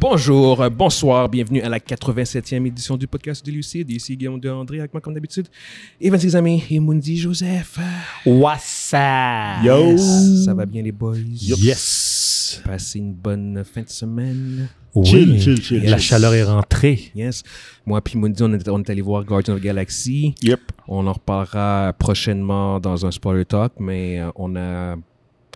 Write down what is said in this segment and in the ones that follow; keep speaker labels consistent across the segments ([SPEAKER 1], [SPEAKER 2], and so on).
[SPEAKER 1] Bonjour, euh, bonsoir, bienvenue à la 87e édition du podcast des Lucides. Ici Guillaume de André avec moi comme d'habitude. Et 26 amis, et Mundi Joseph.
[SPEAKER 2] What's up?
[SPEAKER 3] Yo!
[SPEAKER 1] Yes, Ça va bien les boys?
[SPEAKER 3] Yes!
[SPEAKER 1] Passez une bonne fin de semaine.
[SPEAKER 2] Oui.
[SPEAKER 3] Chill, chill, chill,
[SPEAKER 2] La
[SPEAKER 3] chill.
[SPEAKER 2] chaleur est rentrée.
[SPEAKER 1] Yes. Moi puis Mundi, on est, on est allé voir Guardian of the Galaxy.
[SPEAKER 3] Yep.
[SPEAKER 1] On en reparlera prochainement dans un spoiler talk, mais euh, on a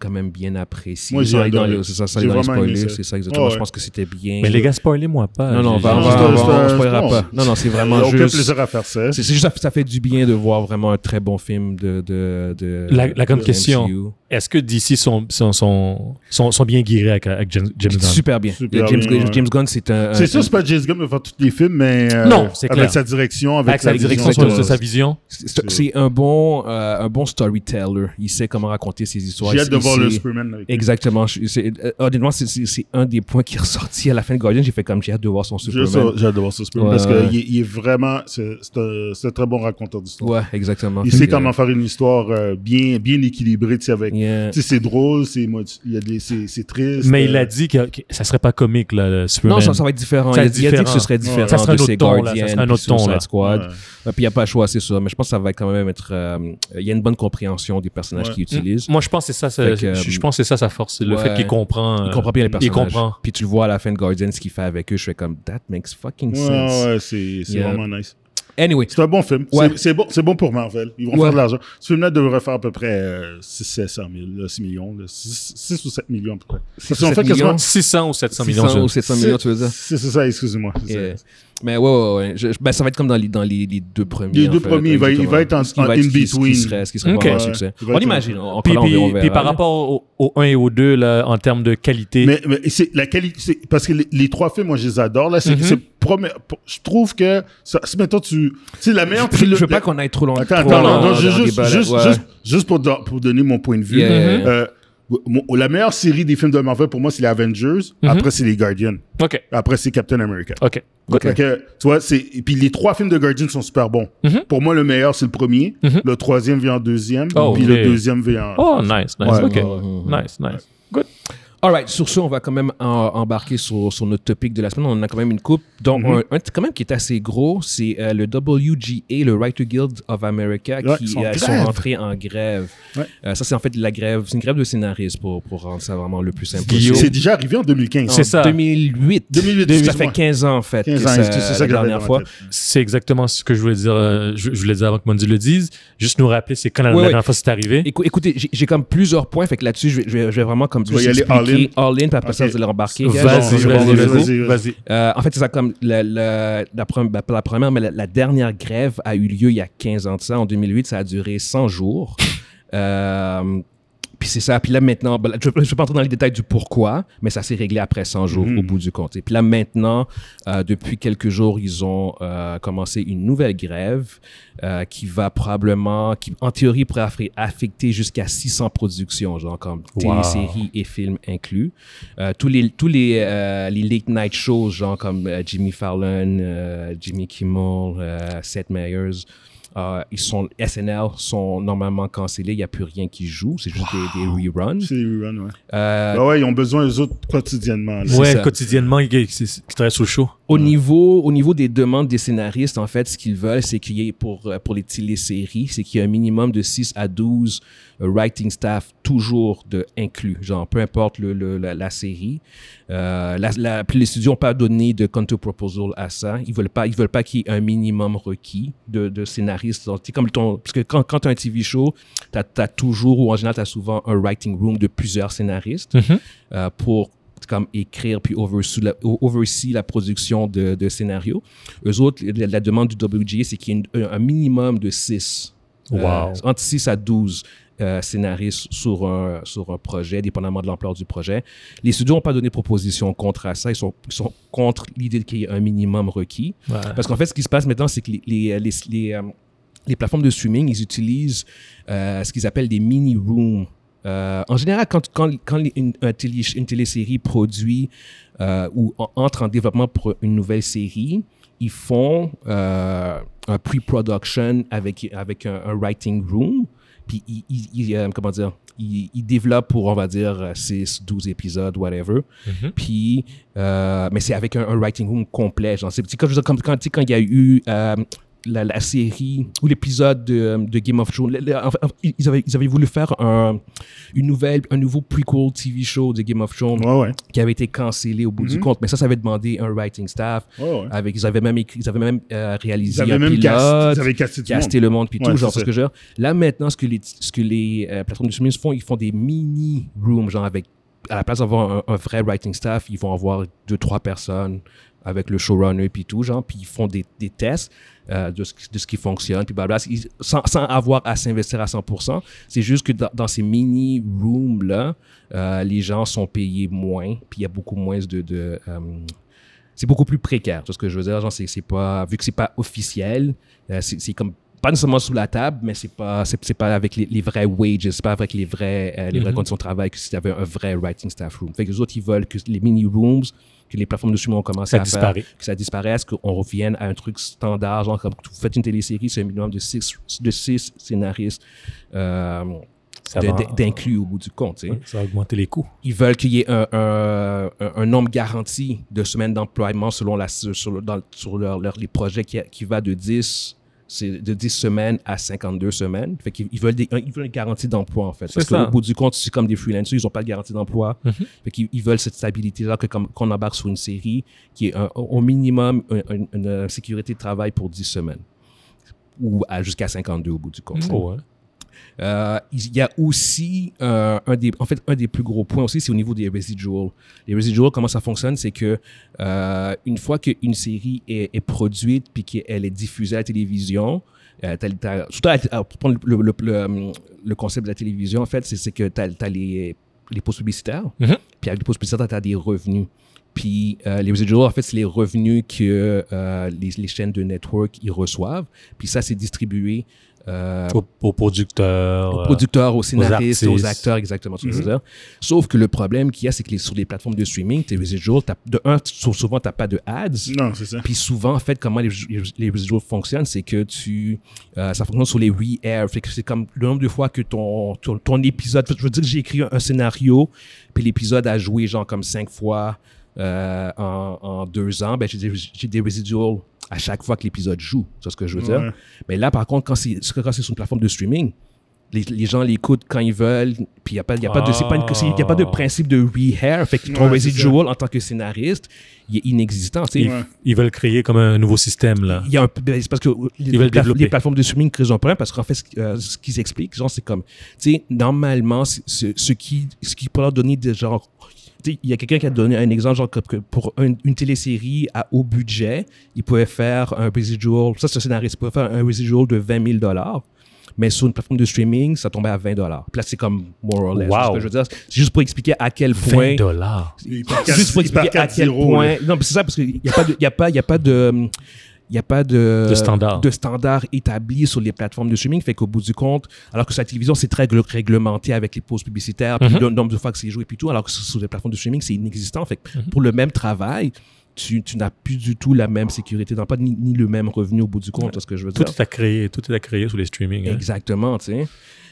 [SPEAKER 1] quand même bien apprécié.
[SPEAKER 3] Moi, j'ai
[SPEAKER 1] Ça allait dans
[SPEAKER 3] adoré.
[SPEAKER 1] les- c'est ça, ça allait
[SPEAKER 3] J'ai
[SPEAKER 1] dans les
[SPEAKER 3] vraiment aimé
[SPEAKER 1] spoilers,
[SPEAKER 3] ça.
[SPEAKER 1] c'est ça exactement.
[SPEAKER 3] Ouais,
[SPEAKER 1] Je
[SPEAKER 3] ouais.
[SPEAKER 1] pense que c'était bien.
[SPEAKER 2] Mais les gars, spoilez-moi pas.
[SPEAKER 1] non, non, on
[SPEAKER 2] J'ai-
[SPEAKER 1] va, on
[SPEAKER 3] j'ai-
[SPEAKER 1] va,
[SPEAKER 3] c'est un-
[SPEAKER 1] on va- on
[SPEAKER 3] c'est un-
[SPEAKER 1] spoilera
[SPEAKER 3] non,
[SPEAKER 1] pas. Non, non, c'est vraiment
[SPEAKER 3] J'ai aucun
[SPEAKER 1] juste.
[SPEAKER 3] plaisir à faire ça.
[SPEAKER 1] C'est c'est juste, ça- ça fait du bien de voir vraiment un très bon film de. de, de
[SPEAKER 2] La- la grande
[SPEAKER 1] de
[SPEAKER 2] question.
[SPEAKER 1] MCU.
[SPEAKER 2] Est-ce que DC sont, sont, sont, sont, sont bien guéris avec, avec James James Gunn?
[SPEAKER 1] Super bien.
[SPEAKER 3] Super
[SPEAKER 1] Le James,
[SPEAKER 3] bien, ouais.
[SPEAKER 1] James Gunn, c'est un. un-
[SPEAKER 3] C'est sûr, c'est pas James Gunn de faire tous les films, mais. euh,
[SPEAKER 2] Non, c'est clair.
[SPEAKER 3] Avec sa direction, avec,
[SPEAKER 2] Avec sa direction
[SPEAKER 1] vision,
[SPEAKER 2] sur
[SPEAKER 1] ouais.
[SPEAKER 2] sur sa vision.
[SPEAKER 1] c'est- C'est un bon, euh, un bon storyteller. Il sait comment raconter ses histoires.
[SPEAKER 3] J'ai
[SPEAKER 1] Il-
[SPEAKER 3] hâte de
[SPEAKER 1] il
[SPEAKER 3] voir le
[SPEAKER 1] sait-
[SPEAKER 3] Superman avec lui.
[SPEAKER 1] Exactement. Je- c'est- euh, honnêtement, c'est- c'est c'est un des points qui est ressorti à la fin de Guardian. J'ai fait comme j'ai hâte de voir son
[SPEAKER 3] J'ai
[SPEAKER 1] Superman.
[SPEAKER 3] ça, J'ai hâte de voir ce Superman
[SPEAKER 1] Ouais,
[SPEAKER 3] parce
[SPEAKER 1] ouais.
[SPEAKER 3] qu'il il est vraiment. C'est c'est un, c'est un très bon raconteur d'histoire.
[SPEAKER 1] Ouais, exactement. Euh,
[SPEAKER 3] Il
[SPEAKER 1] Fait
[SPEAKER 3] sait
[SPEAKER 1] que-
[SPEAKER 3] comment faire une histoire euh, bien, bien équilibrée, tu sais, avec.
[SPEAKER 1] Yeah.
[SPEAKER 3] Tu sais, c'est drôle, c'est émo- il y a des- c'est c'est triste.
[SPEAKER 2] Mais
[SPEAKER 3] euh,
[SPEAKER 2] il a dit que, que ça serait pas comique, là, le Superman.
[SPEAKER 1] Non, ça, ça va être différent. il,
[SPEAKER 2] Ça
[SPEAKER 1] a,
[SPEAKER 2] va être
[SPEAKER 1] il a dit que
[SPEAKER 2] différent.
[SPEAKER 1] ce serait différent
[SPEAKER 2] Ça serait un
[SPEAKER 1] de
[SPEAKER 2] autre
[SPEAKER 1] ses
[SPEAKER 2] ton, là. Ça
[SPEAKER 1] Guardians,
[SPEAKER 2] serait un
[SPEAKER 1] puis
[SPEAKER 2] autre ton,
[SPEAKER 1] Suicide
[SPEAKER 2] là.
[SPEAKER 1] Squad.
[SPEAKER 3] Ouais.
[SPEAKER 1] Euh, Puis il n'y a pas le choix, c'est ça. Mais je pense que ça va quand même être... euh, Il y a une bonne compréhension des personnages
[SPEAKER 3] Ouais.
[SPEAKER 1] qu'il utilise.
[SPEAKER 2] Moi, je pense que c'est ça, ça-
[SPEAKER 1] Fait que, euh,
[SPEAKER 2] je, je pense que c'est ça sa force. c'est Le
[SPEAKER 1] ouais.
[SPEAKER 2] fait qu'il comprend. euh,
[SPEAKER 1] Il comprend bien les personnages.
[SPEAKER 2] Il comprend.
[SPEAKER 1] Puis tu le vois à la fin de Guardians, ce qu'il fait avec eux. Je fais comme, that makes fucking sense.
[SPEAKER 3] Ouais, ouais, c'est c'est
[SPEAKER 1] Yeah.
[SPEAKER 3] vraiment nice.
[SPEAKER 1] Anyway,
[SPEAKER 3] C'est un bon film.
[SPEAKER 1] Ouais.
[SPEAKER 3] C'est- C'est bon, c'est bon pour Marvel. Ils vont
[SPEAKER 1] Ouais.
[SPEAKER 3] faire de l'argent. Ce film-là devrait faire à peu près euh, 6, 700 000, là, 6 millions, 6, ou 7 millions à peu près.
[SPEAKER 1] Six
[SPEAKER 3] Ils
[SPEAKER 1] ou
[SPEAKER 3] ont
[SPEAKER 1] sept
[SPEAKER 3] fait
[SPEAKER 1] millions?
[SPEAKER 3] quasiment-
[SPEAKER 2] 600 ou 700 millions.
[SPEAKER 1] 600
[SPEAKER 2] je-
[SPEAKER 1] ou 700 millions, tu veux dire?
[SPEAKER 3] C'est c'est ça, excusez-moi. C'est ça.
[SPEAKER 1] Yeah. Mais ouais, ouais, ouais. Je- je- ben, ça va être comme dans les, dans les, les deux premiers.
[SPEAKER 3] Les deux
[SPEAKER 1] en fait,
[SPEAKER 3] premiers, il va- il va être en-
[SPEAKER 1] exactement.
[SPEAKER 3] en
[SPEAKER 1] Ce qui- Ce qui
[SPEAKER 3] in-between.
[SPEAKER 1] serait, ce qui serait
[SPEAKER 2] Ok.
[SPEAKER 1] vraiment un
[SPEAKER 3] Ouais.
[SPEAKER 1] succès.
[SPEAKER 3] Il va
[SPEAKER 1] on
[SPEAKER 3] être-
[SPEAKER 1] imagine. On,
[SPEAKER 2] Puis,
[SPEAKER 1] on- on
[SPEAKER 2] puis-
[SPEAKER 1] verra,
[SPEAKER 2] puis par
[SPEAKER 1] là.
[SPEAKER 2] rapport au, au 1 et au 2, là, en termes de qualité,
[SPEAKER 3] Mais, mais c'est la qualité, c'est- parce que les, les trois films, moi, je les adore. Là,
[SPEAKER 1] Mm-hmm.
[SPEAKER 3] c'est
[SPEAKER 2] Mhm.
[SPEAKER 3] c'est promet- Je trouve que, ça, si mettons, tu, c'est la meilleure
[SPEAKER 1] Je
[SPEAKER 3] trilogie.
[SPEAKER 1] veux pas qu'on aille trop longtemps.
[SPEAKER 3] Attends,
[SPEAKER 1] trop
[SPEAKER 3] attends,
[SPEAKER 1] long
[SPEAKER 3] non,
[SPEAKER 1] dans
[SPEAKER 3] juste,
[SPEAKER 1] le
[SPEAKER 3] juste,
[SPEAKER 1] débat, là.
[SPEAKER 3] juste,
[SPEAKER 1] Ouais.
[SPEAKER 3] juste- juste pour, don- pour donner mon point de vue.
[SPEAKER 1] Yeah.
[SPEAKER 3] euh, mon- la meilleure série des films de Marvel pour moi, c'est les Avengers.
[SPEAKER 1] Mm-hmm.
[SPEAKER 2] Mhm.
[SPEAKER 3] Après, c'est les Guardians.
[SPEAKER 2] OK.
[SPEAKER 3] Après, c'est Captain America.
[SPEAKER 2] OK.
[SPEAKER 1] Ok.
[SPEAKER 3] Fait que, tu vois, c'est. Et puis les trois films de Guardians sont super bons.
[SPEAKER 1] Mm-hmm.
[SPEAKER 2] Mhm.
[SPEAKER 3] Pour moi, le meilleur, c'est le premier.
[SPEAKER 2] Mhm.
[SPEAKER 3] Le troisième vient en deuxième.
[SPEAKER 2] Oh,
[SPEAKER 3] puis
[SPEAKER 2] ok.
[SPEAKER 3] le deuxième vient en.
[SPEAKER 2] Oh, nice, nice.
[SPEAKER 3] Ouais,
[SPEAKER 2] OK.
[SPEAKER 3] ouais,
[SPEAKER 1] ouais.
[SPEAKER 2] Nice, nice. Good.
[SPEAKER 1] Alright, sur ce, on va quand même en- embarquer sur, sur notre topic de la semaine. On en a quand même une coupe. Donc,
[SPEAKER 3] Mhm.
[SPEAKER 1] un, un quand même qui est assez gros, c'est euh, le WGA, le Writer Guild of America,
[SPEAKER 3] Ouais,
[SPEAKER 1] qui
[SPEAKER 3] ils sont en
[SPEAKER 1] euh, sont
[SPEAKER 3] grève.
[SPEAKER 1] rentrés en grève.
[SPEAKER 3] Ouais.
[SPEAKER 1] Euh, ça, c'est en fait la grève, c'est une grève de scénaristes pour, pour rendre ça vraiment le plus simple
[SPEAKER 2] Guillaume.
[SPEAKER 1] possible.
[SPEAKER 3] C'est déjà arrivé en 2015.
[SPEAKER 2] C'est ça.
[SPEAKER 1] 2008.
[SPEAKER 3] 2008,
[SPEAKER 1] Ça fait
[SPEAKER 3] excuse-moi.
[SPEAKER 1] 15 ans, en fait.
[SPEAKER 3] 15
[SPEAKER 1] que
[SPEAKER 3] ans,
[SPEAKER 1] ça-
[SPEAKER 3] c'est ça
[SPEAKER 1] la
[SPEAKER 3] que j'avais
[SPEAKER 1] dernière
[SPEAKER 3] dans ma
[SPEAKER 1] fois.
[SPEAKER 3] tête.
[SPEAKER 2] C'est exactement ce que je voulais dire. euh, je, je voulais dire avant que Mondi le dise. Juste nous rappeler, c'est quand la,
[SPEAKER 1] Ouais,
[SPEAKER 2] la
[SPEAKER 1] ouais.
[SPEAKER 2] dernière fois c'est arrivé.
[SPEAKER 1] Écou- écoutez, j'ai- j'ai comme plusieurs points, fait que là-dessus, je vais, je vais- je vais vraiment comme
[SPEAKER 3] vas y aller
[SPEAKER 1] expliquer all-in, puis après ça,
[SPEAKER 3] Ok.
[SPEAKER 1] vous allez embarquer.
[SPEAKER 2] Vas-y,
[SPEAKER 3] Bon,
[SPEAKER 2] vas-y,
[SPEAKER 3] bon,
[SPEAKER 2] vas-y,
[SPEAKER 3] vas-y,
[SPEAKER 2] vas-y.
[SPEAKER 1] Euh, en fait, c'est ça comme la, la- la prom- ben, pas la première, mais la, la dernière grève a eu lieu il y a 15 ans de ça. En 2008, ça a duré 100 jours. Euh, puis c'est ça. Puis là, maintenant, ben, là, je ne vais pas entrer dans les détails du pourquoi, mais ça s'est réglé après 100 jours au bout du compte. Et puis là, maintenant, euh, depuis quelques jours, ils ont euh, commencé une nouvelle grève euh, qui va probablement, qui en théorie pourrait affri- affecter jusqu'à 600 productions, genre comme
[SPEAKER 2] Wow.
[SPEAKER 1] téléséries et films inclus. Euh, tous les, tous les, euh, les late night shows, genre comme euh, Jimmy Fallon, euh, Jimmy Kimmel, euh, Seth Meyers, euh, ils sont, SNL sont normalement cancellés, il n'y a plus rien qui joue, c'est juste des, des reruns.
[SPEAKER 3] C'est les reruns, ouais.
[SPEAKER 1] Euh,
[SPEAKER 3] Ah ouais, ils ont besoin des autres quotidiennement. là.
[SPEAKER 2] Ouais,
[SPEAKER 1] ça.
[SPEAKER 2] quotidiennement, il, il- il- il travaille sous le show.
[SPEAKER 1] Au niveau, au niveau des demandes des scénaristes, en fait, ce qu'ils veulent, c'est qu'il y ait pour, euh, pour les téléséries, c'est qu'il y ait un minimum de 6 à 12 euh, writing staff toujours de inclus, genre peu importe le, le- la, la série. Euh, la, la- puis les studios n'ont pas donné de counter proposal à ça. Ils veulent pas, ils veulent pas qu'il y ait un minimum requis de, de scénaristes. Donc, c'est comme ton, parce que quand, quand tu as un TV show, tu as, toujours, ou en général, tu as souvent un writing room de plusieurs scénaristes
[SPEAKER 2] Mhm.
[SPEAKER 1] euh, pour comme écrire puis oversee la, o- oversee la production de, de scénarios. Eux autres, la, la demande du WGA, c'est qu'il y ait une- un minimum de 6.
[SPEAKER 2] Wow.
[SPEAKER 1] entre 6 à 12 euh, scénaristes sur un, sur un projet, dépendamment de l'ampleur du projet. Les studios n'ont pas donné proposition contre à ça. Ils sont, ils sont contre l'idée qu'il y ait un minimum requis.
[SPEAKER 2] Ouais.
[SPEAKER 1] Parce qu'en fait, ce qui se passe maintenant, c'est que les, les, les, les, euh, les plateformes de streaming, ils utilisent euh, ce qu'ils appellent des mini-rooms. Euh, en général, quand, quand, quand les- une, un télé- une télésérie produit euh, ou en- entre en développement pour une nouvelle série, ils font euh, un pre-production avec, avec un, un writing room Puis il, il- il, euh, comment dire, il, il développe pour, on va dire, 6, 12 épisodes, whatever.
[SPEAKER 2] Mhm.
[SPEAKER 1] Puis, euh, mais c'est avec un, un writing room complet. Genre, c'est tu sais, quand, je veux dire, comme quand, tu sais, quand il y a eu euh, la, la série ou l'épisode de, de Game of Thrones, le- le- en fait, en fait, ils, avaient, ils avaient voulu faire un, une nouvelle, un nouveau prequel TV show de Game of Thrones
[SPEAKER 3] Ouais, ouais.
[SPEAKER 1] qui avait été cancellé au bout du
[SPEAKER 3] Mhm.
[SPEAKER 1] compte. Mais ça, ça avait demandé un writing staff.
[SPEAKER 3] ouais, ouais.
[SPEAKER 1] Avec, ils avaient même, écrit- ils avaient même euh,
[SPEAKER 3] Ils
[SPEAKER 1] réalisé
[SPEAKER 3] avaient
[SPEAKER 1] un
[SPEAKER 3] même
[SPEAKER 1] pilote
[SPEAKER 3] casté, ils avaient casté tout le monde.
[SPEAKER 1] caster le monde puis
[SPEAKER 3] Ouais,
[SPEAKER 1] tout genre parce
[SPEAKER 3] c'est ça.
[SPEAKER 1] que genre là maintenant ce que les ce que les euh, plateformes de streaming font ils font des mini rooms genre avec à la place d'avoir un, un vrai writing staff ils vont avoir deux trois personnes avec le showrunner puis tout genre puis ils font des, des tests euh, de, ce, qui- de ce qui fonctionne puis blabla Ils- sans, sans avoir à s'investir à 100% c'est juste que dans, dans ces mini rooms là les gens sont payés moins puis il y a beaucoup moins de, de euh, c'est beaucoup plus précaire. Tu vois ce que je veux dire? Genre, c'est, c'est pas, vu que c'est pas officiel, euh, c'est, c'est comme pas nécessairement sous la table, mais c'est pas, c'est, c'est pas avec les, les vrais wages, c'est pas avec les, vrais, euh, les vraies
[SPEAKER 2] Mhm.
[SPEAKER 1] conditions de travail que si tu avais un vrai writing staff room. Fait que les autres, ils veulent que les mini-rooms, que les plateformes de streaming ont commencé
[SPEAKER 2] Ça
[SPEAKER 1] à
[SPEAKER 2] disparaît.
[SPEAKER 1] faire, que ça disparaisse, qu'on revienne à un truc standard, genre comme vous faites une télésérie, c'est un minimum de six, de six scénaristes euh,
[SPEAKER 2] Ça
[SPEAKER 1] de-
[SPEAKER 2] va-
[SPEAKER 1] de- d'inclus au bout du compte. tu sais
[SPEAKER 2] Ouais, Ça va augmenter les coûts.
[SPEAKER 1] ils veulent qu'il y ait un, un- un- un nombre garanti de semaines d'emploiement selon la, sur, le- dans- sur leur- leur- les projets qui, qui va de 10, c'est de 10 semaines à 52 semaines. Fait qu'ils ils veulent, des- ils veulent une garantie d'emploi, en fait. Parce
[SPEAKER 2] C'est ça.
[SPEAKER 1] qu'au bout du compte, c'est comme des freelancers, ils n'ont pas de garantie d'emploi.
[SPEAKER 2] Mhm.
[SPEAKER 1] Fait qu'ils ils veulent cette stabilité-là, que comme- qu'on embarque sur une série qui est un- au minimum un- un- une sécurité de travail pour 10 semaines. Ou à- jusqu'à 52 au bout du compte.
[SPEAKER 2] Oh, ouais.
[SPEAKER 1] Euh, il y a aussi euh, un des, en fait, un des plus gros points aussi, c'est au niveau des residuals. Les residuals, comment ça fonctionne, c'est que euh, une fois qu'une série est, est produite puis qu'elle est diffusée à la télévision, euh, t'as- t'as- surtout à- à- pour prendre le, le- le, hum, le concept de la télévision, en fait, c'est c'est que tu as, les, les pauses publicitaires,
[SPEAKER 2] Mhm.
[SPEAKER 1] puis avec les pauses publicitaires, tu as des revenus. Puis euh, les residuals, en fait, c'est les revenus que euh, les, les chaînes de network ils reçoivent. Puis ça, c'est distribué euh,
[SPEAKER 2] Aux, aux producteurs.
[SPEAKER 1] aux
[SPEAKER 2] euh,
[SPEAKER 1] producteurs, aux scénaristes,
[SPEAKER 2] artistes.
[SPEAKER 1] aux, acteurs, exactement. tu vois ce que je veux dire. Sauf que le problème qu'il y a, c'est que les- sur les plateformes de streaming, tes residuals, t'as- de un, tu- souvent, tu n'as pas de ads.
[SPEAKER 3] Non, c'est ça.
[SPEAKER 1] Puis souvent, en fait, comment les, les residuals fonctionnent, c'est que tu, euh, ça fonctionne sur les re-airs. Fait que c'est comme le nombre de fois que ton, ton, ton épisode, je veux dire que j'ai écrit un, un scénario, puis l'épisode a joué genre comme cinq fois euh, en, en deux ans, ben j'ai des, j'ai des residuals à chaque fois que l'épisode joue. C'est ce que je veux
[SPEAKER 3] Ouais.
[SPEAKER 1] dire. Mais là, par contre, quand c'est quand c'est sur une plateforme de streaming, les, les gens l'écoutent quand ils veulent, puis il n'y a, pas- y a, pas de- c'est pas une- c'est- y a pas de
[SPEAKER 2] Ah.
[SPEAKER 1] principe de re-hair. Fait que ton
[SPEAKER 3] Ouais, c'est ça.
[SPEAKER 1] residual en tant que scénariste, il est inexistant. tu sais.
[SPEAKER 2] ils,
[SPEAKER 3] Ouais.
[SPEAKER 2] ils veulent créer comme un nouveau système, là.
[SPEAKER 1] Il y a un, peu- ben, c'est parce que les,
[SPEAKER 2] Ils veulent
[SPEAKER 1] les plate-
[SPEAKER 2] développer.
[SPEAKER 1] les plateformes de streaming créent un problème parce qu'en fait, ce qui- euh, ce qu'ils expliquent, genre, c'est comme, tu sais, normalement, c'est- ce, ce qui, ce qui peut leur donner des genre, tu sais, il y a quelqu'un qui a donné un exemple, genre, que, que pour un- une télésérie à haut budget, il pouvait faire un residual, ça, c'est un scénariste, il pouvait faire un residual de 20 000 mais sur une plateforme de streaming, ça tombait à 20 dollars. Puis là, c'est comme more or less.
[SPEAKER 2] Wow.
[SPEAKER 1] C'est ce que je veux dire. C'est juste pour expliquer à quel
[SPEAKER 2] 20
[SPEAKER 1] point
[SPEAKER 2] dollars.
[SPEAKER 3] Il part
[SPEAKER 1] juste pour
[SPEAKER 3] quatre- il part
[SPEAKER 1] expliquer à quel
[SPEAKER 3] 4-0,
[SPEAKER 1] point.
[SPEAKER 3] là.
[SPEAKER 1] Non, mais c'est ça, parce qu'il n'y a pas de. Il y a pas, il y a pas de il n'y a pas de,
[SPEAKER 2] De standard.
[SPEAKER 1] de standard établi sur les plateformes de streaming. Fait qu'au bout du compte, alors que sur la télévision, c'est très gl- réglementé avec les pauses publicitaires, puis
[SPEAKER 2] Mhm.
[SPEAKER 1] le nombre de fois que c'est joué, puis tout, alors que sur sur les plateformes de streaming, c'est inexistant. Fait que
[SPEAKER 2] Mhm.
[SPEAKER 1] pour le même travail, tu, tu n'as plus du tout la même sécurité, dans pas ni, ni le même revenu au bout du compte, c'est ce que je veux
[SPEAKER 2] Tout
[SPEAKER 1] dire.
[SPEAKER 2] est à créer, tout est à créer sous les streamings. hein.
[SPEAKER 1] Exactement, tu sais.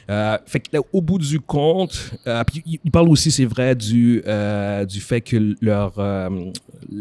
[SPEAKER 1] Euh, fait que là, au bout du compte, euh, puis il- il parle aussi, c'est vrai, du, euh, du fait que leur, euh,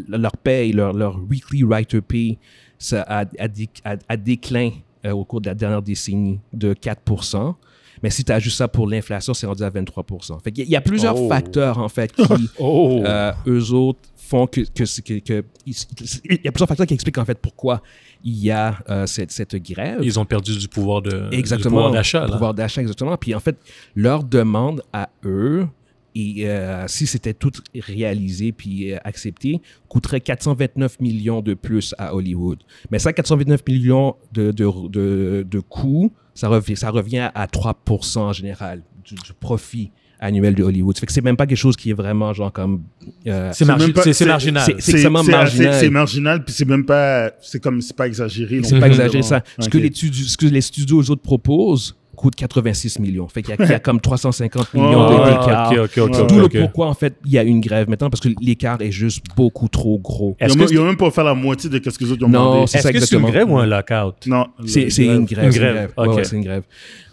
[SPEAKER 1] leur paye, leur, leur weekly writer pay, ça a, a dé- a- a déclin euh, au cours de la dernière décennie de 4 mais si tu ajustes ça pour l'inflation, c'est rendu à 23 Fait qu'il y a- il y, a plusieurs
[SPEAKER 2] Oh.
[SPEAKER 1] facteurs, en fait, qui,
[SPEAKER 2] Oh!
[SPEAKER 1] euh, eux autres font que, que, c'est- que- que- il y a plusieurs facteurs qui expliquent, en fait, pourquoi il y a euh, cette, cette grève.
[SPEAKER 2] ils ont perdu du pouvoir de
[SPEAKER 1] Exactement.
[SPEAKER 2] Euh, du pouvoir d'achat.
[SPEAKER 1] Le
[SPEAKER 2] là.
[SPEAKER 1] pouvoir d'achat, exactement. Puis en fait, leur demande à eux, et euh, si c'était tout réalisé puis euh, accepté, coûterait 429 millions de plus à Hollywood. Mais ça, 429 millions de, de, de, de coûts, ça revient, ça revient à 3% en général du, du profit annuel de Hollywood. Ça fait que c'est même pas quelque chose qui est vraiment genre comme... euh,
[SPEAKER 2] C'est margi-
[SPEAKER 3] même pas-
[SPEAKER 2] c'est- c'est
[SPEAKER 3] c'est-
[SPEAKER 2] marginal.
[SPEAKER 1] c'est- extrêmement
[SPEAKER 3] assez-
[SPEAKER 1] marginal.
[SPEAKER 3] C'est marginal, puis c'est même pas. C'est comme. C'est pas exagéré. non
[SPEAKER 1] C'est pas
[SPEAKER 3] plus,
[SPEAKER 1] exagéré
[SPEAKER 3] là.
[SPEAKER 1] ça. Ce, que
[SPEAKER 3] Ok.
[SPEAKER 1] les studios, ce que les studios eux autres proposent coûte- coûte 86 millions. Fait qu'il y, a- qu'il y a comme 350 millions
[SPEAKER 3] Oh,
[SPEAKER 1] de
[SPEAKER 3] ouais.
[SPEAKER 1] d'écart.
[SPEAKER 2] Ah, ok, ok, ok.
[SPEAKER 3] Ouais.
[SPEAKER 1] D'où
[SPEAKER 2] ok,
[SPEAKER 1] le
[SPEAKER 2] ok.
[SPEAKER 1] pourquoi, en fait, il y a une grève maintenant, parce que l'écart est juste beaucoup trop gros.
[SPEAKER 3] Ils
[SPEAKER 2] Est-ce
[SPEAKER 3] ont
[SPEAKER 2] que
[SPEAKER 3] même-
[SPEAKER 2] c'est-
[SPEAKER 3] ils ont même pas fait la moitié de ce que les autres ont
[SPEAKER 1] Non,
[SPEAKER 3] demandé.
[SPEAKER 1] c'est
[SPEAKER 2] Est-ce
[SPEAKER 1] ça
[SPEAKER 2] que c'est une
[SPEAKER 1] exactement.
[SPEAKER 2] grève ou un lockout?
[SPEAKER 3] Non,
[SPEAKER 1] C'est
[SPEAKER 3] le-
[SPEAKER 1] c'est une grève.
[SPEAKER 2] Une
[SPEAKER 1] c'est
[SPEAKER 2] grève,
[SPEAKER 1] Ouais,
[SPEAKER 2] ok.
[SPEAKER 1] ouais, c'est une grève.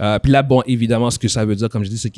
[SPEAKER 1] Euh, puis là, bon, évidemment, ce que ça veut dire, comme je dis, c'est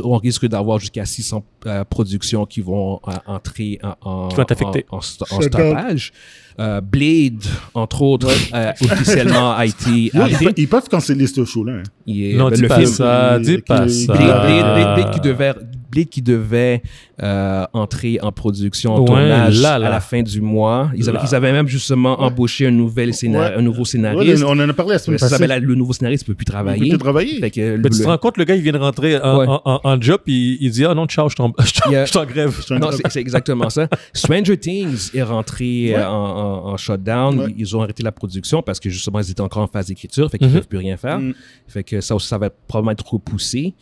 [SPEAKER 1] qu'on risque d'avoir jusqu'à 600 euh, productions qui vont euh, entrer en, en,
[SPEAKER 2] Qui vont être affectées.
[SPEAKER 1] en- en sto- en
[SPEAKER 3] Shut up.
[SPEAKER 1] stoppage. Euh, Blade, entre autres, euh, officiellement a été
[SPEAKER 3] Yo, ils,
[SPEAKER 1] arrêté.
[SPEAKER 3] pe- ils peuvent canceller ce show-là. hein.
[SPEAKER 1] Il est-
[SPEAKER 2] Non,
[SPEAKER 1] ben,
[SPEAKER 2] dis
[SPEAKER 1] le
[SPEAKER 2] pas
[SPEAKER 1] film-
[SPEAKER 2] ça,
[SPEAKER 3] qui-
[SPEAKER 2] dis
[SPEAKER 3] qui-
[SPEAKER 2] pas
[SPEAKER 3] qui-
[SPEAKER 2] ça.
[SPEAKER 1] Blade, Blade- Blade- Blade qui devait, Blade qui devait euh, entrer en production, en
[SPEAKER 2] Ouais,
[SPEAKER 1] tournage
[SPEAKER 2] là, là.
[SPEAKER 1] à la fin du mois. Ils avaient,
[SPEAKER 2] Là.
[SPEAKER 1] ils avaient même justement embauché un, nouvel scénar-
[SPEAKER 3] Ouais.
[SPEAKER 1] un nouveau
[SPEAKER 3] Ouais,
[SPEAKER 1] scénariste.
[SPEAKER 3] on en a parlé la semaine
[SPEAKER 1] Mais ça,
[SPEAKER 3] passée.
[SPEAKER 1] ben là, le nouveau scénariste ne peut plus
[SPEAKER 3] Il peut
[SPEAKER 1] travailler.
[SPEAKER 3] plus travailler.
[SPEAKER 1] Fait que le-
[SPEAKER 2] Mais tu te
[SPEAKER 1] le-
[SPEAKER 2] rends compte, le gars, il vient de rentrer en,
[SPEAKER 1] Ouais.
[SPEAKER 2] en- en- en job, puis il dit Ah non, ciao, je t'en je t'en-
[SPEAKER 1] Il y a-
[SPEAKER 2] je t'en grève.
[SPEAKER 3] C'est un
[SPEAKER 1] non,
[SPEAKER 3] travail.
[SPEAKER 1] c'est c'est exactement ça. Stranger Things est rentré euh, en, en- en shutdown.
[SPEAKER 3] Ouais.
[SPEAKER 1] Ils, ils ont arrêté la production parce que justement, ils étaient encore en phase d'écriture, fait qu'ils ne
[SPEAKER 2] Mhm.
[SPEAKER 1] peuvent plus rien faire.
[SPEAKER 3] Mm.
[SPEAKER 1] Fait que ça aussi, ça va probablement être repoussé.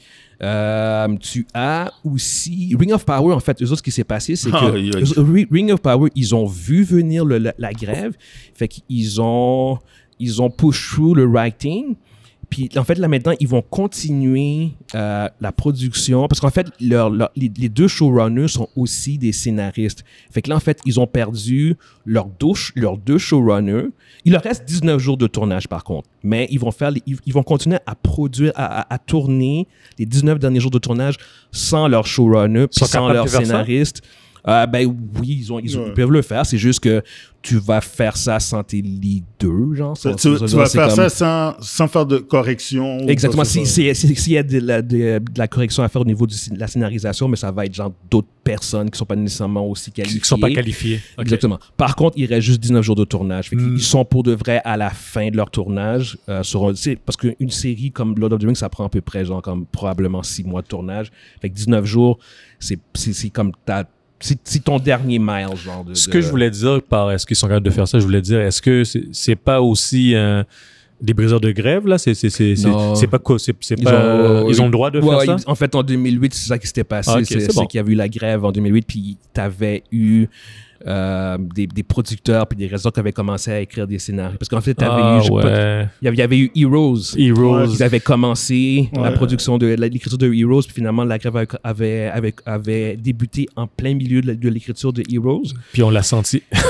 [SPEAKER 1] Euh, tu as aussi Ring of Power, en fait, eux autres, ce qui s'est passé, c'est que
[SPEAKER 3] Aïe, aïe.
[SPEAKER 1] Ri- Ring of Power, ils ont vu venir le- la, la grève, fait qu'ils ont, ils ont push through le writing. Puis en fait, là maintenant, ils vont continuer euh, la production parce qu'en fait, leur- leur- les, les deux showrunners sont aussi des scénaristes. Fait que là, en fait, ils ont perdu leurs deux, leurs deux showrunners. Il leur reste 19 jours de tournage par contre, mais ils vont, faire les- ils, ils vont continuer à produire, à, à- à tourner les 19 derniers jours de tournage sans leur showrunner, puis
[SPEAKER 2] Ils sont
[SPEAKER 1] sans
[SPEAKER 2] capables
[SPEAKER 1] leur
[SPEAKER 2] de faire ça?
[SPEAKER 1] scénariste. Ah, ben oui, ils, ont, ils, ont-
[SPEAKER 3] Ouais.
[SPEAKER 1] ils peuvent le faire. C'est juste que tu vas faire ça sans tes leaders, genre.
[SPEAKER 3] Tu,
[SPEAKER 1] sans-
[SPEAKER 3] tu-
[SPEAKER 1] sans-
[SPEAKER 3] tu vas
[SPEAKER 1] c'est
[SPEAKER 3] faire
[SPEAKER 1] comme-
[SPEAKER 3] ça sans, sans faire de correction. ou
[SPEAKER 1] Exactement.
[SPEAKER 3] quoi que ce
[SPEAKER 1] Si-
[SPEAKER 3] soit.
[SPEAKER 1] si- si- S'il y a de la, de- de la correction à faire au niveau du sc- de la scénarisation, mais ça va être genre d'autres personnes qui sont pas nécessairement aussi
[SPEAKER 2] Qui
[SPEAKER 1] qualifiées.
[SPEAKER 2] ne sont pas qualifiés. Ok.
[SPEAKER 1] Exactement. Par contre, il reste juste 19 jours de tournage. Fait qu'ils-
[SPEAKER 2] Mm.
[SPEAKER 1] Ils sont pour de vrai à la fin de leur tournage. euh, sur un- tu sais, parce qu'une série comme Lord of the Rings, ça prend à peu près, genre, comme probablement 6 mois de tournage. Fait que 19 jours, c'est c'est- c'est comme ta. C'est c'est ton dernier mile, genre. De,
[SPEAKER 2] Ce
[SPEAKER 1] de-
[SPEAKER 2] que je voulais dire par est-ce qu'ils sont capables de faire ça, je voulais dire est-ce que c'est c'est pas aussi euh, des briseurs de grève là C'est c'est- c'est- c'est-
[SPEAKER 1] Non.
[SPEAKER 2] c'est pas quoi C'est c'est
[SPEAKER 1] Ils
[SPEAKER 2] pas
[SPEAKER 1] ont-
[SPEAKER 2] euh, ils ont le droit de
[SPEAKER 1] Ouais,
[SPEAKER 2] faire
[SPEAKER 1] ouais,
[SPEAKER 2] ça
[SPEAKER 1] ils- En fait, en 2008, c'est ça qui s'était passé.
[SPEAKER 2] Ah, ok,
[SPEAKER 1] c'est
[SPEAKER 2] c'est
[SPEAKER 1] c'est
[SPEAKER 2] bon.
[SPEAKER 1] qu'il y avait eu la grève en 2008, puis t'avais eu euh, des, des producteurs puis des réseaux qui avaient commencé à écrire des scénarios. Parce qu'en fait, t'avais
[SPEAKER 2] Ah
[SPEAKER 1] eu, je sais pas,
[SPEAKER 2] ouais.
[SPEAKER 1] il y avait- il y avait eu Heroes.
[SPEAKER 2] Heroes.
[SPEAKER 1] Ils avaient commencé la
[SPEAKER 3] Ouais.
[SPEAKER 1] production de la- l'écriture de Heroes, puis finalement la grève avait, avait, avait, avait débuté en plein milieu de la- de l'écriture de Heroes.
[SPEAKER 2] Puis on l'a senti.
[SPEAKER 1] Puis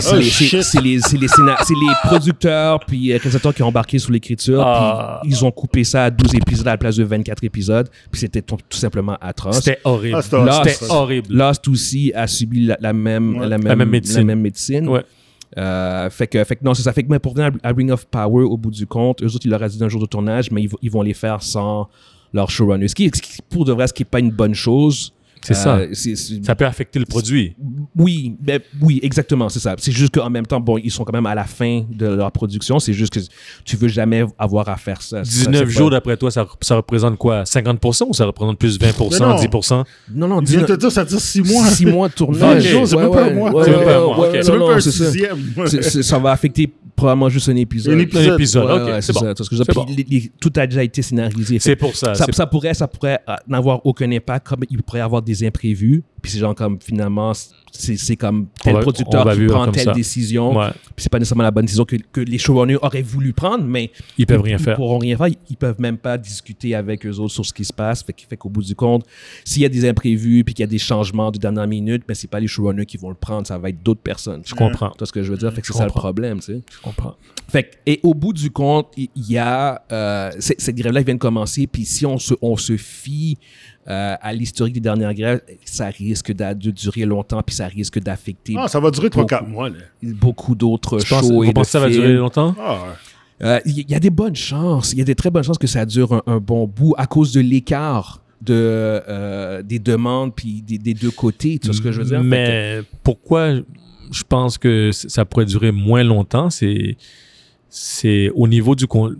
[SPEAKER 1] c'est
[SPEAKER 3] Oh,
[SPEAKER 1] les- c'est
[SPEAKER 3] shit.
[SPEAKER 1] c'est les, c'est les, scénar- c'est les producteurs puis euh, réalisateurs qui ont embarqué sur l'écriture.
[SPEAKER 2] Ah.
[SPEAKER 1] Puis ils ont coupé ça à 12 épisodes à la place de 24 épisodes. Puis c'était tout, tout simplement atroce.
[SPEAKER 2] C'était horrible.
[SPEAKER 3] Ah, c'était-
[SPEAKER 1] Là,
[SPEAKER 2] C'était horrible.
[SPEAKER 1] Lost aussi a subi la, la même,
[SPEAKER 3] Ouais.
[SPEAKER 1] la, même,
[SPEAKER 2] même médecine.
[SPEAKER 1] la même médecine.
[SPEAKER 2] Ouais.
[SPEAKER 1] Euh, fait que, fait que non, c'est ça. Fait que mais pour venir à, à Ring of Power, au bout du compte, eux autres, il leur a dit un jour de tournage, mais ils, vont- ils vont les faire sans leur showrunner. Ce qui, ce qui, pour de vrai, ce qui n'est pas une bonne chose. euh,
[SPEAKER 2] C'est ça.
[SPEAKER 1] c'est- c'est-
[SPEAKER 2] Ça peut affecter le produit.
[SPEAKER 1] oui, ben, oui, exactement, c'est ça. C'est juste qu'en même temps, bon, ils sont quand même à la fin de leur production. C'est juste que tu veux jamais avoir à faire ça. Ça,
[SPEAKER 2] 19
[SPEAKER 1] c'est
[SPEAKER 2] jours
[SPEAKER 1] pas-
[SPEAKER 2] d'après toi, ça, rep- ça représente quoi 50% ou ça représente plus
[SPEAKER 3] Mais non.
[SPEAKER 2] 20%, 10%
[SPEAKER 1] Non, non,
[SPEAKER 3] Il vient de
[SPEAKER 1] 19
[SPEAKER 3] te dire, ça dure six mois.
[SPEAKER 1] six mois de tournage.
[SPEAKER 2] Vingt jours,
[SPEAKER 3] c'est
[SPEAKER 1] Ouais,
[SPEAKER 3] même pas
[SPEAKER 1] ouais,
[SPEAKER 3] un mois.
[SPEAKER 1] ouais,
[SPEAKER 2] C'est même pas un
[SPEAKER 1] ouais,
[SPEAKER 2] mois,
[SPEAKER 1] ouais,
[SPEAKER 2] ok.
[SPEAKER 1] ouais,
[SPEAKER 3] C'est même
[SPEAKER 1] non,
[SPEAKER 3] pas un
[SPEAKER 1] c'est ça.
[SPEAKER 3] sixième.
[SPEAKER 1] C'est- c'est- ça va affecter probablement juste un épisode.
[SPEAKER 3] Un
[SPEAKER 2] Un
[SPEAKER 3] épisode.
[SPEAKER 2] épisode.
[SPEAKER 1] Ouais,
[SPEAKER 2] Ok,
[SPEAKER 1] ouais,
[SPEAKER 2] c'est bon.
[SPEAKER 1] ça. Tu vois ce que je veux
[SPEAKER 2] C'est
[SPEAKER 1] dire?
[SPEAKER 2] bon.
[SPEAKER 1] Puis les- les- tout a déjà été scénarisé. Fait
[SPEAKER 2] C'est pour ça.
[SPEAKER 1] que ça,
[SPEAKER 2] c'est-
[SPEAKER 1] ça pourrait, ça pourrait euh, n'avoir aucun impact, comme il pourrait y avoir des imprévus. Puis c'est genre comme finalement, c'est c'est comme tel
[SPEAKER 2] va-
[SPEAKER 1] producteur
[SPEAKER 2] on va
[SPEAKER 1] qui
[SPEAKER 2] vivre
[SPEAKER 1] prend
[SPEAKER 2] comme
[SPEAKER 1] telle
[SPEAKER 2] ça.
[SPEAKER 1] décision.
[SPEAKER 2] Ouais.
[SPEAKER 1] Puis c'est pas nécessairement la bonne décision que, que les showrunners auraient voulu prendre, mais
[SPEAKER 2] Ils peuvent rien faire.
[SPEAKER 1] pourront rien faire. Ils, ils peuvent même pas discuter avec eux autres sur ce qui se passe. Fait, qu- fait qu'au bout du compte, s'il y a des imprévus puis qu'il y a des changements de dernière minute, mais c'est pas les showrunners qui vont le prendre, ça va être d'autres personnes.
[SPEAKER 2] Je comprends.
[SPEAKER 1] Tu vois ce que je veux dire? Fait que
[SPEAKER 2] Je
[SPEAKER 1] c'est ça le
[SPEAKER 2] comprends.
[SPEAKER 1] problème, tu sais.
[SPEAKER 2] Je comprends.
[SPEAKER 1] Fait que- et au bout du compte, il il y a euh, c- cette grève-là qui vient de commencer. Puis si on se, on se fie euh, à l'historique des dernières grèves, ça risque d'a- de durer longtemps, puis ça risque d'affecter
[SPEAKER 3] Ah, ça va durer
[SPEAKER 1] Beaucoup.
[SPEAKER 3] 3-4 mois. Là.
[SPEAKER 1] beaucoup d'autres
[SPEAKER 2] Tu penses-
[SPEAKER 1] shows. et
[SPEAKER 2] Vous
[SPEAKER 1] de
[SPEAKER 2] pensez que ça va
[SPEAKER 1] films.
[SPEAKER 2] durer longtemps
[SPEAKER 3] Ah,
[SPEAKER 1] Euh, Il y il y a des bonnes chances, il y a des très bonnes chances que ça dure un, un bon bout à cause de l'écart de, euh, des demandes puis des, des deux côtés. Tu vois ce que je veux dire? Fait
[SPEAKER 2] Mais pourquoi je pense que c- ça pourrait durer moins longtemps, c'est c'est au niveau du con-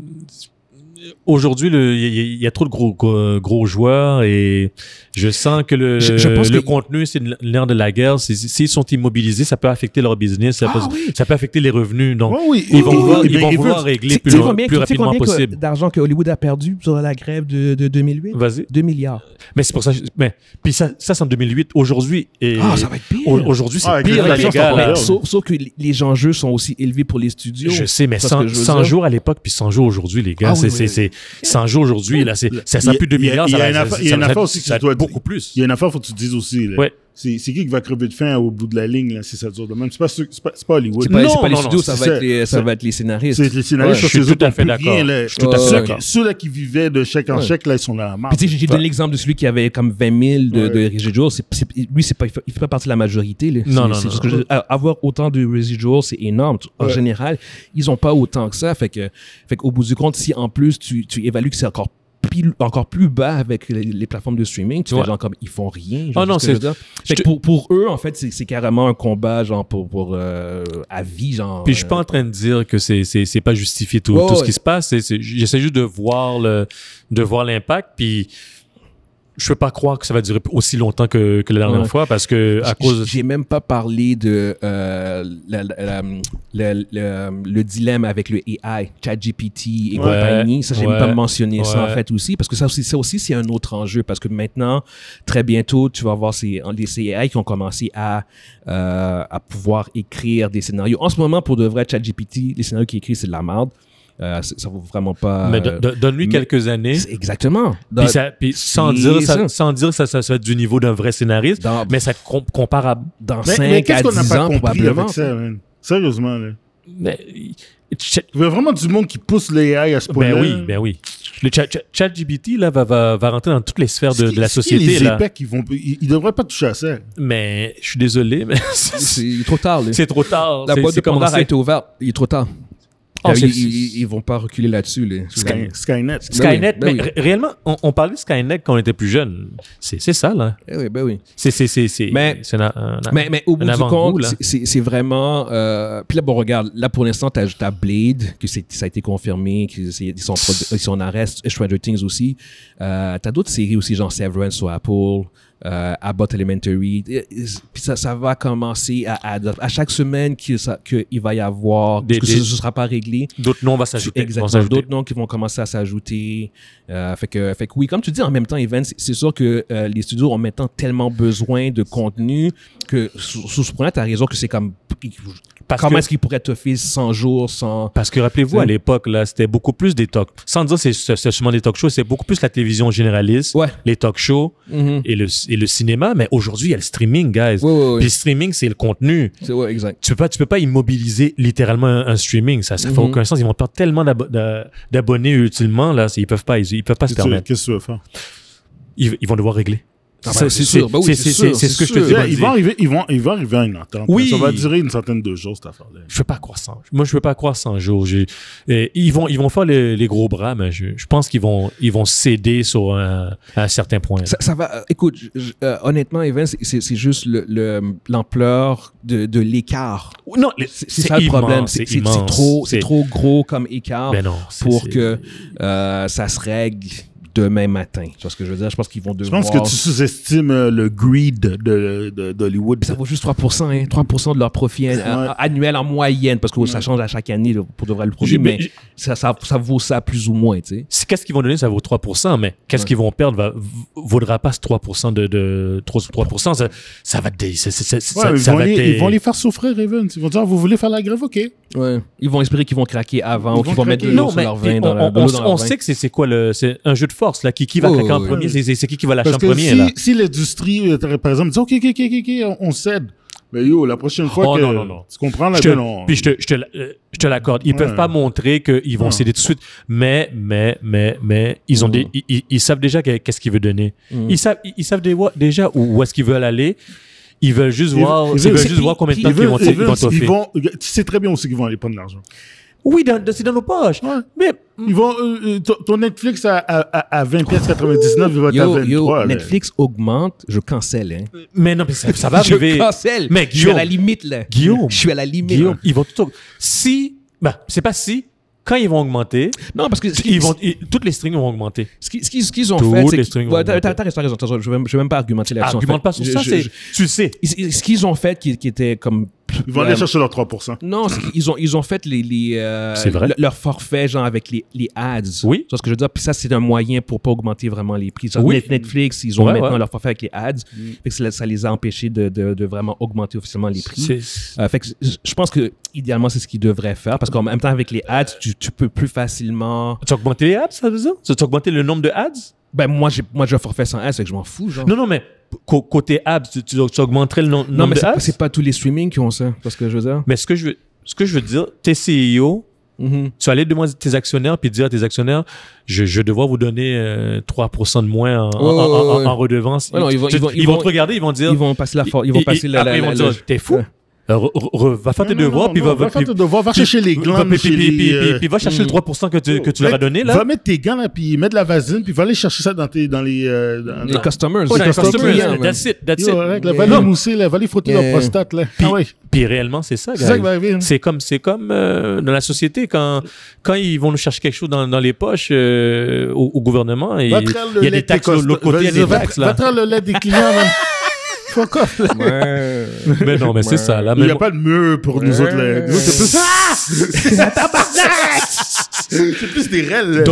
[SPEAKER 2] Aujourd'hui, le- il y, a- il y a trop de gros, gros, gros joueurs et je sens que le,
[SPEAKER 1] Je- je pense
[SPEAKER 2] le
[SPEAKER 1] que-
[SPEAKER 2] contenu, c'est l'air de la guerre. C'est- S'ils sont immobilisés, ça peut affecter leur business, ça,
[SPEAKER 1] Ah
[SPEAKER 2] peut,
[SPEAKER 1] oui!
[SPEAKER 2] ça peut affecter les revenus. Donc,
[SPEAKER 3] Ouais, Ah, oui, eh
[SPEAKER 2] ils vont
[SPEAKER 3] oui,
[SPEAKER 2] vouloir,
[SPEAKER 3] oui,
[SPEAKER 2] ils
[SPEAKER 3] mais
[SPEAKER 2] vont
[SPEAKER 3] ils
[SPEAKER 2] vouloir
[SPEAKER 3] veulent-
[SPEAKER 1] que-
[SPEAKER 2] régler
[SPEAKER 1] Tu- tu
[SPEAKER 2] plus,
[SPEAKER 1] sais
[SPEAKER 2] lo-
[SPEAKER 1] combien- tu
[SPEAKER 2] plus
[SPEAKER 1] sais
[SPEAKER 2] rapidement
[SPEAKER 1] combien que-
[SPEAKER 2] possible.
[SPEAKER 1] d'argent que Hollywood a perdu sur la grève de, de 2008?
[SPEAKER 2] Vas-y.
[SPEAKER 1] 2 milliards.
[SPEAKER 2] Mais c'est pour ça. Mais puis ça, ça c'est en 2008. Aujourd'hui, et
[SPEAKER 1] Ah, ça va être pire.
[SPEAKER 2] au- aujourd'hui, c'est
[SPEAKER 3] Ah, avec les
[SPEAKER 2] pire hein. la
[SPEAKER 3] élections,
[SPEAKER 2] légale.
[SPEAKER 3] c'est encore
[SPEAKER 1] Mais
[SPEAKER 3] pire.
[SPEAKER 1] sauf, sauf que les- les enjeux sont aussi élevés pour les studios.
[SPEAKER 2] Je sais, mais
[SPEAKER 1] C'est ce que
[SPEAKER 2] 100,
[SPEAKER 1] je veux
[SPEAKER 2] 100
[SPEAKER 1] dire.
[SPEAKER 2] jours à l'époque, puis 100 jours aujourd'hui, les gars,
[SPEAKER 1] Ah oui,
[SPEAKER 2] c'est
[SPEAKER 1] oui,
[SPEAKER 2] c'est-
[SPEAKER 1] oui,
[SPEAKER 2] c'est 100 jours aujourd'hui, là, c'est, ça
[SPEAKER 3] Il y
[SPEAKER 2] sera
[SPEAKER 3] a-
[SPEAKER 2] plus de 2
[SPEAKER 3] il y a-
[SPEAKER 2] milliards.
[SPEAKER 3] il y a
[SPEAKER 2] ça va-
[SPEAKER 3] une
[SPEAKER 2] ça-
[SPEAKER 3] affaire-
[SPEAKER 2] ça-
[SPEAKER 3] il y a une
[SPEAKER 2] ça va-
[SPEAKER 3] affaire aussi que
[SPEAKER 2] ça va
[SPEAKER 3] tu dois
[SPEAKER 2] être beaucoup
[SPEAKER 3] dire.
[SPEAKER 2] plus.
[SPEAKER 3] Il y a une affaire, faut que tu te dises aussi. là.
[SPEAKER 2] Ouais.
[SPEAKER 3] C'est c'est qui qui va crever de faim au bout de la ligne là, si ça dure de même? C'est pas, sûr- c'est pas, c'est pas Hollywood.
[SPEAKER 1] C'est pas,
[SPEAKER 2] Non,
[SPEAKER 1] c'est pas les
[SPEAKER 2] non, non,
[SPEAKER 1] studios, ça,
[SPEAKER 3] c'est
[SPEAKER 1] va
[SPEAKER 3] ça.
[SPEAKER 1] être les, ça
[SPEAKER 3] C'est-
[SPEAKER 1] va être les scénaristes.
[SPEAKER 3] C'est les scénaristes,
[SPEAKER 2] Ouais,
[SPEAKER 3] parce que
[SPEAKER 2] je suis
[SPEAKER 3] les
[SPEAKER 2] tout
[SPEAKER 3] autres
[SPEAKER 2] à fait
[SPEAKER 3] n'ont plus rien,
[SPEAKER 2] d'accord.
[SPEAKER 3] là.
[SPEAKER 2] Je suis tout à
[SPEAKER 1] fait
[SPEAKER 3] Ceux-
[SPEAKER 1] d'accord.
[SPEAKER 3] Ceux-là qui vivaient de chèque en
[SPEAKER 1] Ouais.
[SPEAKER 3] chèque, là, ils sont dans la merde.
[SPEAKER 1] Puis tu sais, j'ai donné l'exemple de celui qui avait comme 20 000 de, de residuals. C'est- c'est- lui, c'est pas, il fait- il fait pas partie de la majorité. là.
[SPEAKER 2] Non,
[SPEAKER 1] C'est-
[SPEAKER 2] non,
[SPEAKER 1] c'est
[SPEAKER 2] non,
[SPEAKER 1] juste que
[SPEAKER 2] non.
[SPEAKER 1] je- a- avoir autant de residuals, c'est énorme. Tu- En
[SPEAKER 3] Ouais.
[SPEAKER 1] général, ils ont pas autant que ça. Fait que, fait qu'au bout du compte, si en plus tu, tu évalues que c'est encore plus, encore plus bas avec les, les plateformes de streaming, tu fais
[SPEAKER 2] Ouais.
[SPEAKER 1] genre comme ils font rien.
[SPEAKER 2] Ah
[SPEAKER 1] Genre,
[SPEAKER 2] non,
[SPEAKER 1] ce que je
[SPEAKER 2] c'est-
[SPEAKER 1] veux dire. Fait que
[SPEAKER 2] je te-
[SPEAKER 1] pour, pour eux, en fait, c'est c'est carrément un combat genre pour, pour euh, à vie. Genre,
[SPEAKER 2] Puis je suis
[SPEAKER 1] euh,
[SPEAKER 2] pas en train de dire que c'est c'est c'est pas justifié tout,
[SPEAKER 1] Ouais,
[SPEAKER 2] tout ce
[SPEAKER 1] ouais.
[SPEAKER 2] qui se passe. C'est- c'est- J'essaie juste de voir le de voir l'impact. Puis je peux pas croire que ça va durer aussi longtemps que, que la dernière
[SPEAKER 1] Ouais.
[SPEAKER 2] fois parce que à
[SPEAKER 1] J-
[SPEAKER 2] cause de-
[SPEAKER 1] J'ai même pas parlé de euh, la- la- la- la- la- le dilemme avec le AI, ChatGPT et
[SPEAKER 2] Ouais.
[SPEAKER 1] compagnie. Ça, j'ai
[SPEAKER 2] Ouais.
[SPEAKER 1] même pas mentionné ça en
[SPEAKER 2] Ouais.
[SPEAKER 1] fait aussi, parce que ça aussi, ça aussi c'est un autre enjeu, parce que maintenant, très bientôt, tu vas voir ces, les ces AI qui ont commencé à, euh, à pouvoir écrire des scénarios. En ce moment, pour de vrai, ChatGPT, les scénarios qu'il écrit, c'est de la merde. Euh, c'est- ça vaut vraiment pas.
[SPEAKER 2] mais don- don- donne-lui
[SPEAKER 1] mais-
[SPEAKER 2] quelques années.
[SPEAKER 1] C'est- Exactement. Dans-
[SPEAKER 2] Puis, ça, puis sans
[SPEAKER 1] c'est
[SPEAKER 2] dire
[SPEAKER 1] ça.
[SPEAKER 2] ça, sans dire ça, ça, ça va être du niveau d'un vrai scénariste,
[SPEAKER 1] Dans-
[SPEAKER 2] mais ça com- comparable.
[SPEAKER 1] dans
[SPEAKER 3] Mais,
[SPEAKER 1] 5
[SPEAKER 3] mais qu'est-ce
[SPEAKER 1] à
[SPEAKER 3] qu'on n'a
[SPEAKER 1] 10
[SPEAKER 3] pas
[SPEAKER 1] ans,
[SPEAKER 3] compris
[SPEAKER 1] probablement.
[SPEAKER 3] avec ça, man? Sérieusement, là.
[SPEAKER 2] Mais, Ch-
[SPEAKER 3] Il y a vraiment du monde qui pousse les AI à ce point-là.
[SPEAKER 2] ben oui, ben oui. Le chat, chat- ChatGPT là va, va va rentrer dans toutes les sphères de, de la
[SPEAKER 3] C'est qui
[SPEAKER 2] société
[SPEAKER 3] Les
[SPEAKER 2] là.
[SPEAKER 3] épais qui vont. Ils, ils devraient pas toucher à ça.
[SPEAKER 2] Mais je suis désolé, mais c'est
[SPEAKER 1] C'est trop tard. là.
[SPEAKER 2] c'est trop tard.
[SPEAKER 1] La
[SPEAKER 2] C'est-
[SPEAKER 1] boîte de
[SPEAKER 2] c'est
[SPEAKER 1] Pandore a
[SPEAKER 2] commencé.
[SPEAKER 1] été ouverte. Il est trop tard.
[SPEAKER 2] Ah,
[SPEAKER 1] Euh,
[SPEAKER 2] c'est-
[SPEAKER 1] ils, ils- ils vont pas reculer là-dessus. là.
[SPEAKER 3] Sky- Skynet.
[SPEAKER 1] Ben oui,
[SPEAKER 2] Skynet,
[SPEAKER 1] ben
[SPEAKER 2] mais
[SPEAKER 1] oui.
[SPEAKER 2] ré- réellement, on, on parlait de Skynet quand on était plus jeune. C'est c'est ça, là.
[SPEAKER 1] Eh oui, ben oui.
[SPEAKER 2] C'est. c'est- c'est- c'est-
[SPEAKER 1] Mais-
[SPEAKER 2] c'est na- un- Ah. un-
[SPEAKER 1] Mais, mais au bout du
[SPEAKER 2] avant-goût,
[SPEAKER 1] compte,
[SPEAKER 2] là.
[SPEAKER 1] c'est- c'est c'est vraiment. euh, Puis là, bon, regarde, là pour l'instant, t'as as Blade, que c'est- ça a été confirmé, qu'ils c'est- ils sont, produ- ils sont en arrêt, Stranger Things aussi. Euh, t'as d'autres séries aussi, genre Severance sur Apple, euh, Abbott Elementary. Et- et- Puis ça, ça va commencer à, à, à chaque semaine qu'il il va y avoir.
[SPEAKER 2] Des-
[SPEAKER 1] parce que
[SPEAKER 2] des-
[SPEAKER 1] ce ne sera pas réglé.
[SPEAKER 2] D'autres noms vont s'ajouter. vont
[SPEAKER 1] Exactement.
[SPEAKER 2] s'ajouter.
[SPEAKER 1] D'autres noms qui vont commencer à s'ajouter. Euh, fait, que, fait que oui, comme tu dis, en même temps, Evan, c'est- c'est sûr que euh, les studios ont maintenant tellement besoin de contenu que sous, sous ce point-là, tu as raison que c'est comme.
[SPEAKER 2] Parce
[SPEAKER 1] comment
[SPEAKER 2] que-
[SPEAKER 1] est-ce qu'ils pourraient te faire 100 jours sans.
[SPEAKER 2] Parce que rappelez-vous,
[SPEAKER 1] Oui.
[SPEAKER 2] à l'époque, là, c'était beaucoup plus des talk. Sans dire c'est c'est- c'est seulement des talk shows, c'est beaucoup plus la télévision généraliste,
[SPEAKER 1] Ouais.
[SPEAKER 2] les talk shows
[SPEAKER 1] Mhm.
[SPEAKER 2] et le, et le cinéma. Mais aujourd'hui, il y a le streaming, guys.
[SPEAKER 1] Oui, oui, oui.
[SPEAKER 2] Puis le streaming, c'est le contenu.
[SPEAKER 1] C'est- ouais, exact.
[SPEAKER 2] Tu peux pas, tu peux pas immobiliser littéralement un, un streaming. Ça, ça fait
[SPEAKER 1] Mhm.
[SPEAKER 2] aucun sens. Ils vont perdre tellement d'abo- d'a- d'abonnés utilement, là. c'est- Ils peuvent pas, ils, ils peuvent pas se
[SPEAKER 3] Qu'est-ce que-
[SPEAKER 2] permettre.
[SPEAKER 3] qu'est-ce que tu veux faire?
[SPEAKER 2] ils, ils vont devoir régler.
[SPEAKER 1] Ah ben, c'est sûr. Ben oui,
[SPEAKER 2] c'est-
[SPEAKER 1] c'est
[SPEAKER 2] c'est-
[SPEAKER 1] sûr,
[SPEAKER 2] c'est- c'est ce
[SPEAKER 1] c'est
[SPEAKER 2] que je
[SPEAKER 1] sûr.
[SPEAKER 2] te dis.
[SPEAKER 1] Vas-y.
[SPEAKER 3] Ils vont arriver, ils vont, ils vont arriver à une entente.
[SPEAKER 2] Oui.
[SPEAKER 3] Ça va durer une centaine de jours, cette affaire-là.
[SPEAKER 2] Je veux pas croire 100. Moi, je veux pas croire 100 jours. J'ai- Et ils vont, ils vont faire les, les gros bras, mais je, je pense qu'ils vont, ils vont céder sur un, à un certain point.
[SPEAKER 1] Ça, ça va. euh, écoute, je- je- euh, honnêtement, Evan, c'est- c'est c'est juste le- le- l'ampleur de, de l'écart.
[SPEAKER 2] Ou Non, les-
[SPEAKER 1] C'est c'est ça le
[SPEAKER 2] immense,
[SPEAKER 1] problème. C'est c'est- c'est
[SPEAKER 2] immense.
[SPEAKER 1] trop, c'est
[SPEAKER 2] C'est-
[SPEAKER 1] trop gros comme écart.
[SPEAKER 2] Ben non, c'est-
[SPEAKER 1] pour
[SPEAKER 2] c'est-
[SPEAKER 1] que euh, ça se règle demain matin. Tu vois ce que je veux dire? Je pense qu'ils vont
[SPEAKER 3] Je
[SPEAKER 1] devoir...
[SPEAKER 3] pense que tu sous-estimes euh, le greed de- de- d'Hollywood.
[SPEAKER 1] Ça vaut juste 3 hein, 3 de leur profit an-
[SPEAKER 3] Ouais.
[SPEAKER 1] an- annuel en moyenne, parce que ça change à chaque année là, pour de vrai le
[SPEAKER 2] J'ai-
[SPEAKER 1] produit,
[SPEAKER 2] mais
[SPEAKER 1] mais
[SPEAKER 2] j'ai-
[SPEAKER 1] ça, ça, ça vaut ça plus ou moins, tu sais.
[SPEAKER 2] c'est- Qu'est-ce qu'ils vont donner, ça vaut 3%, mais qu'est-ce qu'ils vont perdre va, v- vaudra pas ce 3% de, de 3%, 3% ça, ça va des, c'est- c'est- c'est-
[SPEAKER 3] Ouais,
[SPEAKER 2] ça,
[SPEAKER 3] mais ils,
[SPEAKER 2] ça
[SPEAKER 3] vont
[SPEAKER 2] va
[SPEAKER 3] les,
[SPEAKER 2] des-
[SPEAKER 3] ils vont les faire souffrir, Raven. Ils vont dire, Ah, vous voulez faire la grève, OK.
[SPEAKER 1] Ouais. Ils vont espérer qu'ils vont craquer avant
[SPEAKER 3] Ils
[SPEAKER 1] ou qu'ils
[SPEAKER 3] vont
[SPEAKER 1] vont mettre de
[SPEAKER 3] craquer.
[SPEAKER 1] l'eau
[SPEAKER 2] Non,
[SPEAKER 1] sur
[SPEAKER 2] mais
[SPEAKER 1] leur vin.
[SPEAKER 2] on,
[SPEAKER 1] dans la-
[SPEAKER 2] on-
[SPEAKER 1] de l'eau dans
[SPEAKER 2] on
[SPEAKER 1] leur vin.
[SPEAKER 2] sait que c'est- c'est quoi le, c'est un jeu de force là, qui, qui va
[SPEAKER 1] Oh,
[SPEAKER 2] craquer en
[SPEAKER 1] oui.
[SPEAKER 2] premier, c'est- c'est c'est qui qui va lâcher
[SPEAKER 3] Parce
[SPEAKER 2] en
[SPEAKER 3] que
[SPEAKER 2] premier
[SPEAKER 3] si,
[SPEAKER 2] là.
[SPEAKER 3] si l'industrie, euh, par exemple, dit, OK, OK, OK, OK, OK, on, on cède. Mais yo, la prochaine fois
[SPEAKER 2] Oh,
[SPEAKER 3] que
[SPEAKER 2] non, non, non.
[SPEAKER 3] tu comprends, ben la
[SPEAKER 2] Je te-
[SPEAKER 3] gueule, on-
[SPEAKER 2] Puis je te, je te, la- euh, je te l'accorde. Ils
[SPEAKER 3] Ouais.
[SPEAKER 2] peuvent pas montrer qu'ils vont
[SPEAKER 3] Non.
[SPEAKER 2] céder tout de suite. Mais, mais, mais, mais, ils, ont
[SPEAKER 3] Mm.
[SPEAKER 2] des, ils- ils, ils savent déjà que- qu'est-ce qu'ils veulent donner.
[SPEAKER 1] Mm.
[SPEAKER 2] Ils savent, ils, ils savent des- déjà où, où est-ce qu'ils veulent aller. Ils veulent juste
[SPEAKER 3] Ils
[SPEAKER 2] voir,
[SPEAKER 3] veulent-
[SPEAKER 2] ils
[SPEAKER 3] ils veulent-
[SPEAKER 2] veulent juste voir combien de
[SPEAKER 3] Ils
[SPEAKER 2] temps ils
[SPEAKER 3] veulent-
[SPEAKER 2] vont
[SPEAKER 3] ils veulent-
[SPEAKER 2] toffer.
[SPEAKER 3] ils vont- Tu sais très bien aussi qu'ils vont aller prendre de l'argent.
[SPEAKER 2] Oui, dans- dans- c'est dans nos poches. Mais
[SPEAKER 3] Ils vont, euh, euh, ton- ton Netflix à, à, à- à 20$,99$, il va être à
[SPEAKER 1] Yo,
[SPEAKER 3] 23$.
[SPEAKER 1] yo,
[SPEAKER 3] là.
[SPEAKER 1] Netflix augmente, je cancelle. Hein.
[SPEAKER 2] Mais non, mais ça, ça va arriver.
[SPEAKER 1] Je cancelle.
[SPEAKER 2] Mais
[SPEAKER 1] je suis à
[SPEAKER 2] Guillaume-
[SPEAKER 1] la limite, là.
[SPEAKER 2] Guillaume.
[SPEAKER 1] Je suis à la limite.
[SPEAKER 2] Guillaume, ils vont tout. au- Si, ben, c'est pas si. Quand ils vont augmenter,
[SPEAKER 1] Non, parce que
[SPEAKER 2] ils vont, ils- toutes les strings vont augmenter.
[SPEAKER 1] Ce qui- ce qu'ils ce qu'ils ont
[SPEAKER 2] Toutes
[SPEAKER 1] fait,
[SPEAKER 2] les
[SPEAKER 1] c'est...
[SPEAKER 2] strings
[SPEAKER 1] qu'ils-
[SPEAKER 2] vont
[SPEAKER 1] Ouais, T'as
[SPEAKER 2] monter.
[SPEAKER 1] t'as- t'as raison, t'as raison, t'as raison. Je vais même- je vais même pas argumenter là-dessus. en
[SPEAKER 2] Argumente
[SPEAKER 1] fait.
[SPEAKER 2] pas sur
[SPEAKER 1] Je-
[SPEAKER 2] ça.
[SPEAKER 1] je-
[SPEAKER 2] c'est-
[SPEAKER 1] je-
[SPEAKER 2] Tu le sais.
[SPEAKER 1] ce qu'ils ont fait qui, qui était comme
[SPEAKER 3] Ils vont aller chercher leurs 3%.
[SPEAKER 1] Non, c'est qu'ils ont, ils ont fait les, les, euh,
[SPEAKER 2] C'est vrai.
[SPEAKER 1] le- leur forfait, genre avec les, les ads.
[SPEAKER 2] Oui.
[SPEAKER 1] C'est ce que je veux dire. Puis ça, c'est un moyen pour pas augmenter vraiment les prix. Genre,
[SPEAKER 2] Oui.
[SPEAKER 1] Net- Netflix, ils ont
[SPEAKER 2] Ouais,
[SPEAKER 1] maintenant
[SPEAKER 2] ouais.
[SPEAKER 1] leur forfait avec les ads.
[SPEAKER 3] Mm.
[SPEAKER 1] Fait que ça, ça les a empêchés de, de, de vraiment augmenter officiellement les prix.
[SPEAKER 2] C'est-
[SPEAKER 1] Euh, fait que je- je pense que idéalement, c'est ce qu'ils devraient faire. Parce qu'en même temps, avec les ads, tu, tu peux plus facilement.
[SPEAKER 2] Tu as augmenté les ads, ça veut dire Tu as augmenté le nombre de ads
[SPEAKER 1] Ben, moi, j'ai moi, j'ai un forfait sans ads, fait que je m'en fous, genre.
[SPEAKER 2] Non, non, mais co- côté ads, tu, tu- tu augmenterais le nom- nombre
[SPEAKER 1] Non, mais
[SPEAKER 2] de
[SPEAKER 1] c'est
[SPEAKER 2] ads
[SPEAKER 1] pas- c'est pas tous les streamings qui ont ça. Parce que je veux dire.
[SPEAKER 2] Mais ce que je veux, ce que je veux dire, tes CEO,
[SPEAKER 1] Mhm.
[SPEAKER 2] tu allais demander à tes actionnaires puis dire à tes actionnaires, je, je vais devoir vous donner euh, 3% de moins en, en-
[SPEAKER 1] Ouais, ouais,
[SPEAKER 2] en- en-
[SPEAKER 1] ouais.
[SPEAKER 2] en redevance.
[SPEAKER 1] Ouais, non, ils vont-
[SPEAKER 2] Tu-
[SPEAKER 1] ils vont- ils vont-
[SPEAKER 2] te regarder, ils vont dire,
[SPEAKER 1] Ils vont passer la for- ils
[SPEAKER 2] et-
[SPEAKER 1] vont
[SPEAKER 2] et
[SPEAKER 1] passer la,
[SPEAKER 2] après,
[SPEAKER 1] la-
[SPEAKER 2] ils vont
[SPEAKER 1] la-
[SPEAKER 2] dire,
[SPEAKER 1] la-
[SPEAKER 2] t'es fou.
[SPEAKER 1] Ouais.
[SPEAKER 2] Re- re- re- va faire tes
[SPEAKER 3] Non, non,
[SPEAKER 2] devoirs,
[SPEAKER 3] non,
[SPEAKER 2] puis
[SPEAKER 3] non,
[SPEAKER 2] va,
[SPEAKER 3] va faire tes devoirs, va
[SPEAKER 2] puis-
[SPEAKER 3] chercher les glands,
[SPEAKER 2] Bah, puis-
[SPEAKER 3] chez
[SPEAKER 2] puis- puis-
[SPEAKER 3] les,
[SPEAKER 2] puis-
[SPEAKER 3] euh,
[SPEAKER 2] puis va chercher le 3% que tu, que tu leur as donné, là.
[SPEAKER 3] Va mettre tes gants, là, puis mets de la vaseline, puis va aller chercher ça dans, tes, dans les. euh, dans-
[SPEAKER 1] Les
[SPEAKER 3] dans-
[SPEAKER 1] customers.
[SPEAKER 2] Ouais,
[SPEAKER 1] les
[SPEAKER 2] dans les
[SPEAKER 1] customers,
[SPEAKER 2] customers,
[SPEAKER 1] man.
[SPEAKER 2] that's it, that's
[SPEAKER 3] Yo,
[SPEAKER 2] it.
[SPEAKER 3] arrête, là,
[SPEAKER 1] Yeah.
[SPEAKER 3] va les
[SPEAKER 1] Non.
[SPEAKER 3] mousser, là, va les frotter
[SPEAKER 1] Yeah.
[SPEAKER 3] leur prostate. Là. Ah ouais,
[SPEAKER 2] Puis réellement, c'est ça,
[SPEAKER 3] c'est ça
[SPEAKER 2] guys.
[SPEAKER 3] qui va arriver. hein.
[SPEAKER 2] C'est comme, c'est comme euh, dans la société, quand, quand ils vont nous chercher quelque chose dans, dans les poches euh, au, au gouvernement, et
[SPEAKER 3] Va traire le
[SPEAKER 2] il y a
[SPEAKER 3] lait
[SPEAKER 2] des taxes de
[SPEAKER 3] costa-
[SPEAKER 2] l'autre côté, il y a
[SPEAKER 3] vas-y,
[SPEAKER 2] des
[SPEAKER 3] va-
[SPEAKER 2] taxes.
[SPEAKER 3] Va
[SPEAKER 2] Là.
[SPEAKER 3] traire le lait des clients, man. Fuck off, là.
[SPEAKER 1] Ouais.
[SPEAKER 2] Mais non, mais c'est ça. Là,
[SPEAKER 3] Il n'y
[SPEAKER 2] Ah, mais
[SPEAKER 3] a pas de mur pour nous autres, là. Nous autres, c'est plus. Ah! C'est plus des rêles, là.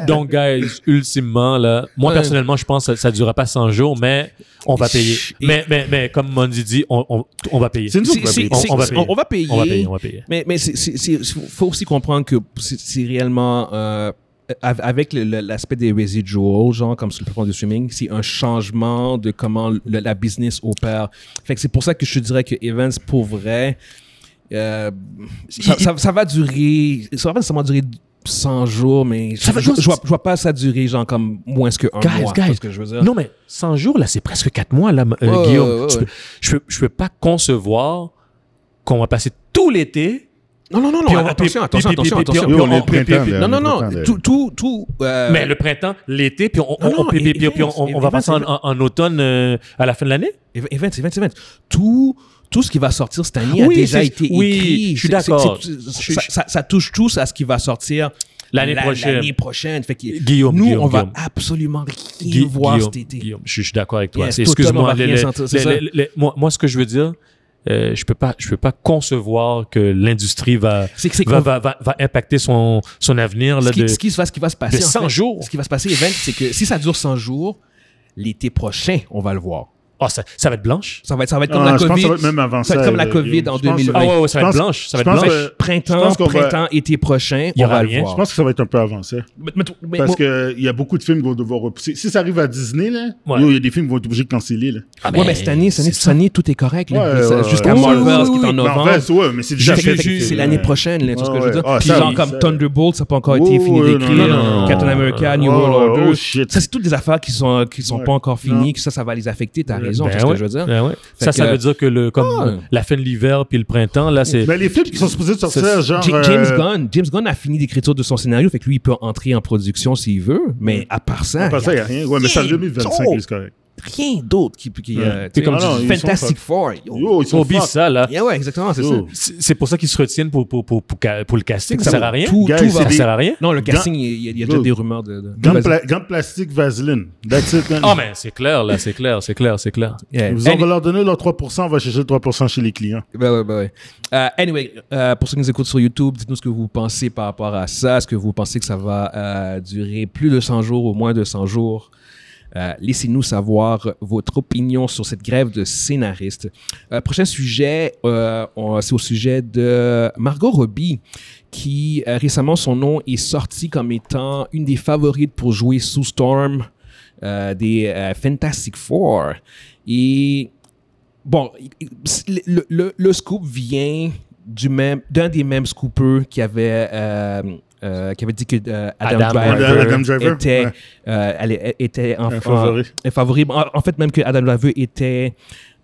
[SPEAKER 2] donc, donc, guys, ultimement, là, moi,
[SPEAKER 1] Ouais.
[SPEAKER 2] personnellement, je pense que ça ne durera pas 100 jours, mais on va payer.
[SPEAKER 1] Et-
[SPEAKER 2] Mais, mais, mais comme Mondi dit, on, on, on va payer.
[SPEAKER 3] C'est nous
[SPEAKER 1] C'est-
[SPEAKER 3] autres qui va
[SPEAKER 1] c'est-
[SPEAKER 3] payer.
[SPEAKER 1] c'est-
[SPEAKER 2] On- on va payer.
[SPEAKER 1] on va payer.
[SPEAKER 2] On va payer, on va payer.
[SPEAKER 1] Mais, mais c'est- c'est- c'est- faut aussi comprendre que c'est c'est réellement euh, av- avec le- le- l'aspect des residuals, genre comme sur le plateforme de streaming, c'est un changement de comment le- la business opère. Fait que c'est pour ça que je te dirais que Evans pour vrai, euh, ça, ça- ça va durer, ça va pas nécessairement durer 100 jours, mais je,
[SPEAKER 2] Ça va-
[SPEAKER 1] je- je vois, je vois pas ça durer genre comme moins que un
[SPEAKER 2] Guys,
[SPEAKER 1] mois.
[SPEAKER 2] guys.
[SPEAKER 1] c'est ce que je veux dire.
[SPEAKER 2] Non, mais 100 jours, là, c'est presque 4 mois, là, euh,
[SPEAKER 1] Ouais,
[SPEAKER 2] Guillaume.
[SPEAKER 1] ouais, ouais,
[SPEAKER 2] Je,
[SPEAKER 1] ouais.
[SPEAKER 2] peux, je, peux, je peux pas concevoir qu'on va passer tout l'été.
[SPEAKER 1] non, non, non,
[SPEAKER 2] Puis on va-
[SPEAKER 1] attention,
[SPEAKER 2] puis-
[SPEAKER 1] attention,
[SPEAKER 2] puis- puis-
[SPEAKER 1] attention,
[SPEAKER 2] puis-
[SPEAKER 1] attention.
[SPEAKER 2] puis-
[SPEAKER 3] Yo, on est
[SPEAKER 2] on-
[SPEAKER 3] le printemps,
[SPEAKER 2] puis-
[SPEAKER 3] là,
[SPEAKER 1] Non,
[SPEAKER 3] on est
[SPEAKER 1] non,
[SPEAKER 3] le
[SPEAKER 1] non,
[SPEAKER 3] printemps, là.
[SPEAKER 1] tout, tout, tout. euh,
[SPEAKER 2] Mais le printemps, l'été, puis on, on,
[SPEAKER 1] Non, non,
[SPEAKER 2] on- puis- puis- puis-
[SPEAKER 1] Evans,
[SPEAKER 2] puis on- on- on va
[SPEAKER 1] Evans,
[SPEAKER 2] passer en, en- en automne euh, à la fin de l'année?
[SPEAKER 1] Ev- Events, events, events. Tout, tout ce qui va sortir cette année
[SPEAKER 2] Oui,
[SPEAKER 1] a déjà
[SPEAKER 2] c'est-
[SPEAKER 1] été
[SPEAKER 2] oui,
[SPEAKER 1] écrit.
[SPEAKER 2] je suis
[SPEAKER 1] C'est- c'est-
[SPEAKER 2] d'accord.
[SPEAKER 1] c'est- c'est-
[SPEAKER 2] Je-
[SPEAKER 1] Ça,
[SPEAKER 2] je-
[SPEAKER 1] ça- ça touche tous à ce qui va sortir
[SPEAKER 2] L'année
[SPEAKER 1] la-
[SPEAKER 2] prochaine.
[SPEAKER 1] l'année prochaine. Fait que
[SPEAKER 2] Guillaume,
[SPEAKER 1] nous,
[SPEAKER 2] Guillaume,
[SPEAKER 1] on va
[SPEAKER 2] Guillaume.
[SPEAKER 1] absolument rien
[SPEAKER 2] Gui-
[SPEAKER 1] voir
[SPEAKER 2] Guillaume,
[SPEAKER 1] cet été.
[SPEAKER 2] Guillaume, je, je suis d'accord avec toi.
[SPEAKER 1] Yes,
[SPEAKER 2] C'est-
[SPEAKER 1] tout le temps, on
[SPEAKER 2] Excuse-moi.
[SPEAKER 1] va
[SPEAKER 2] le-
[SPEAKER 1] rien
[SPEAKER 2] le-
[SPEAKER 1] sentir, c'est
[SPEAKER 2] le-
[SPEAKER 1] ça?
[SPEAKER 2] le- le- moi, moi, ce que je veux dire, euh, je peux pas, je peux pas concevoir que l'industrie va,
[SPEAKER 1] C'est que c'est
[SPEAKER 2] va,
[SPEAKER 1] qu'on-
[SPEAKER 2] va, va, va impacter son, son avenir là,
[SPEAKER 1] ce, qui,
[SPEAKER 2] de,
[SPEAKER 1] ce qui se va, ce qui va se passer.
[SPEAKER 2] de
[SPEAKER 1] en
[SPEAKER 2] 100
[SPEAKER 1] fait,
[SPEAKER 2] jours.
[SPEAKER 1] Ce qui va se passer, Events, c'est que si ça dure 100 jours, l'été prochain, on va le voir.
[SPEAKER 2] Oh, ça, ça va être blanche.
[SPEAKER 1] Ça va être, ça va être
[SPEAKER 3] Non,
[SPEAKER 1] comme la
[SPEAKER 3] non, Ah, je pense
[SPEAKER 1] COVID.
[SPEAKER 3] que ça va être même avant
[SPEAKER 1] ça va être
[SPEAKER 3] ça,
[SPEAKER 1] comme la
[SPEAKER 3] euh,
[SPEAKER 1] COVID
[SPEAKER 3] Guillaume.
[SPEAKER 1] en
[SPEAKER 3] Je pense-
[SPEAKER 1] 2020.
[SPEAKER 2] Ah ouais, ouais, ça va
[SPEAKER 3] Je
[SPEAKER 2] être
[SPEAKER 3] pense-
[SPEAKER 2] blanche. Ça va
[SPEAKER 3] je
[SPEAKER 2] être
[SPEAKER 3] pense
[SPEAKER 2] blanche.
[SPEAKER 3] que- je
[SPEAKER 1] Printemps,
[SPEAKER 3] pense qu'on va-
[SPEAKER 1] printemps, été prochain,
[SPEAKER 2] Il y
[SPEAKER 1] on
[SPEAKER 2] aura
[SPEAKER 1] va le
[SPEAKER 2] rien.
[SPEAKER 1] voir.
[SPEAKER 3] Je pense que ça va être un peu avancé.
[SPEAKER 1] Mais- mais- mais-
[SPEAKER 3] Parce qu'il y a beaucoup de films qui vont devoir repousser. Si ça arrive à Disney, là,
[SPEAKER 2] Ouais.
[SPEAKER 3] yo, il y a des films qui vont être obligés de canceller. Là.
[SPEAKER 2] Ah,
[SPEAKER 1] Ouais,
[SPEAKER 2] ben,
[SPEAKER 1] mais cette année, cette année,
[SPEAKER 2] c'est
[SPEAKER 1] cette année, tout est correct. là.
[SPEAKER 3] Ouais, ouais, ouais,
[SPEAKER 1] Jusqu'à
[SPEAKER 3] ouais.
[SPEAKER 1] Marvel,
[SPEAKER 2] Oui,
[SPEAKER 1] qui est en
[SPEAKER 2] oui,
[SPEAKER 1] novembre.
[SPEAKER 3] Marvel, c'est- ouais, mais c'est déjà
[SPEAKER 1] Fait que
[SPEAKER 3] fait,
[SPEAKER 1] C'est
[SPEAKER 3] fait,
[SPEAKER 1] l'année
[SPEAKER 3] ouais.
[SPEAKER 1] prochaine, là, tu vois ce que je veux
[SPEAKER 3] Ouais,
[SPEAKER 1] dire.
[SPEAKER 3] ouais. Ah,
[SPEAKER 1] Puis
[SPEAKER 3] ça,
[SPEAKER 1] genre
[SPEAKER 3] oui,
[SPEAKER 1] comme
[SPEAKER 3] ça.
[SPEAKER 1] Thunderbolt, ça n'a pas encore été
[SPEAKER 3] Oh,
[SPEAKER 1] fini
[SPEAKER 3] oui,
[SPEAKER 1] d'écrire.
[SPEAKER 3] non, non, non.
[SPEAKER 1] Captain America, New
[SPEAKER 3] Oh,
[SPEAKER 1] World Order.
[SPEAKER 3] oh, shit.
[SPEAKER 1] Ça, c'est toutes des affaires qui sont, qui sont
[SPEAKER 3] Ouais.
[SPEAKER 1] pas encore
[SPEAKER 3] Non.
[SPEAKER 1] finies, que ça, ça va les affecter. T'as raison,
[SPEAKER 2] Ben
[SPEAKER 1] tu vois
[SPEAKER 2] ouais,
[SPEAKER 1] ce que je veux dire.
[SPEAKER 2] ben ouais.
[SPEAKER 1] Fait
[SPEAKER 2] Ça, ça
[SPEAKER 1] que-
[SPEAKER 2] veut dire que le, comme
[SPEAKER 1] Ah. Ben,
[SPEAKER 2] euh, la fin de l'hiver puis le printemps, là, c'est.
[SPEAKER 3] Mais les films qui sont supposés sortir, genre.
[SPEAKER 1] J- James
[SPEAKER 3] euh,
[SPEAKER 1] Gunn, James Gunn a fini d'écriture de son scénario, fait que lui, il peut entrer en production s'il veut, mais à part ça,
[SPEAKER 3] Après ça, il n'y a rien. Ouais, mais ça, le 2025,
[SPEAKER 1] Oh.
[SPEAKER 3] c'est correct.
[SPEAKER 1] rien d'autre qui, qui
[SPEAKER 3] Ouais. Ah
[SPEAKER 1] euh,
[SPEAKER 2] C'est
[SPEAKER 1] tu sais,
[SPEAKER 2] comme
[SPEAKER 3] tu dis,
[SPEAKER 1] Fantastic Four. yo.
[SPEAKER 3] Yo, ils
[SPEAKER 2] Ils sont
[SPEAKER 3] sont
[SPEAKER 2] obis,
[SPEAKER 3] forts.
[SPEAKER 2] ça, là.
[SPEAKER 1] Yeah, ouais, exactement, c'est ça.
[SPEAKER 3] Yo.
[SPEAKER 2] C'est c'est pour ça qu'ils se retiennent pour, pour, pour, pour, ca- pour le casting.
[SPEAKER 1] que
[SPEAKER 2] Ça
[SPEAKER 1] ça
[SPEAKER 2] sert à rien.
[SPEAKER 1] Tout,
[SPEAKER 3] Guys,
[SPEAKER 1] tout
[SPEAKER 3] c'est
[SPEAKER 1] va
[SPEAKER 2] Ça sert à rien.
[SPEAKER 1] Non, le casting, il y a- il y a déjà
[SPEAKER 3] Yo.
[SPEAKER 1] des rumeurs de. de-
[SPEAKER 3] Gants
[SPEAKER 1] Vas-y.
[SPEAKER 3] pla- gants de plastique, Vaseline. That's it, man.
[SPEAKER 2] Ah, mais c'est clair, là, c'est clair, c'est clair, c'est clair.
[SPEAKER 1] Yeah.
[SPEAKER 3] Vous on
[SPEAKER 1] Any-
[SPEAKER 3] va leur donner leur 3%, on va chercher le 3% chez les clients.
[SPEAKER 1] Ben ouais, ben ouais. Euh, anyway, euh, pour ceux qui nous écoutent sur YouTube, dites-nous ce que vous pensez par rapport à ça. Est-ce que vous pensez que ça va euh, durer plus de 100 jours ou moins de 100 jours? Euh, Laissez-nous savoir votre opinion sur cette grève de scénaristes. Euh, prochain sujet, euh, on- c'est au sujet de Margot Robbie, qui euh, récemment son nom est sorti comme étant une des favorites pour jouer sous Storm euh, des euh, Fantastic Four. Et bon, le, le- le scoop vient du même, d'un des mêmes scoopers qui avait, euh, euh, qui avait dit que euh, Adam,
[SPEAKER 2] Adam
[SPEAKER 1] Driver,
[SPEAKER 2] Driver.
[SPEAKER 3] Adam Driver,
[SPEAKER 1] était,
[SPEAKER 3] ouais.
[SPEAKER 1] euh, allait- était en,
[SPEAKER 3] Un favori.
[SPEAKER 1] en- un favori. En, en fait, même que Adam Driver était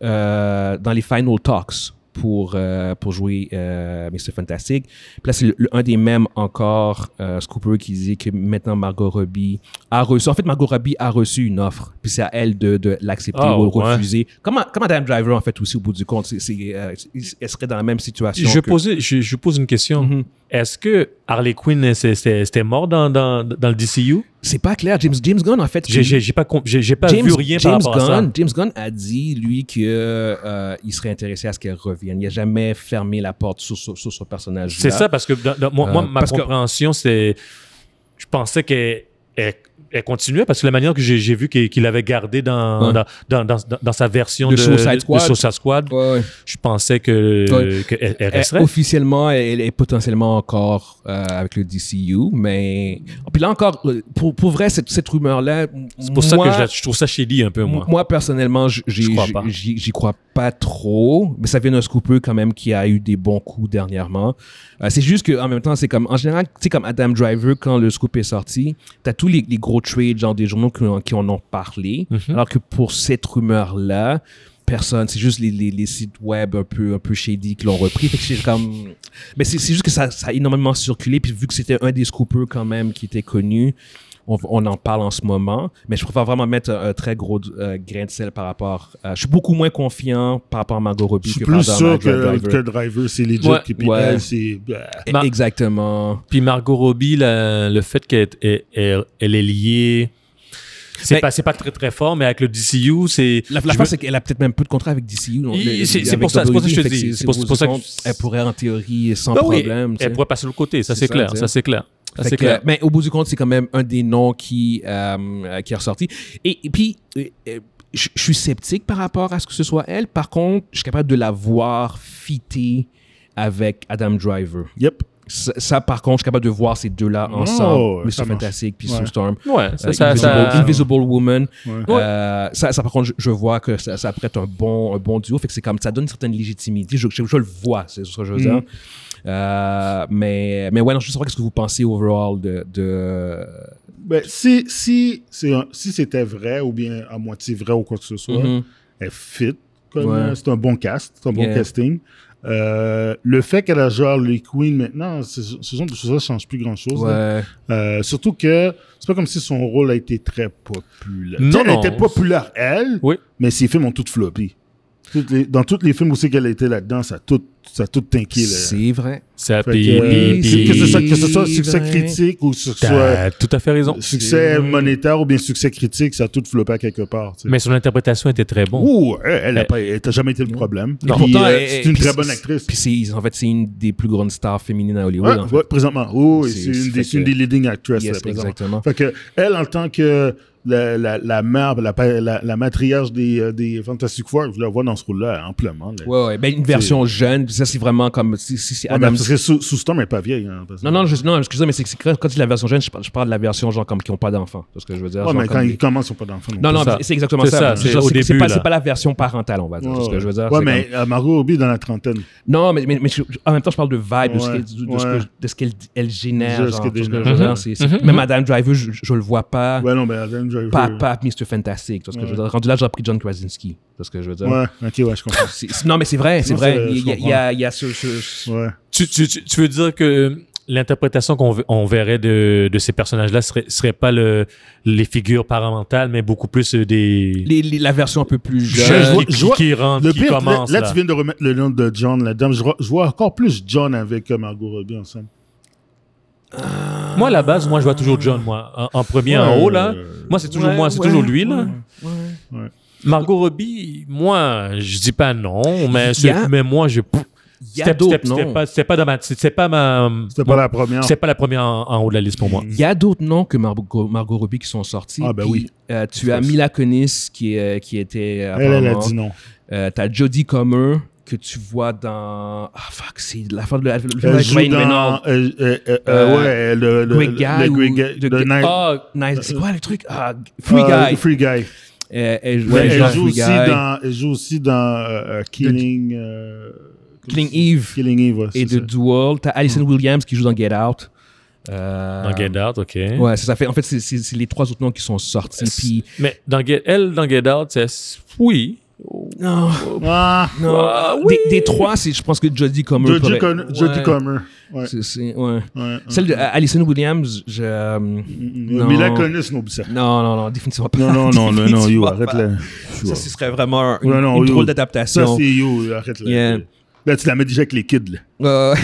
[SPEAKER 1] euh, dans les final talks pour, euh, pour jouer euh, Mr. Fantastic. Puis là, c'est le- le- un des mêmes encore, euh, Scooper, qui dit que maintenant Margot Robbie a reçu. En fait, Margot Robbie a reçu une offre. Puis c'est à elle de, de l'accepter
[SPEAKER 2] Ah,
[SPEAKER 1] ou
[SPEAKER 2] ouais.
[SPEAKER 1] refuser. Comment, comment Adam Driver, en fait, aussi, au bout du compte, c'est- c'est, euh, elle serait dans la même situation.
[SPEAKER 2] Je,
[SPEAKER 1] que-
[SPEAKER 2] posais- je, je pose une question.
[SPEAKER 1] euh, Mhm.
[SPEAKER 2] Est-ce que Harley Quinn c'est- c'est- c'était mort dans, dans, dans le DCU
[SPEAKER 1] C'est pas clair. James, James Gunn, en fait.
[SPEAKER 2] J'ai-
[SPEAKER 1] il-
[SPEAKER 2] J'ai j'ai pas, com- j'ai j'ai pas
[SPEAKER 1] James,
[SPEAKER 2] vu rien
[SPEAKER 1] James
[SPEAKER 2] par rapport à
[SPEAKER 1] Gunn,
[SPEAKER 2] ça.
[SPEAKER 1] James Gunn a dit, lui, qu'il serait intéressé à ce qu'elle revienne. Il n'a jamais fermé la porte sur, sur, sur ce personnage.
[SPEAKER 2] C'est ça, parce que dans- dans- moi,
[SPEAKER 1] Euh,
[SPEAKER 2] moi, ma
[SPEAKER 1] parce que-
[SPEAKER 2] compréhension, c'est. Je pensais qu'elle elle, elle continuait parce que la manière que j'ai j'ai vu qu'il qu'il avait gardé dans,
[SPEAKER 1] Ouais.
[SPEAKER 2] dans, dans, dans, dans- dans sa version
[SPEAKER 1] De
[SPEAKER 2] de,
[SPEAKER 1] Suicide Squad.
[SPEAKER 2] de Suicide Squad, je pensais que
[SPEAKER 1] Ouais. Eh,
[SPEAKER 2] que elle- elle
[SPEAKER 1] Elle-
[SPEAKER 2] resterait.
[SPEAKER 1] officiellement, elle est potentiellement encore euh, avec le DCU, mais... Puis là encore, euh, pour, pour vrai, cette, cette rumeur-là...
[SPEAKER 2] C'est pour ça que
[SPEAKER 1] moi,
[SPEAKER 2] je, la- je trouve ça shady un peu, moi.
[SPEAKER 1] Moi, personnellement, j- j'ai-
[SPEAKER 2] Je crois
[SPEAKER 1] j-
[SPEAKER 2] pas.
[SPEAKER 1] j'y j'y crois pas trop. Mais ça vient d'un scooper quand même qui a eu des bons coups dernièrement. Euh, c'est juste qu'en même temps, c'est comme, en général, tu sais, comme Adam Driver, quand le scoop est sorti, t'as tous les, les gros trades, genre des journaux qui, en- qui en ont parlé.
[SPEAKER 2] Mm-hmm.
[SPEAKER 1] Alors que pour cette rumeur-là, personne, c'est juste les, les, les sites web un peu, un peu shady qui l'ont repris. Fait que c'est comme, mais c'est c'est juste que ça, ça a énormément circulé. Puis vu que c'était un des scoopers quand même qui était connu, on, on en parle en ce moment, mais je préfère vraiment mettre un, un très gros euh, grain de sel par rapport. à- je suis beaucoup moins confiant par rapport à Margot Robbie
[SPEAKER 3] Je suis
[SPEAKER 1] que
[SPEAKER 3] plus
[SPEAKER 1] par
[SPEAKER 3] sûr
[SPEAKER 1] rapport à
[SPEAKER 3] que,
[SPEAKER 1] Driver.
[SPEAKER 3] que Driver, c'est legit.
[SPEAKER 2] Ouais.
[SPEAKER 3] et puis
[SPEAKER 1] Ouais.
[SPEAKER 3] elle, c'est. bah,
[SPEAKER 1] E-
[SPEAKER 2] Mar-
[SPEAKER 1] Exactement.
[SPEAKER 2] Puis Margot Robbie, la- le fait qu'elle est- elle, elle- elle est liée. C'est
[SPEAKER 1] Mais-
[SPEAKER 2] pas, c'est pas très très fort, mais avec le DCU, c'est.
[SPEAKER 1] La,
[SPEAKER 2] je
[SPEAKER 1] la
[SPEAKER 2] me-
[SPEAKER 1] fin, c'est qu'elle a peut-être même peu de contrat avec DCU. non,
[SPEAKER 2] Il-
[SPEAKER 1] le-
[SPEAKER 2] c'est-
[SPEAKER 1] le-
[SPEAKER 2] c'est
[SPEAKER 1] avec
[SPEAKER 2] pour ça- c'est pour ça que
[SPEAKER 1] WWE,
[SPEAKER 2] je te
[SPEAKER 1] fait
[SPEAKER 2] dis,
[SPEAKER 1] c'est-
[SPEAKER 2] c'est pour- c'est pour ça que-
[SPEAKER 1] Elle pourrait, en théorie, sans
[SPEAKER 2] Ben oui,
[SPEAKER 1] problème. tu sais.
[SPEAKER 2] elle pourrait passer de l'autre côté, ça
[SPEAKER 1] C'est
[SPEAKER 2] c'est
[SPEAKER 1] ça,
[SPEAKER 2] clair,
[SPEAKER 1] tu sais.
[SPEAKER 2] ça c'est clair. Ça
[SPEAKER 1] Fait
[SPEAKER 2] c'est
[SPEAKER 1] que,
[SPEAKER 2] clair.
[SPEAKER 1] mais au bout du compte, c'est quand même un des noms qui, euh, euh, qui est ressorti. Et, et puis, euh, euh, je je suis sceptique par rapport à ce que ce soit elle. Par contre, je suis capable de la voir fitter avec Adam Driver.
[SPEAKER 3] Yep.
[SPEAKER 1] Ça, ça, par contre, je suis capable de voir ces deux-là
[SPEAKER 3] Oh,
[SPEAKER 1] ensemble. Mr.
[SPEAKER 3] ça marche.
[SPEAKER 1] Fantastic puis
[SPEAKER 3] Ouais.
[SPEAKER 1] Snowstorm.
[SPEAKER 2] Ouais, ça,
[SPEAKER 1] Euh,
[SPEAKER 2] ça,
[SPEAKER 1] Invisible,
[SPEAKER 2] ça-
[SPEAKER 1] Invisible Woman.
[SPEAKER 3] Ouais.
[SPEAKER 1] Euh, ça, ça, par contre, je, je vois que ça, ça prête un bon, un bon duo. Fait que c'est comme ça donne une certaine légitimité. Je, je- je le vois, c'est ce que je veux dire.
[SPEAKER 3] Mhm.
[SPEAKER 1] Euh, mais, mais ouais, non, je sais pas ce que vous pensez overall de. de...
[SPEAKER 3] Ben, si si, c'est un- si c'était vrai ou bien à moitié vrai ou quoi que ce soit,
[SPEAKER 1] Mhm.
[SPEAKER 3] elle fit. comme,
[SPEAKER 1] Ouais.
[SPEAKER 3] euh, C'est un bon cast, c'est un bon
[SPEAKER 1] Yeah.
[SPEAKER 3] casting. Euh, le fait qu'elle a genre les Queen maintenant, ce ce genre de choses-là ne change plus grand-chose. là.
[SPEAKER 1] Ouais.
[SPEAKER 3] Euh, surtout que c'est pas comme si son rôle a été très populaire.
[SPEAKER 2] Non,
[SPEAKER 3] Tu sais, elle
[SPEAKER 2] non.
[SPEAKER 3] était populaire, elle,
[SPEAKER 2] Oui.
[SPEAKER 3] mais ses films ont toutes floppé. Toutes les- dans tous les films où c'est qu'elle était là-dedans, ça a tout, ça a tout tanké. là.
[SPEAKER 1] C'est vrai.
[SPEAKER 2] ça,
[SPEAKER 3] Fait
[SPEAKER 2] puis-
[SPEAKER 3] que, euh,
[SPEAKER 2] puis-
[SPEAKER 3] c'est- que, ce soit, que ce soit succès
[SPEAKER 1] vrai.
[SPEAKER 3] critique ou que ce soit
[SPEAKER 2] T'as tout à fait raison.
[SPEAKER 3] succès monétaire ou bien succès critique, ça a tout floppé à quelque part. tu sais.
[SPEAKER 2] Mais son interprétation était très bonne.
[SPEAKER 3] Ouh, elle, elle a
[SPEAKER 2] Elle-
[SPEAKER 3] pas- elle t'a jamais été le problème.
[SPEAKER 1] Non.
[SPEAKER 3] Puis,
[SPEAKER 1] Pourtant,
[SPEAKER 3] euh,
[SPEAKER 1] elle-
[SPEAKER 3] c'est une
[SPEAKER 1] puis
[SPEAKER 3] très bonne actrice.
[SPEAKER 1] Puis c'est, en fait, c'est une des plus grandes stars féminines à Hollywood.
[SPEAKER 3] Ouais,
[SPEAKER 1] en fait.
[SPEAKER 3] ouais, présentement. Oh,
[SPEAKER 1] C'est-
[SPEAKER 3] c'est
[SPEAKER 1] c'est
[SPEAKER 3] une, des-
[SPEAKER 1] fait
[SPEAKER 3] c'est une
[SPEAKER 1] que-
[SPEAKER 3] des leading actresses.
[SPEAKER 1] Yes,
[SPEAKER 3] là, présentement.
[SPEAKER 1] exactement.
[SPEAKER 3] Fait que, elle, en tant que la, la, la mère, la, pa- la, la matriarche des, euh, des Fantastic Four, je la vois dans ce rôle-là amplement. là.
[SPEAKER 1] Ouais, ouais. Ben, une version jeune. puis ça, c'est vraiment comme. Si, si, si
[SPEAKER 3] Ouais, Ah, ben, mais
[SPEAKER 1] Adam
[SPEAKER 3] parce que sous, sous Storm n'est pas vieille. hein, parce que-
[SPEAKER 1] Non, non, je, non excusez mais c'est que quand quand je dis la version jeune, je parle, je parle de la version genre comme qui n'ont pas d'enfants. C'est ce que je veux dire.
[SPEAKER 3] Ouais,
[SPEAKER 1] genre,
[SPEAKER 3] mais
[SPEAKER 1] comme
[SPEAKER 3] quand
[SPEAKER 1] des-
[SPEAKER 3] ils commencent, ils sont pas d'enfants.
[SPEAKER 1] Non,
[SPEAKER 3] plus.
[SPEAKER 1] non,
[SPEAKER 2] C'est ça.
[SPEAKER 1] c'est exactement
[SPEAKER 2] C'est
[SPEAKER 1] ça.
[SPEAKER 2] ça, c'est
[SPEAKER 1] Je veux dire,
[SPEAKER 2] au
[SPEAKER 1] que c'est
[SPEAKER 2] début,
[SPEAKER 1] pas,
[SPEAKER 2] là.
[SPEAKER 1] c'est pas la version parentale, on va dire. c'est ce que je veux dire.
[SPEAKER 3] Ouais,
[SPEAKER 1] C'est
[SPEAKER 3] mais euh, Margot Robbie est dans la trentaine.
[SPEAKER 1] comme- Non, mais, mais, mais je- en même temps, je parle de vibe, de ce
[SPEAKER 3] Ouais,
[SPEAKER 1] qu'elle- de ce
[SPEAKER 3] ouais.
[SPEAKER 1] que- de ce qu'elle elle génère.
[SPEAKER 3] De ce
[SPEAKER 1] genre,
[SPEAKER 3] qu'elle
[SPEAKER 1] tout ce que je
[SPEAKER 3] génère.
[SPEAKER 1] veux dire,
[SPEAKER 2] Mhm.
[SPEAKER 1] c'est- c'est-
[SPEAKER 2] Mhm.
[SPEAKER 1] Même Madame Driver, je, je- je le vois pas.
[SPEAKER 3] Ouais, non, mais Adam Driver.
[SPEAKER 1] Pas, pas Mr. Fantastic. tout ce que je veux
[SPEAKER 3] Ouais.
[SPEAKER 1] dire. Rendu là, j'ai pris John Krasinski. C'est ce que je veux dire.
[SPEAKER 3] Ouais, ok, ouais, je comprends.
[SPEAKER 1] C'est- c'est- non, mais c'est vrai, c'est
[SPEAKER 3] Non,
[SPEAKER 1] vrai.
[SPEAKER 3] c'est-
[SPEAKER 1] Il y a-
[SPEAKER 3] je
[SPEAKER 1] il y a- il y a ce. ce- ce-
[SPEAKER 3] Ouais.
[SPEAKER 2] Tu, tu- tu- tu veux dire que euh, l'interprétation qu'on ve- on verrait de, de ces personnages-là serait, serait pas le, les figures parentales, mais beaucoup plus euh, des.
[SPEAKER 1] les- les- la version un peu plus
[SPEAKER 2] qui,
[SPEAKER 1] jeune.
[SPEAKER 3] Je vois-
[SPEAKER 2] qui-
[SPEAKER 3] je vois-
[SPEAKER 2] qui rentrent,
[SPEAKER 3] Le
[SPEAKER 2] qui
[SPEAKER 3] pire, là-
[SPEAKER 2] commencent.
[SPEAKER 3] là,
[SPEAKER 2] là.
[SPEAKER 3] tu viens de remettre le nom de John là-dedans. Je, re- je vois encore plus John avec euh, Margot Robbie ensemble.
[SPEAKER 2] Moi, à la base, moi, je vois toujours John, moi. En, en premier, en
[SPEAKER 3] Ouais,
[SPEAKER 2] haut, là.
[SPEAKER 3] euh,
[SPEAKER 2] Moi, c'est toujours
[SPEAKER 1] Ouais,
[SPEAKER 2] moi, c'est
[SPEAKER 1] ouais,
[SPEAKER 2] toujours lui, là.
[SPEAKER 1] ouais, ouais.
[SPEAKER 2] Margot Robbie, moi, je dis pas non, mais,
[SPEAKER 1] Il y a-
[SPEAKER 2] ce- mais moi, je.
[SPEAKER 1] Il y a
[SPEAKER 2] C'était
[SPEAKER 1] d'autres
[SPEAKER 2] c'était-
[SPEAKER 1] noms.
[SPEAKER 2] c'était pas, c'était pas dans ma. C'était pas ma.
[SPEAKER 3] C'était pas la première.
[SPEAKER 2] C'était pas la première en, en haut de la liste pour moi.
[SPEAKER 1] Il y a d'autres noms que Margot, Margot Robbie qui sont sortis.
[SPEAKER 3] Ah, ben
[SPEAKER 1] Puis,
[SPEAKER 3] oui.
[SPEAKER 1] euh, tu as Mila Kunis qui, est- qui était. euh,
[SPEAKER 3] Elle, elle a
[SPEAKER 1] apparemment.
[SPEAKER 3] dit non.
[SPEAKER 1] Euh, tu as Jodie Comer que tu vois dans. Ah, fuck, c'est la fin de la. le film
[SPEAKER 3] Elle
[SPEAKER 1] avec
[SPEAKER 3] joue
[SPEAKER 1] Ryan
[SPEAKER 3] dans.
[SPEAKER 1] Reynolds.
[SPEAKER 3] euh, euh, euh,
[SPEAKER 1] Euh,
[SPEAKER 3] ouais, le. le-
[SPEAKER 1] Great
[SPEAKER 3] le-
[SPEAKER 1] Guy
[SPEAKER 3] le Great
[SPEAKER 1] ou
[SPEAKER 3] Guy-
[SPEAKER 1] de-
[SPEAKER 3] le Night-
[SPEAKER 2] Ah,
[SPEAKER 1] Nice. C'est quoi le truc Ah, Free
[SPEAKER 3] Euh,
[SPEAKER 1] Guy.
[SPEAKER 3] Free Guy.
[SPEAKER 1] Euh, elle joue,
[SPEAKER 3] Ouais,
[SPEAKER 1] elle joue
[SPEAKER 3] elle,
[SPEAKER 1] dans
[SPEAKER 3] joue
[SPEAKER 1] Free
[SPEAKER 3] aussi
[SPEAKER 1] Guy.
[SPEAKER 3] dans, elle joue aussi dans euh, euh, Killing, euh,
[SPEAKER 1] Killing
[SPEAKER 3] comment c'est-
[SPEAKER 1] Eve
[SPEAKER 3] Killing Eve, ouais,
[SPEAKER 1] et
[SPEAKER 3] c'est
[SPEAKER 1] de
[SPEAKER 3] ça. Mm.
[SPEAKER 1] Duel. Tu as Alison Williams qui joue dans Get Out. Euh,
[SPEAKER 2] dans Get Out, OK.
[SPEAKER 1] Ouais, c'est ça fait. En fait, c'est- c'est c'est les trois autres noms qui sont sortis. Puis.
[SPEAKER 2] Mais dans Get, elle, dans Get Out, c'est. Oui.
[SPEAKER 1] Non.
[SPEAKER 3] Ah,
[SPEAKER 1] Non.
[SPEAKER 2] Ah, oui.
[SPEAKER 1] des, des trois, c'est- je pense que Jodie Comer.
[SPEAKER 3] Jodie
[SPEAKER 1] pourrait-
[SPEAKER 3] Con- Jodie
[SPEAKER 1] Ouais.
[SPEAKER 3] Comer. Ouais,
[SPEAKER 1] C'est- c'est- ouais.
[SPEAKER 3] ouais,
[SPEAKER 1] Celle de
[SPEAKER 3] ouais.
[SPEAKER 1] euh, Alison Williams, je. euh, non.
[SPEAKER 3] Mila Kunis, non, ça.
[SPEAKER 1] Non, non, non, définitivement pas.
[SPEAKER 3] Non, non, non, non, non, yo,
[SPEAKER 1] Définitivement
[SPEAKER 3] arrête
[SPEAKER 1] pas.
[SPEAKER 3] là.
[SPEAKER 1] Ça, ce serait vraiment une,
[SPEAKER 3] Ouais, non,
[SPEAKER 1] une
[SPEAKER 3] yo.
[SPEAKER 1] drôle
[SPEAKER 3] Ça,
[SPEAKER 1] d'adaptation.
[SPEAKER 3] c'est yo, arrête là.
[SPEAKER 1] Yeah.
[SPEAKER 3] Là, tu la mets déjà avec les kids, là.
[SPEAKER 1] Euh,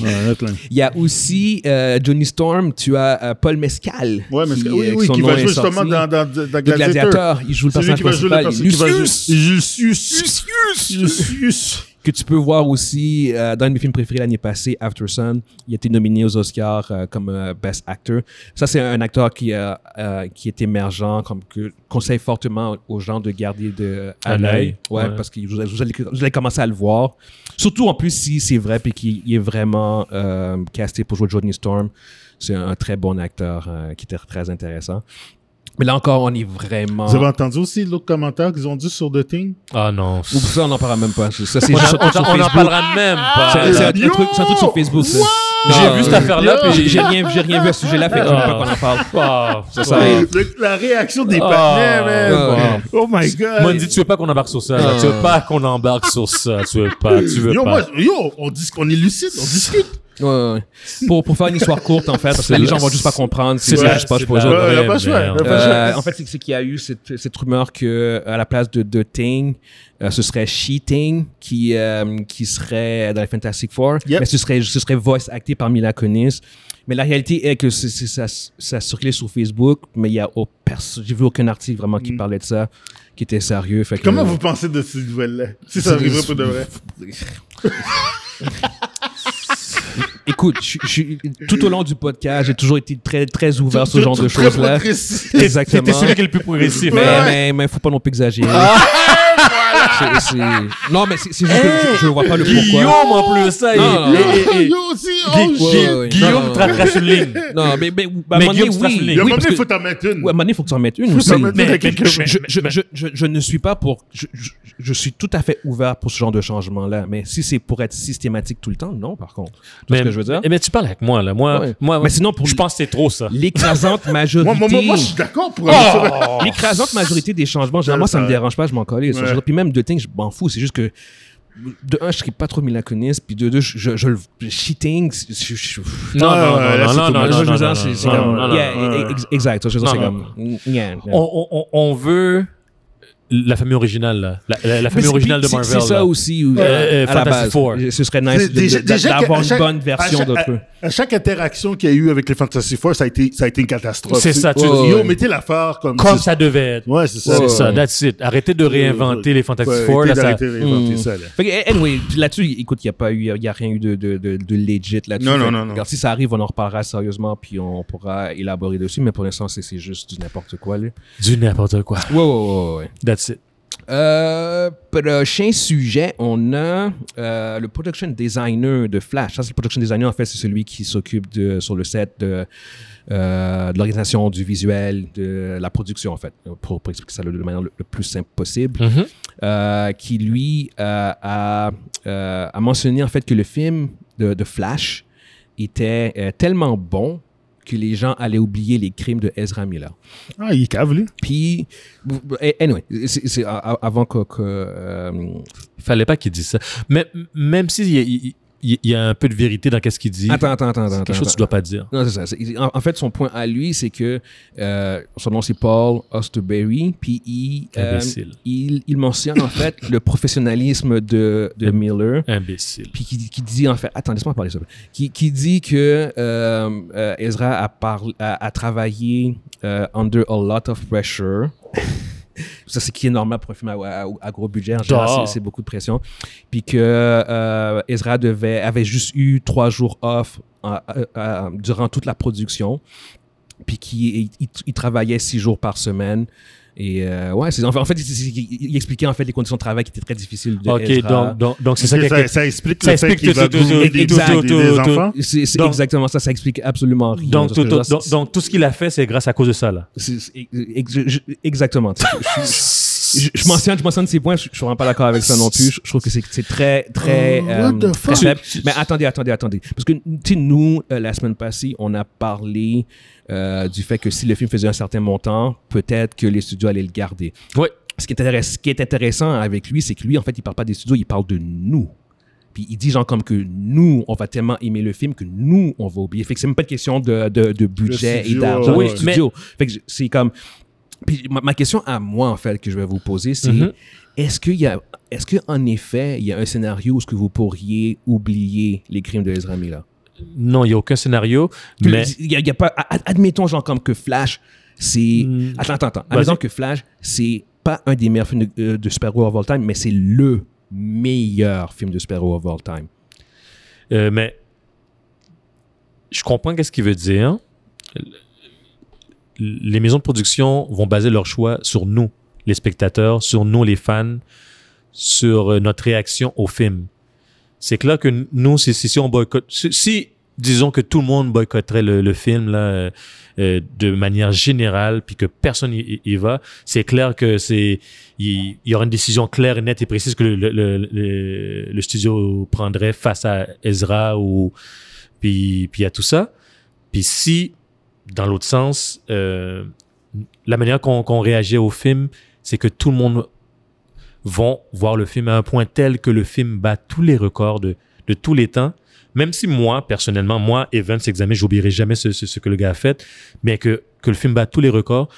[SPEAKER 3] Ouais, honnêtement.
[SPEAKER 1] Il y a aussi euh, Johnny Storm, tu as euh, Paul Mescal.
[SPEAKER 3] Ouais, mais
[SPEAKER 1] qui,
[SPEAKER 3] c'est-
[SPEAKER 1] euh,
[SPEAKER 3] oui,
[SPEAKER 1] avec
[SPEAKER 3] oui,
[SPEAKER 1] son
[SPEAKER 3] qui
[SPEAKER 1] nom
[SPEAKER 3] va
[SPEAKER 1] est
[SPEAKER 3] jouer justement
[SPEAKER 1] sorti.
[SPEAKER 3] dans, dans, dans, dans
[SPEAKER 1] Le gladiateur, il joue le
[SPEAKER 3] C'est lui
[SPEAKER 1] personnage
[SPEAKER 3] qui va jouer le
[SPEAKER 1] principal,
[SPEAKER 3] personnage qui va jouer.
[SPEAKER 1] Lucius.
[SPEAKER 3] Lucius.
[SPEAKER 1] Lucius.
[SPEAKER 3] Lucius.
[SPEAKER 1] Que tu peux voir aussi euh, dans un de mes films préférés l'année passée, After Sun. Il a été nominé aux Oscars euh, comme euh, Best Actor. Ça, c'est un acteur qui, euh, euh, qui est émergent, comme que conseille fortement aux gens de garder de, à
[SPEAKER 2] Un
[SPEAKER 1] l'œil.
[SPEAKER 2] œil.
[SPEAKER 1] Ouais,
[SPEAKER 2] Ouais.
[SPEAKER 1] parce que vous, allez- vous allez, vous allez commencer à le voir. Surtout en plus si c'est vrai et qu'il il est vraiment euh, casté pour jouer Johnny Storm. C'est un, très bon acteur euh, qui était très intéressant. Mais là encore, on est vraiment.
[SPEAKER 3] Vous avez entendu aussi l'autre commentaire qu'ils ont dit sur The Thing?
[SPEAKER 2] Ah non.
[SPEAKER 1] Ou ça, on n'en parlera même pas. Ça, c'est
[SPEAKER 2] On, en-
[SPEAKER 1] juste sur-
[SPEAKER 2] on en-
[SPEAKER 1] sur
[SPEAKER 2] on en
[SPEAKER 1] Facebook.
[SPEAKER 2] parlera même pas.
[SPEAKER 3] Ah,
[SPEAKER 2] Ah,
[SPEAKER 1] C'est c'est un,
[SPEAKER 3] Yo! Ah,
[SPEAKER 1] truc- c'est un truc sur Facebook. ça.
[SPEAKER 2] J'ai
[SPEAKER 1] Non,
[SPEAKER 2] vu cette
[SPEAKER 1] euh,
[SPEAKER 2] affaire-là,
[SPEAKER 1] j'ai-
[SPEAKER 2] puis
[SPEAKER 1] J'ai rien, j'ai rien vu à ce sujet-là, fait que je veux
[SPEAKER 2] Ah.
[SPEAKER 1] pas qu'on en parle.
[SPEAKER 2] Ah, ça, ça-
[SPEAKER 1] Ouais.
[SPEAKER 3] Le- la réaction des
[SPEAKER 2] Ah.
[SPEAKER 3] partenaires, man.
[SPEAKER 1] Ah.
[SPEAKER 3] Oh my God.
[SPEAKER 2] Moi, on me dit, tu veux pas qu'on embarque sur ça. là.
[SPEAKER 1] Ah.
[SPEAKER 2] Tu veux pas qu'on embarque sur ça. Tu veux pas. Tu veux
[SPEAKER 3] yo,
[SPEAKER 2] pas.
[SPEAKER 3] moi, yo, on dit qu'on est lucide, on discute.
[SPEAKER 1] Ouais, ouais, ouais. Pour, pour faire une histoire courte, en fait, parce que
[SPEAKER 2] C'est
[SPEAKER 1] les
[SPEAKER 2] la-
[SPEAKER 1] gens vont juste pas comprendre.
[SPEAKER 2] C'est
[SPEAKER 1] C'est
[SPEAKER 2] la-
[SPEAKER 1] juste pas
[SPEAKER 2] c'est
[SPEAKER 1] pour les
[SPEAKER 2] la-
[SPEAKER 1] autres.
[SPEAKER 3] Ouais,
[SPEAKER 2] vraie
[SPEAKER 3] y a pas le choix,
[SPEAKER 2] merde.
[SPEAKER 3] y a pas le choix.
[SPEAKER 1] Euh, en fait, c'est c'est qu'il y a eu cette, cette rumeur que euh, à la place de The Thing, euh, ce serait She Thing qui euh, qui serait dans les Fantastic Four,
[SPEAKER 3] Yep.
[SPEAKER 1] mais ce serait ce serait voice acté par Mila Kunis. Mais la réalité est que c'est- c'est- ça ça circulait sur Facebook, mais il y a au perso- j'ai vu aucun article vraiment qui parlait de ça, qui était sérieux. Fait que-
[SPEAKER 3] Mm. Comment vous pensez de ces nouvelles-là? Si ça arriverait pour de vrai.
[SPEAKER 1] Écoute, je- je- tout au long du podcast, j'ai toujours été très très ouvert à ce
[SPEAKER 3] Tout-
[SPEAKER 1] genre
[SPEAKER 3] tout
[SPEAKER 1] de
[SPEAKER 3] très
[SPEAKER 1] choses là.
[SPEAKER 3] progressif.
[SPEAKER 1] Exactement.
[SPEAKER 2] T'étais sûr qu'elle est plus progressive.
[SPEAKER 1] Mais,
[SPEAKER 2] hein?
[SPEAKER 1] mais, mais faut pas non plus exagérer.
[SPEAKER 3] Ah.
[SPEAKER 1] C'est- c'est- Non, mais c'est c'est juste que je, je vois pas le
[SPEAKER 2] Guillaume,
[SPEAKER 1] pourquoi.
[SPEAKER 2] en plus, ça. il-
[SPEAKER 1] Non, non, non.
[SPEAKER 2] Eh, eh, eh.
[SPEAKER 3] Yo, aussi, oh,
[SPEAKER 2] Gui-
[SPEAKER 1] ouais, ouais,
[SPEAKER 3] shit.
[SPEAKER 1] ouais. Non, non,
[SPEAKER 2] Guillaume
[SPEAKER 1] non.
[SPEAKER 2] trace une ligne.
[SPEAKER 1] Non, mais, mais, à un
[SPEAKER 2] Mais
[SPEAKER 1] moment donné,
[SPEAKER 2] Guillaume, c'est
[SPEAKER 1] oui.
[SPEAKER 2] fascinant.
[SPEAKER 3] Il y a
[SPEAKER 1] oui
[SPEAKER 3] un
[SPEAKER 1] parce
[SPEAKER 3] moment donné, il
[SPEAKER 1] que-
[SPEAKER 3] faut t'en mettre une.
[SPEAKER 1] ouais, à un moment donné, faut que tu en mettes une
[SPEAKER 3] Faut
[SPEAKER 1] aussi.
[SPEAKER 3] t'en mettre une
[SPEAKER 2] Mais-
[SPEAKER 3] à quelqu'un.
[SPEAKER 1] Je, je, je, je, je- je ne suis pas pour. Je, je, je suis tout à fait ouvert pour ce genre de changement-là. Mais si c'est pour être systématique tout le temps, non, par contre. Tu vois ce que je veux dire?
[SPEAKER 2] eh, mais tu parles avec moi, là. Moi,
[SPEAKER 1] Ouais.
[SPEAKER 2] moi
[SPEAKER 1] Mais sinon, pour-
[SPEAKER 2] je pense que c'est trop, ça.
[SPEAKER 1] L'écrasante
[SPEAKER 3] Moi,
[SPEAKER 1] majorité.
[SPEAKER 3] moi, moi, moi, je suis d'accord pour
[SPEAKER 1] Ah!
[SPEAKER 3] aller sur-
[SPEAKER 1] L'écrasante majorité des changements, généralement, ça me dérange pas, je m'en colle. ça.
[SPEAKER 3] Ouais.
[SPEAKER 1] Je veux dire, Puis même de thing, je m'en fous. C'est juste que, de un, je serais pas trop Mila Kunis, puis de deux, je, je, je le. Cheating, je- je- je-
[SPEAKER 2] Non, non,
[SPEAKER 3] Ouais, ouais, là,
[SPEAKER 2] non,
[SPEAKER 3] c'est
[SPEAKER 2] non,
[SPEAKER 3] tout
[SPEAKER 2] non,
[SPEAKER 1] Je-
[SPEAKER 2] non,
[SPEAKER 1] je-
[SPEAKER 2] non,
[SPEAKER 1] je-
[SPEAKER 2] non,
[SPEAKER 1] c'est- c'est
[SPEAKER 2] non,
[SPEAKER 1] comme-
[SPEAKER 2] non, non,
[SPEAKER 1] yeah,
[SPEAKER 3] non,
[SPEAKER 1] ex-
[SPEAKER 3] non.
[SPEAKER 1] ex- Exact. je veux dire,
[SPEAKER 2] Non,
[SPEAKER 1] c'est
[SPEAKER 2] non.
[SPEAKER 1] comme. yeah, yeah.
[SPEAKER 2] on, on- on- on veut la famille originale, là. La, la- la
[SPEAKER 1] Mais
[SPEAKER 2] famille
[SPEAKER 1] c'est-
[SPEAKER 2] originale de
[SPEAKER 1] c'est-
[SPEAKER 2] Marvel.
[SPEAKER 1] C'est ça
[SPEAKER 2] là.
[SPEAKER 1] aussi, euh,
[SPEAKER 2] Euh,
[SPEAKER 1] à la
[SPEAKER 2] Fantastic
[SPEAKER 1] base.
[SPEAKER 2] Four.
[SPEAKER 1] Ce serait
[SPEAKER 3] C'est
[SPEAKER 1] nice de-
[SPEAKER 3] déjà-
[SPEAKER 1] de-
[SPEAKER 3] déjà que-
[SPEAKER 1] d'avoir
[SPEAKER 3] à
[SPEAKER 1] une
[SPEAKER 3] chaque-
[SPEAKER 1] bonne
[SPEAKER 3] à
[SPEAKER 1] version
[SPEAKER 3] chaque-
[SPEAKER 1] de eux.
[SPEAKER 3] À, à chaque interaction qu'il y a eu avec les Fantasy Four, ça a été, ça a été une catastrophe.
[SPEAKER 2] C'est ça, tu-
[SPEAKER 3] Yo,
[SPEAKER 1] ouais.
[SPEAKER 3] mettez l'affaire comme
[SPEAKER 2] Comme ça devait être.
[SPEAKER 3] Ouais, c'est ça.
[SPEAKER 2] C'est
[SPEAKER 1] Ouais.
[SPEAKER 2] ça, that's it. Arrêtez de réinventer les Fantastic
[SPEAKER 3] Ouais,
[SPEAKER 2] Four.
[SPEAKER 3] arrêtez
[SPEAKER 2] Là, ça-
[SPEAKER 3] d'arrêter de réinventer
[SPEAKER 1] Hmm.
[SPEAKER 3] ça, là.
[SPEAKER 1] Fait que, anyway, puis là-dessus, écoute, il n'y a pas eu, il y a rien eu de, de, de, de legit là-dessus.
[SPEAKER 3] Non,
[SPEAKER 1] Fait
[SPEAKER 3] non,
[SPEAKER 1] que,
[SPEAKER 3] non, non.
[SPEAKER 1] Regarde, si ça arrive, on en reparlera sérieusement, puis on pourra élaborer dessus, mais pour l'instant, c'est, c'est juste du n'importe quoi, là.
[SPEAKER 2] Du n'importe quoi.
[SPEAKER 1] Ouais, ouais, ouais, ouais, ouais.
[SPEAKER 2] That's it.
[SPEAKER 1] Euh, prochain sujet, on a euh, le production designer de Flash. Ça, c'est le production designer, en fait, c'est celui qui s'occupe de, sur le set de, euh, de l'organisation du visuel, de la production, en fait, pour, pour expliquer ça de manière le, le plus simple possible euh, qui lui euh, a, euh, a mentionné en fait que le film de, de Flash était euh, tellement bon que les gens allaient oublier les crimes de Ezra Miller.
[SPEAKER 3] Ah, il est cave, lui.
[SPEAKER 1] Puis, Eh, anyway, c'est c'est a- a- avant que... que, euh,
[SPEAKER 2] Fallait pas qu'il dise ça. Mais même s'il y, a- il- il- il y a un peu de vérité dans qu'est-ce qu'il dit,
[SPEAKER 1] attends, attends, attends,
[SPEAKER 2] c'est
[SPEAKER 1] attends.
[SPEAKER 2] quelque chose que tu dois pas dire.
[SPEAKER 1] Non, c'est ça. C'est- En, en fait, son point à lui, c'est que euh, son nom, c'est Paul Osterberry, puis il, euh,
[SPEAKER 2] Imbécile.
[SPEAKER 1] il, il mentionne en fait le professionnalisme de, de Miller.
[SPEAKER 2] Imbécile.
[SPEAKER 1] puis qui, qui dit en fait, attends, laisse-moi parler ça. Qui, qui dit que euh, euh, Ezra a, parlé- a, a travaillé euh, under a lot of pressure. ça, c'est qui est normal pour un film à, à- à gros budget. En général,
[SPEAKER 2] Genre.
[SPEAKER 1] c'est- c'est beaucoup de pression. Puis que euh, Ezra devait, avait juste eu trois jours off euh, euh, euh, durant toute la production. Puis qu'il il- il travaillait six jours par semaine. Et euh, ouais, c'est- en fait, en fait, il- il, il expliquait en fait les conditions de travail qui étaient très difficiles de
[SPEAKER 2] Ok,
[SPEAKER 1] Ezra.
[SPEAKER 2] donc, donc, donc c'est ça
[SPEAKER 3] ça,
[SPEAKER 2] qu'il y a
[SPEAKER 3] ça explique
[SPEAKER 2] ça
[SPEAKER 3] le fait
[SPEAKER 2] explique
[SPEAKER 3] qu'il
[SPEAKER 2] tout-
[SPEAKER 3] va
[SPEAKER 2] tout- tout-
[SPEAKER 3] brûler des,
[SPEAKER 1] tout-
[SPEAKER 3] des-
[SPEAKER 2] tout-
[SPEAKER 3] des
[SPEAKER 2] tout-
[SPEAKER 3] enfants.
[SPEAKER 1] C'est c'est
[SPEAKER 2] Donc-
[SPEAKER 1] exactement ça, ça explique absolument rien.
[SPEAKER 2] Donc,
[SPEAKER 1] Parce
[SPEAKER 2] tout,
[SPEAKER 1] que
[SPEAKER 2] tout-
[SPEAKER 1] là,
[SPEAKER 2] donc,
[SPEAKER 1] c'est-
[SPEAKER 2] donc, tout ce qu'il a fait, c'est grâce à cause de ça, là.
[SPEAKER 1] c'est- c'est- ex- je- je- Exactement. tu sais, Je, je- je mentionne, je mentionne ces points, je, je suis vraiment pas d'accord avec ça non plus. Je, je trouve que c'est c'est très, très,
[SPEAKER 3] Oh,
[SPEAKER 1] euh,
[SPEAKER 3] what the
[SPEAKER 1] très
[SPEAKER 3] fuck?
[SPEAKER 1] faible. Mais attendez, attendez, attendez. Parce que, tu sais, nous, euh, la semaine passée, on a parlé euh, du fait que si le film faisait un certain montant, peut-être que les studios allaient le garder.
[SPEAKER 2] Ouais.
[SPEAKER 1] Ce qui est, intéress- ce qui est intéressant avec lui, c'est que lui, en fait, il parle pas des studios, il parle de nous. Puis il dit genre comme que nous, on va tellement aimer le film que nous, on va oublier. Fait que c'est même pas une question de, de, de budget
[SPEAKER 3] studio,
[SPEAKER 1] et d'argent
[SPEAKER 2] ouais,
[SPEAKER 1] du
[SPEAKER 2] ouais.
[SPEAKER 1] studio. Fait que je- c'est comme... Puis ma, ma question à moi, en fait, que je vais vous poser, c'est
[SPEAKER 2] Mhm.
[SPEAKER 1] Est-ce qu'il y a, est-ce qu'en effet, il y a un scénario où ce que vous pourriez oublier les crimes de Ezra Miller?
[SPEAKER 2] Non, il n'y a aucun scénario.
[SPEAKER 1] Que-
[SPEAKER 2] mais
[SPEAKER 1] il y a, il y a pas a- admettons genre comme que Flash c'est
[SPEAKER 2] Hmm.
[SPEAKER 1] attends attends attends admettons
[SPEAKER 2] Vas-y.
[SPEAKER 1] que Flash c'est pas un des meilleurs films de, euh, de super-héros of all time mais c'est le meilleur film de super-héros of all time
[SPEAKER 2] Euh, mais je comprends qu'est-ce qu'il veut dire. Les maisons de production vont baser leur choix sur nous, les spectateurs, sur nous, les fans, sur euh, notre réaction au film. C'est que là que n- nous, si, si, si on boycotte, si, si, disons que tout le monde boycotterait le, le film là, euh, euh, de manière générale, puis que personne y- y, y va, c'est clair que c'est il il y aura une décision claire, nette et précise que le, le- le- le- le studio prendrait face à Ezra ou puis puis à tout ça. Puis si dans l'autre sens, euh, la manière qu'on qu'on réagit au film, c'est que tout le monde vont voir le film à un point tel que le film bat tous les records de, de tous les temps. Même si moi, personnellement, moi, Evans Examé, j'oublierai jamais ce, ce- ce que le gars a fait, mais que, que le film bat tous les records,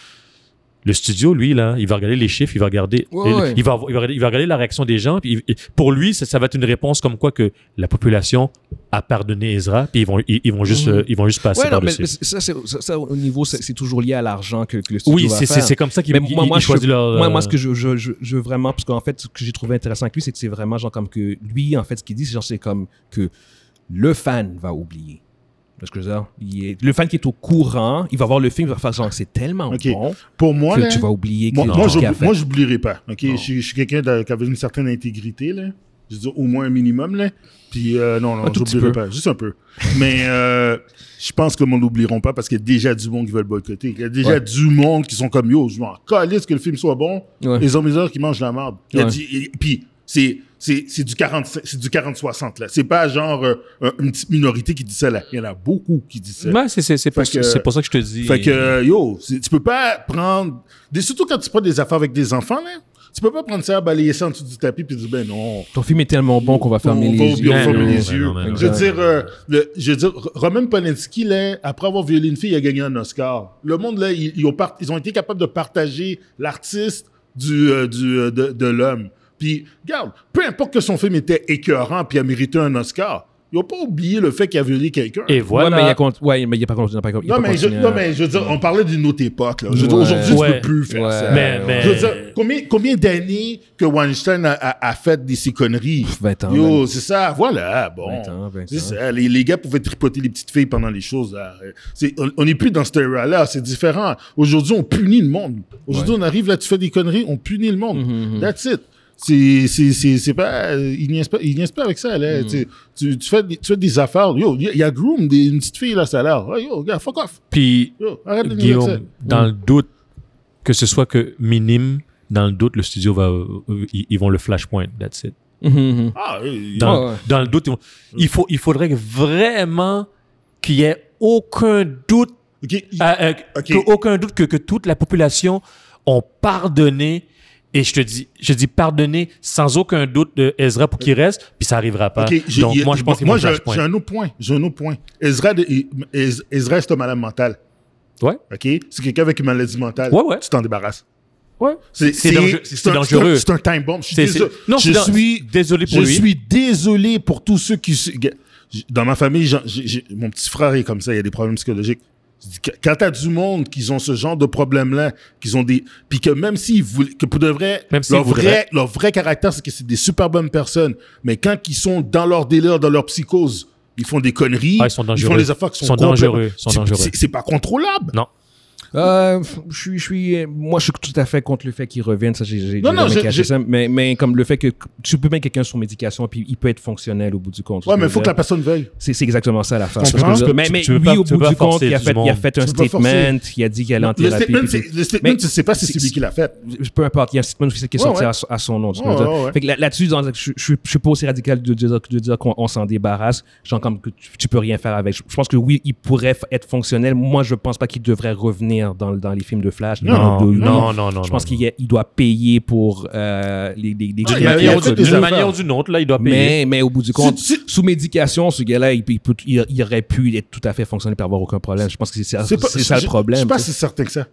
[SPEAKER 2] le studio, lui, là, il va regarder les chiffres, il va regarder,
[SPEAKER 1] Ouais,
[SPEAKER 2] il,
[SPEAKER 1] ouais.
[SPEAKER 2] il va, il, va regarder, il va regarder la réaction des gens. Puis il- pour lui, ça, ça va être une réponse comme quoi que la population a pardonné Ezra, puis ils vont, ils, ils vont, juste,
[SPEAKER 1] Mhm.
[SPEAKER 2] euh, ils vont juste passer
[SPEAKER 1] ouais non, mais,
[SPEAKER 2] par-dessus.
[SPEAKER 1] mais ça, c'est- ça- ça, au niveau c'est c'est toujours lié à l'argent que, que le studio
[SPEAKER 2] Oui,
[SPEAKER 1] va
[SPEAKER 2] c'est- c'est
[SPEAKER 1] faire.
[SPEAKER 2] c'est euh, comme ça qu'ils
[SPEAKER 1] Mais
[SPEAKER 2] ils-
[SPEAKER 1] moi- moi,
[SPEAKER 2] ils
[SPEAKER 1] je-
[SPEAKER 2] choisissent leur...
[SPEAKER 1] Moi, moi, ce que je, je, je, je veux vraiment, parce qu'en fait, ce que j'ai trouvé intéressant avec lui, c'est que c'est vraiment genre comme que lui, en fait, ce qu'il dit, c'est genre c'est comme que le fan va oublier. Parce que je veux dire, il est- le fan qui est au courant, il va voir le film, il va faire genre c'est tellement
[SPEAKER 3] Ok.
[SPEAKER 1] bon
[SPEAKER 3] Pour moi,
[SPEAKER 1] que
[SPEAKER 3] là,
[SPEAKER 1] tu vas oublier que
[SPEAKER 3] moi,
[SPEAKER 1] tout
[SPEAKER 3] moi,
[SPEAKER 1] ce qu'il a
[SPEAKER 3] j'oublie-
[SPEAKER 1] fait.
[SPEAKER 3] moi, j'oublierai pas. Ok,
[SPEAKER 1] Non.
[SPEAKER 3] je, suis- je suis quelqu'un de- qui avait une certaine intégrité là. Je veux dire, au moins un minimum là. Puis euh, non, non,
[SPEAKER 1] Un tout petit
[SPEAKER 3] j'oublierai
[SPEAKER 1] peu.
[SPEAKER 3] pas, juste un peu. Mais euh, je pense que ne l'oublieront pas parce qu'il y a déjà du monde qui veut le boycotter. Il y a déjà
[SPEAKER 1] Ouais.
[SPEAKER 3] du monde qui sont comme yo, je m'en calisse que le film soit bon.
[SPEAKER 1] Ouais.
[SPEAKER 3] Les hommes et les hommes qui mangent la marde. Il y a
[SPEAKER 1] Ouais.
[SPEAKER 3] du- et- puis c'est c'est c'est du 40 c'est du 40 60 là. C'est pas genre euh, un- une petite minorité qui dit ça là. Il y en a beaucoup qui disent ça.
[SPEAKER 2] Ouais, c'est- c'est c'est pour,
[SPEAKER 3] Fait que-
[SPEAKER 2] c'est pour ça que je te dis.
[SPEAKER 3] Fait que, euh, yo, c'est- tu peux pas prendre. des- surtout quand tu prends des affaires avec des enfants, là. Tu peux pas prendre ça, balayer ça en dessous du tapis puis dire, ben non.
[SPEAKER 1] Ton film est tellement bon qu'on va fermer
[SPEAKER 3] on
[SPEAKER 1] les
[SPEAKER 3] va-
[SPEAKER 1] yeux.
[SPEAKER 3] on va
[SPEAKER 2] Non,
[SPEAKER 3] fermer
[SPEAKER 2] non,
[SPEAKER 3] les
[SPEAKER 2] ben
[SPEAKER 3] yeux.
[SPEAKER 2] non, ben non.
[SPEAKER 3] je veux dire, euh, le- je veux dire, R- Roman Polanski, là, après avoir violé une fille, il a gagné un Oscar. Le monde, là, ils, ils ont, part- ils ont été capables de partager l'artiste du, euh, du, euh, de, de l'homme. Puis, regarde, peu importe que son film était écœurant puis a mérité un Oscar, ils ont pas oublié le fait qu'il a violé quelqu'un.
[SPEAKER 2] Et
[SPEAKER 1] Ouais, mais il y a
[SPEAKER 2] voilà.
[SPEAKER 1] cont- ouais, mais il y a pas continué. pas- il y a
[SPEAKER 3] Non
[SPEAKER 1] pas
[SPEAKER 3] mais, je,
[SPEAKER 1] continué
[SPEAKER 3] non,
[SPEAKER 1] à-
[SPEAKER 3] mais je veux dire, on parlait d'une autre époque. Là. Je veux dire,
[SPEAKER 1] Ouais.
[SPEAKER 3] aujourd'hui,
[SPEAKER 2] Ouais.
[SPEAKER 3] tu peux plus faire
[SPEAKER 1] Ouais.
[SPEAKER 3] ça.
[SPEAKER 2] Mais-
[SPEAKER 1] Ouais,
[SPEAKER 2] mais-
[SPEAKER 3] Je veux dire, combien, combien d'années que Weinstein a, a- a fait de ses conneries?
[SPEAKER 1] 20 ans,
[SPEAKER 3] Yo,
[SPEAKER 1] même.
[SPEAKER 3] c'est ça, voilà, bon.
[SPEAKER 1] 20 ans, 20
[SPEAKER 3] C'est
[SPEAKER 1] ans.
[SPEAKER 3] ça, les, les gars pouvaient tripoter les petites filles pendant les choses. là. C'est- on- On n'est plus dans cette era-là, c'est différent. Aujourd'hui, on punit le monde. Aujourd'hui, on arrive là, tu fais des conneries, on punit le monde.
[SPEAKER 2] Mm-hmm,
[SPEAKER 3] That's it. C'est, c'est, c'est, c'est pas, il n'y pas, il niaise pas avec ça, là.
[SPEAKER 2] Mm-hmm.
[SPEAKER 3] Tu, tu, tu fais, des- tu fais des affaires. Yo, il y a- il y a Groom, des- une petite fille, là, ça a l'air. Ah, yo, gars, fuck off.
[SPEAKER 2] Puis,
[SPEAKER 3] Yo, arrête de niaiser avec ça.
[SPEAKER 2] Guillaume, dans
[SPEAKER 1] Mm.
[SPEAKER 2] le doute, que ce soit que minime, dans le doute, le studio va. euh, Ils ils vont le flashpoint, that's it.
[SPEAKER 1] Mhm, mhm.
[SPEAKER 3] Ah, oui, oui.
[SPEAKER 2] Dans,
[SPEAKER 1] Ouais, ouais.
[SPEAKER 2] dans le doute, ils vont- il, faut, il faudrait vraiment qu'il y ait aucun doute,
[SPEAKER 3] Ok, il-
[SPEAKER 2] à- euh,
[SPEAKER 3] Ok.
[SPEAKER 2] que, aucun doute que, que toute la population ont pardonné. Et je te dis, je dis pardonner sans aucun doute de Ezra pour qu'il reste, puis ça arrivera pas.
[SPEAKER 3] Euh. ok, j'ai-
[SPEAKER 2] Donc
[SPEAKER 3] il-
[SPEAKER 2] moi, je pense qu'ils vont
[SPEAKER 3] moi,
[SPEAKER 2] le
[SPEAKER 3] j'ai,
[SPEAKER 2] flashpoint.
[SPEAKER 3] j'ai un autre point. J'ai un autre point. Ezra, de- il- Ez- Ezra c'est un malade mental.
[SPEAKER 2] Ouais.
[SPEAKER 3] Ok? C'est quelqu'un avec une maladie mentale.
[SPEAKER 2] Ouais, ouais.
[SPEAKER 3] Tu t'en débarrasses.
[SPEAKER 2] Ouais.
[SPEAKER 3] C'est,
[SPEAKER 2] C'est dangereux- c'est dangereux.
[SPEAKER 3] C'est un, c'est un time bomb. Je suis,
[SPEAKER 2] C'est-
[SPEAKER 3] désolé.
[SPEAKER 2] c'est- non,
[SPEAKER 3] je
[SPEAKER 2] c'est dans-
[SPEAKER 3] suis
[SPEAKER 2] désolé pour
[SPEAKER 3] je
[SPEAKER 2] lui.
[SPEAKER 3] suis désolé pour tous ceux qui. se- Gars, j- Dans ma famille, j'en- j'ai- j'ai- mon petit frère est comme ça, il y a des problèmes psychologiques. Je dis, qu- Quand t'as du monde qui ont ce genre de problème-là, qu'ils ont des. Puis que même s'ils voulaient. Que pour de vrai,
[SPEAKER 2] Même s'ils
[SPEAKER 3] leur,
[SPEAKER 2] voudraient.
[SPEAKER 3] vrai leur vrai caractère, c'est que c'est des super bonnes personnes. Mais quand ils sont dans leur délire, dans leur psychose, ils font des conneries.
[SPEAKER 2] Ah, ils sont dangereux.
[SPEAKER 3] font des affaires qui sont,
[SPEAKER 2] Ils sont dangereux,
[SPEAKER 3] complètement-
[SPEAKER 2] ils sont
[SPEAKER 3] C'est-
[SPEAKER 2] dangereux.
[SPEAKER 3] c'est- C'est pas contrôlable.
[SPEAKER 2] Non.
[SPEAKER 1] Euh, je suis, je suis, moi, je suis tout à fait contre le fait qu'il revienne. Ça, j'ai, j'ai
[SPEAKER 3] Non,
[SPEAKER 1] j'ai
[SPEAKER 3] non,
[SPEAKER 1] jamais
[SPEAKER 3] je-
[SPEAKER 1] caché
[SPEAKER 3] je-
[SPEAKER 1] ça. Mais, mais comme le fait que tu peux mettre quelqu'un sur médication puis il peut être fonctionnel au bout du compte.
[SPEAKER 3] Ouais, mais
[SPEAKER 1] Je
[SPEAKER 3] il faut
[SPEAKER 1] veux
[SPEAKER 3] que la
[SPEAKER 1] dire,
[SPEAKER 3] personne veuille.
[SPEAKER 1] c'est, c'est exactement ça la fin.
[SPEAKER 3] Tu comprends?
[SPEAKER 1] Mais, mais
[SPEAKER 2] Tu peux
[SPEAKER 1] lui,
[SPEAKER 2] pas-
[SPEAKER 1] au
[SPEAKER 2] tu peux
[SPEAKER 1] bout
[SPEAKER 2] pas
[SPEAKER 1] du compte,
[SPEAKER 2] forcer
[SPEAKER 1] il a
[SPEAKER 2] du
[SPEAKER 1] fait, il a
[SPEAKER 2] monde.
[SPEAKER 1] fait un
[SPEAKER 3] Tu peux pas forcer.
[SPEAKER 1] statement. Il a dit qu'il allait en
[SPEAKER 3] Le
[SPEAKER 1] thérapie.
[SPEAKER 3] statement,
[SPEAKER 1] puis tout.
[SPEAKER 3] c'est- le statement,
[SPEAKER 1] Mais-
[SPEAKER 3] tu sais pas si c'est lui qui l'a fait.
[SPEAKER 1] peu importe, il y a un statement aussi qui est
[SPEAKER 3] Ouais,
[SPEAKER 1] sorti
[SPEAKER 3] ouais.
[SPEAKER 1] à son- À, son nom. tu
[SPEAKER 3] Ouais,
[SPEAKER 1] veux dire.
[SPEAKER 3] ouais, ouais.
[SPEAKER 1] Fait que là- là-dessus, dans- je, je, je suis pas aussi radical de dire, de dire qu'on on s'en débarrasse. Genre comme que tu, tu peux rien faire avec. Je, je pense que oui, il pourrait f- être fonctionnel. Moi, je pense pas qu'il devrait revenir dans, dans les films de Flash.
[SPEAKER 2] Non,
[SPEAKER 1] dans le-
[SPEAKER 2] non, non, non,
[SPEAKER 1] Je pense
[SPEAKER 2] non,
[SPEAKER 1] qu'il y a- il doit payer pour euh, les, les, les-
[SPEAKER 3] Ah,
[SPEAKER 1] les-
[SPEAKER 3] il y a-
[SPEAKER 1] les-
[SPEAKER 3] il y
[SPEAKER 1] les-
[SPEAKER 3] a toutes des
[SPEAKER 1] les-
[SPEAKER 2] D'une
[SPEAKER 3] affaires.
[SPEAKER 2] manière ou d'une autre, là, il doit
[SPEAKER 1] mais,
[SPEAKER 2] payer.
[SPEAKER 1] mais au bout du compte,
[SPEAKER 3] Si- si-
[SPEAKER 1] sous médication, ce gars-là, il, peut- il peut- il- il aurait pu être tout à fait fonctionnel et avoir aucun problème. Je pense que Ah, c'est ça,
[SPEAKER 3] pas-
[SPEAKER 1] c'est ça
[SPEAKER 3] je-
[SPEAKER 1] le problème.
[SPEAKER 3] Je suis pas
[SPEAKER 1] tu sais.
[SPEAKER 3] si certain que ça.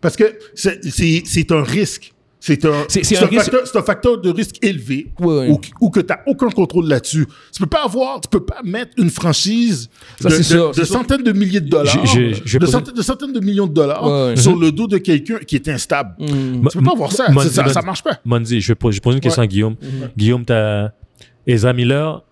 [SPEAKER 3] Parce que c'est- c'est c'est un risque. C'est un,
[SPEAKER 1] C'est- c'est
[SPEAKER 3] c'est
[SPEAKER 1] un
[SPEAKER 3] un,
[SPEAKER 1] risque-
[SPEAKER 3] facteur- c'est un facteur de risque élevé
[SPEAKER 1] Ouais, ouais.
[SPEAKER 3] Ou, ou que tu n'as aucun contrôle là-dessus. Tu peux pas avoir, tu peux pas mettre une franchise
[SPEAKER 1] Ça,
[SPEAKER 3] de,
[SPEAKER 1] c'est
[SPEAKER 3] de-
[SPEAKER 1] sûr,
[SPEAKER 3] de
[SPEAKER 1] c'est sûr.
[SPEAKER 3] centaines de milliers de dollars,
[SPEAKER 2] J'ai- j'ai- j'ai
[SPEAKER 3] de,
[SPEAKER 2] posé-
[SPEAKER 3] centaines, de centaines de millions de dollars
[SPEAKER 1] Ouais, ouais.
[SPEAKER 3] sur le dos de quelqu'un qui est instable.
[SPEAKER 1] Mhm.
[SPEAKER 2] Ma-
[SPEAKER 3] Tu peux pas avoir ça.
[SPEAKER 2] Mon-
[SPEAKER 3] C'est- ça,
[SPEAKER 2] Mon-
[SPEAKER 3] ça marche pas.
[SPEAKER 2] Monzi, je vais po- je vais poser une question à Guillaume.
[SPEAKER 3] Mhm.
[SPEAKER 2] Guillaume, t'as Ezra Miller.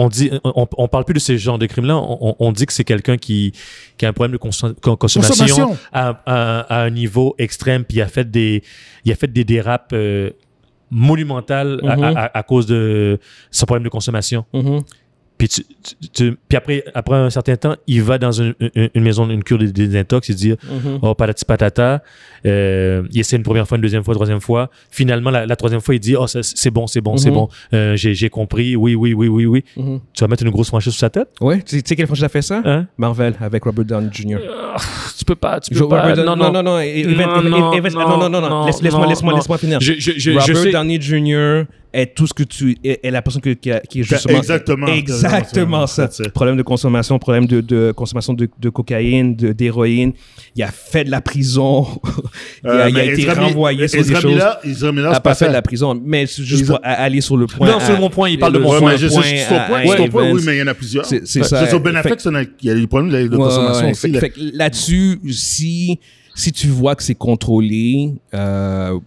[SPEAKER 2] On dit, on, on parle plus de ces genres de crimes-là. On, on- on dit que c'est quelqu'un qui, qui a un problème de consom- con- consommation,
[SPEAKER 3] Consommation.
[SPEAKER 2] À, à- à un niveau extrême, puis il a fait des, il a fait des dérapes euh, monumentales à-
[SPEAKER 1] Mhm.
[SPEAKER 2] à, à- à cause de son problème de consommation.
[SPEAKER 1] Mhm.
[SPEAKER 2] Puis, tu- tu- tu- puis après, après un certain temps, il va dans une, une- une maison, une cure de désintox, il dit
[SPEAKER 1] Mhm.
[SPEAKER 2] Oh, patati patata. Euh, il essaie une première fois, une deuxième fois, une troisième fois. Finalement, la, la troisième fois, il dit Oh, ça, c'est bon, c'est bon, c'est
[SPEAKER 1] Mhm.
[SPEAKER 2] bon. Euh, J'ai j'ai compris. Oui, oui, oui, oui, oui.
[SPEAKER 1] Mhm.
[SPEAKER 2] Tu vas mettre une grosse franchise sur sa tête
[SPEAKER 1] Ouais, tu sais- tu sais quelle franchise a fait
[SPEAKER 3] Euh,
[SPEAKER 1] ça?
[SPEAKER 2] hein?
[SPEAKER 1] Marvel avec Robert Downey Jr.
[SPEAKER 2] Tu peux Euh, pas. Tu
[SPEAKER 1] Je-
[SPEAKER 2] peux pas.
[SPEAKER 1] Robert Downey-
[SPEAKER 2] non,
[SPEAKER 1] non,
[SPEAKER 2] non,
[SPEAKER 1] non, non, et- et-
[SPEAKER 2] Non,
[SPEAKER 1] et- et-
[SPEAKER 2] non,
[SPEAKER 1] et- non,
[SPEAKER 2] non,
[SPEAKER 1] non, non, non,
[SPEAKER 2] non,
[SPEAKER 1] laisse- laisse-moi,
[SPEAKER 2] non,
[SPEAKER 1] laisse-moi,
[SPEAKER 2] non.
[SPEAKER 1] laisse-moi finir.
[SPEAKER 2] Je, je, je, je
[SPEAKER 1] Robert
[SPEAKER 2] sais.
[SPEAKER 1] Downey Jr. est tout ce que tu est, est la personne que- qui, a- qui est justement
[SPEAKER 3] exactement.
[SPEAKER 1] exactement ça.
[SPEAKER 3] C'est ça.
[SPEAKER 1] Problème de consommation, problème de, de consommation de, de cocaïne, de- d'héroïne. Il a fait de la prison. il a,
[SPEAKER 3] Euh,
[SPEAKER 1] il a
[SPEAKER 3] mais
[SPEAKER 1] été
[SPEAKER 3] Ezra Mi-
[SPEAKER 1] renvoyé sur des
[SPEAKER 3] Ezra
[SPEAKER 1] choses.
[SPEAKER 3] Miller- Ezra Miller,
[SPEAKER 1] Il n'a
[SPEAKER 3] c'est
[SPEAKER 1] pas
[SPEAKER 3] pas
[SPEAKER 1] fait de
[SPEAKER 3] ça.
[SPEAKER 1] la prison, mais c'est juste
[SPEAKER 3] Ils ont-
[SPEAKER 1] pour a- aller sur le point.
[SPEAKER 2] Non,
[SPEAKER 1] à-
[SPEAKER 2] sur mon point, il parle de
[SPEAKER 1] le-
[SPEAKER 2] mon
[SPEAKER 1] sur
[SPEAKER 3] Ouais,
[SPEAKER 2] point,
[SPEAKER 1] un
[SPEAKER 3] mais je sais, c'est ton
[SPEAKER 1] à-
[SPEAKER 3] point,
[SPEAKER 1] à
[SPEAKER 3] c'est ton point, oui,
[SPEAKER 1] Evans.
[SPEAKER 3] mais il y en a plusieurs.
[SPEAKER 1] C'est- c'est
[SPEAKER 3] Ouais.
[SPEAKER 1] ça.
[SPEAKER 3] Sur Ben
[SPEAKER 1] Fait-
[SPEAKER 3] Affleck, c'est un- il y a des problèmes de, de
[SPEAKER 1] Ouais,
[SPEAKER 3] consommation
[SPEAKER 1] ouais,
[SPEAKER 3] aussi.
[SPEAKER 1] fait-
[SPEAKER 3] là.
[SPEAKER 1] fait que là-dessus, si, si tu vois que c'est contrôlé, euh,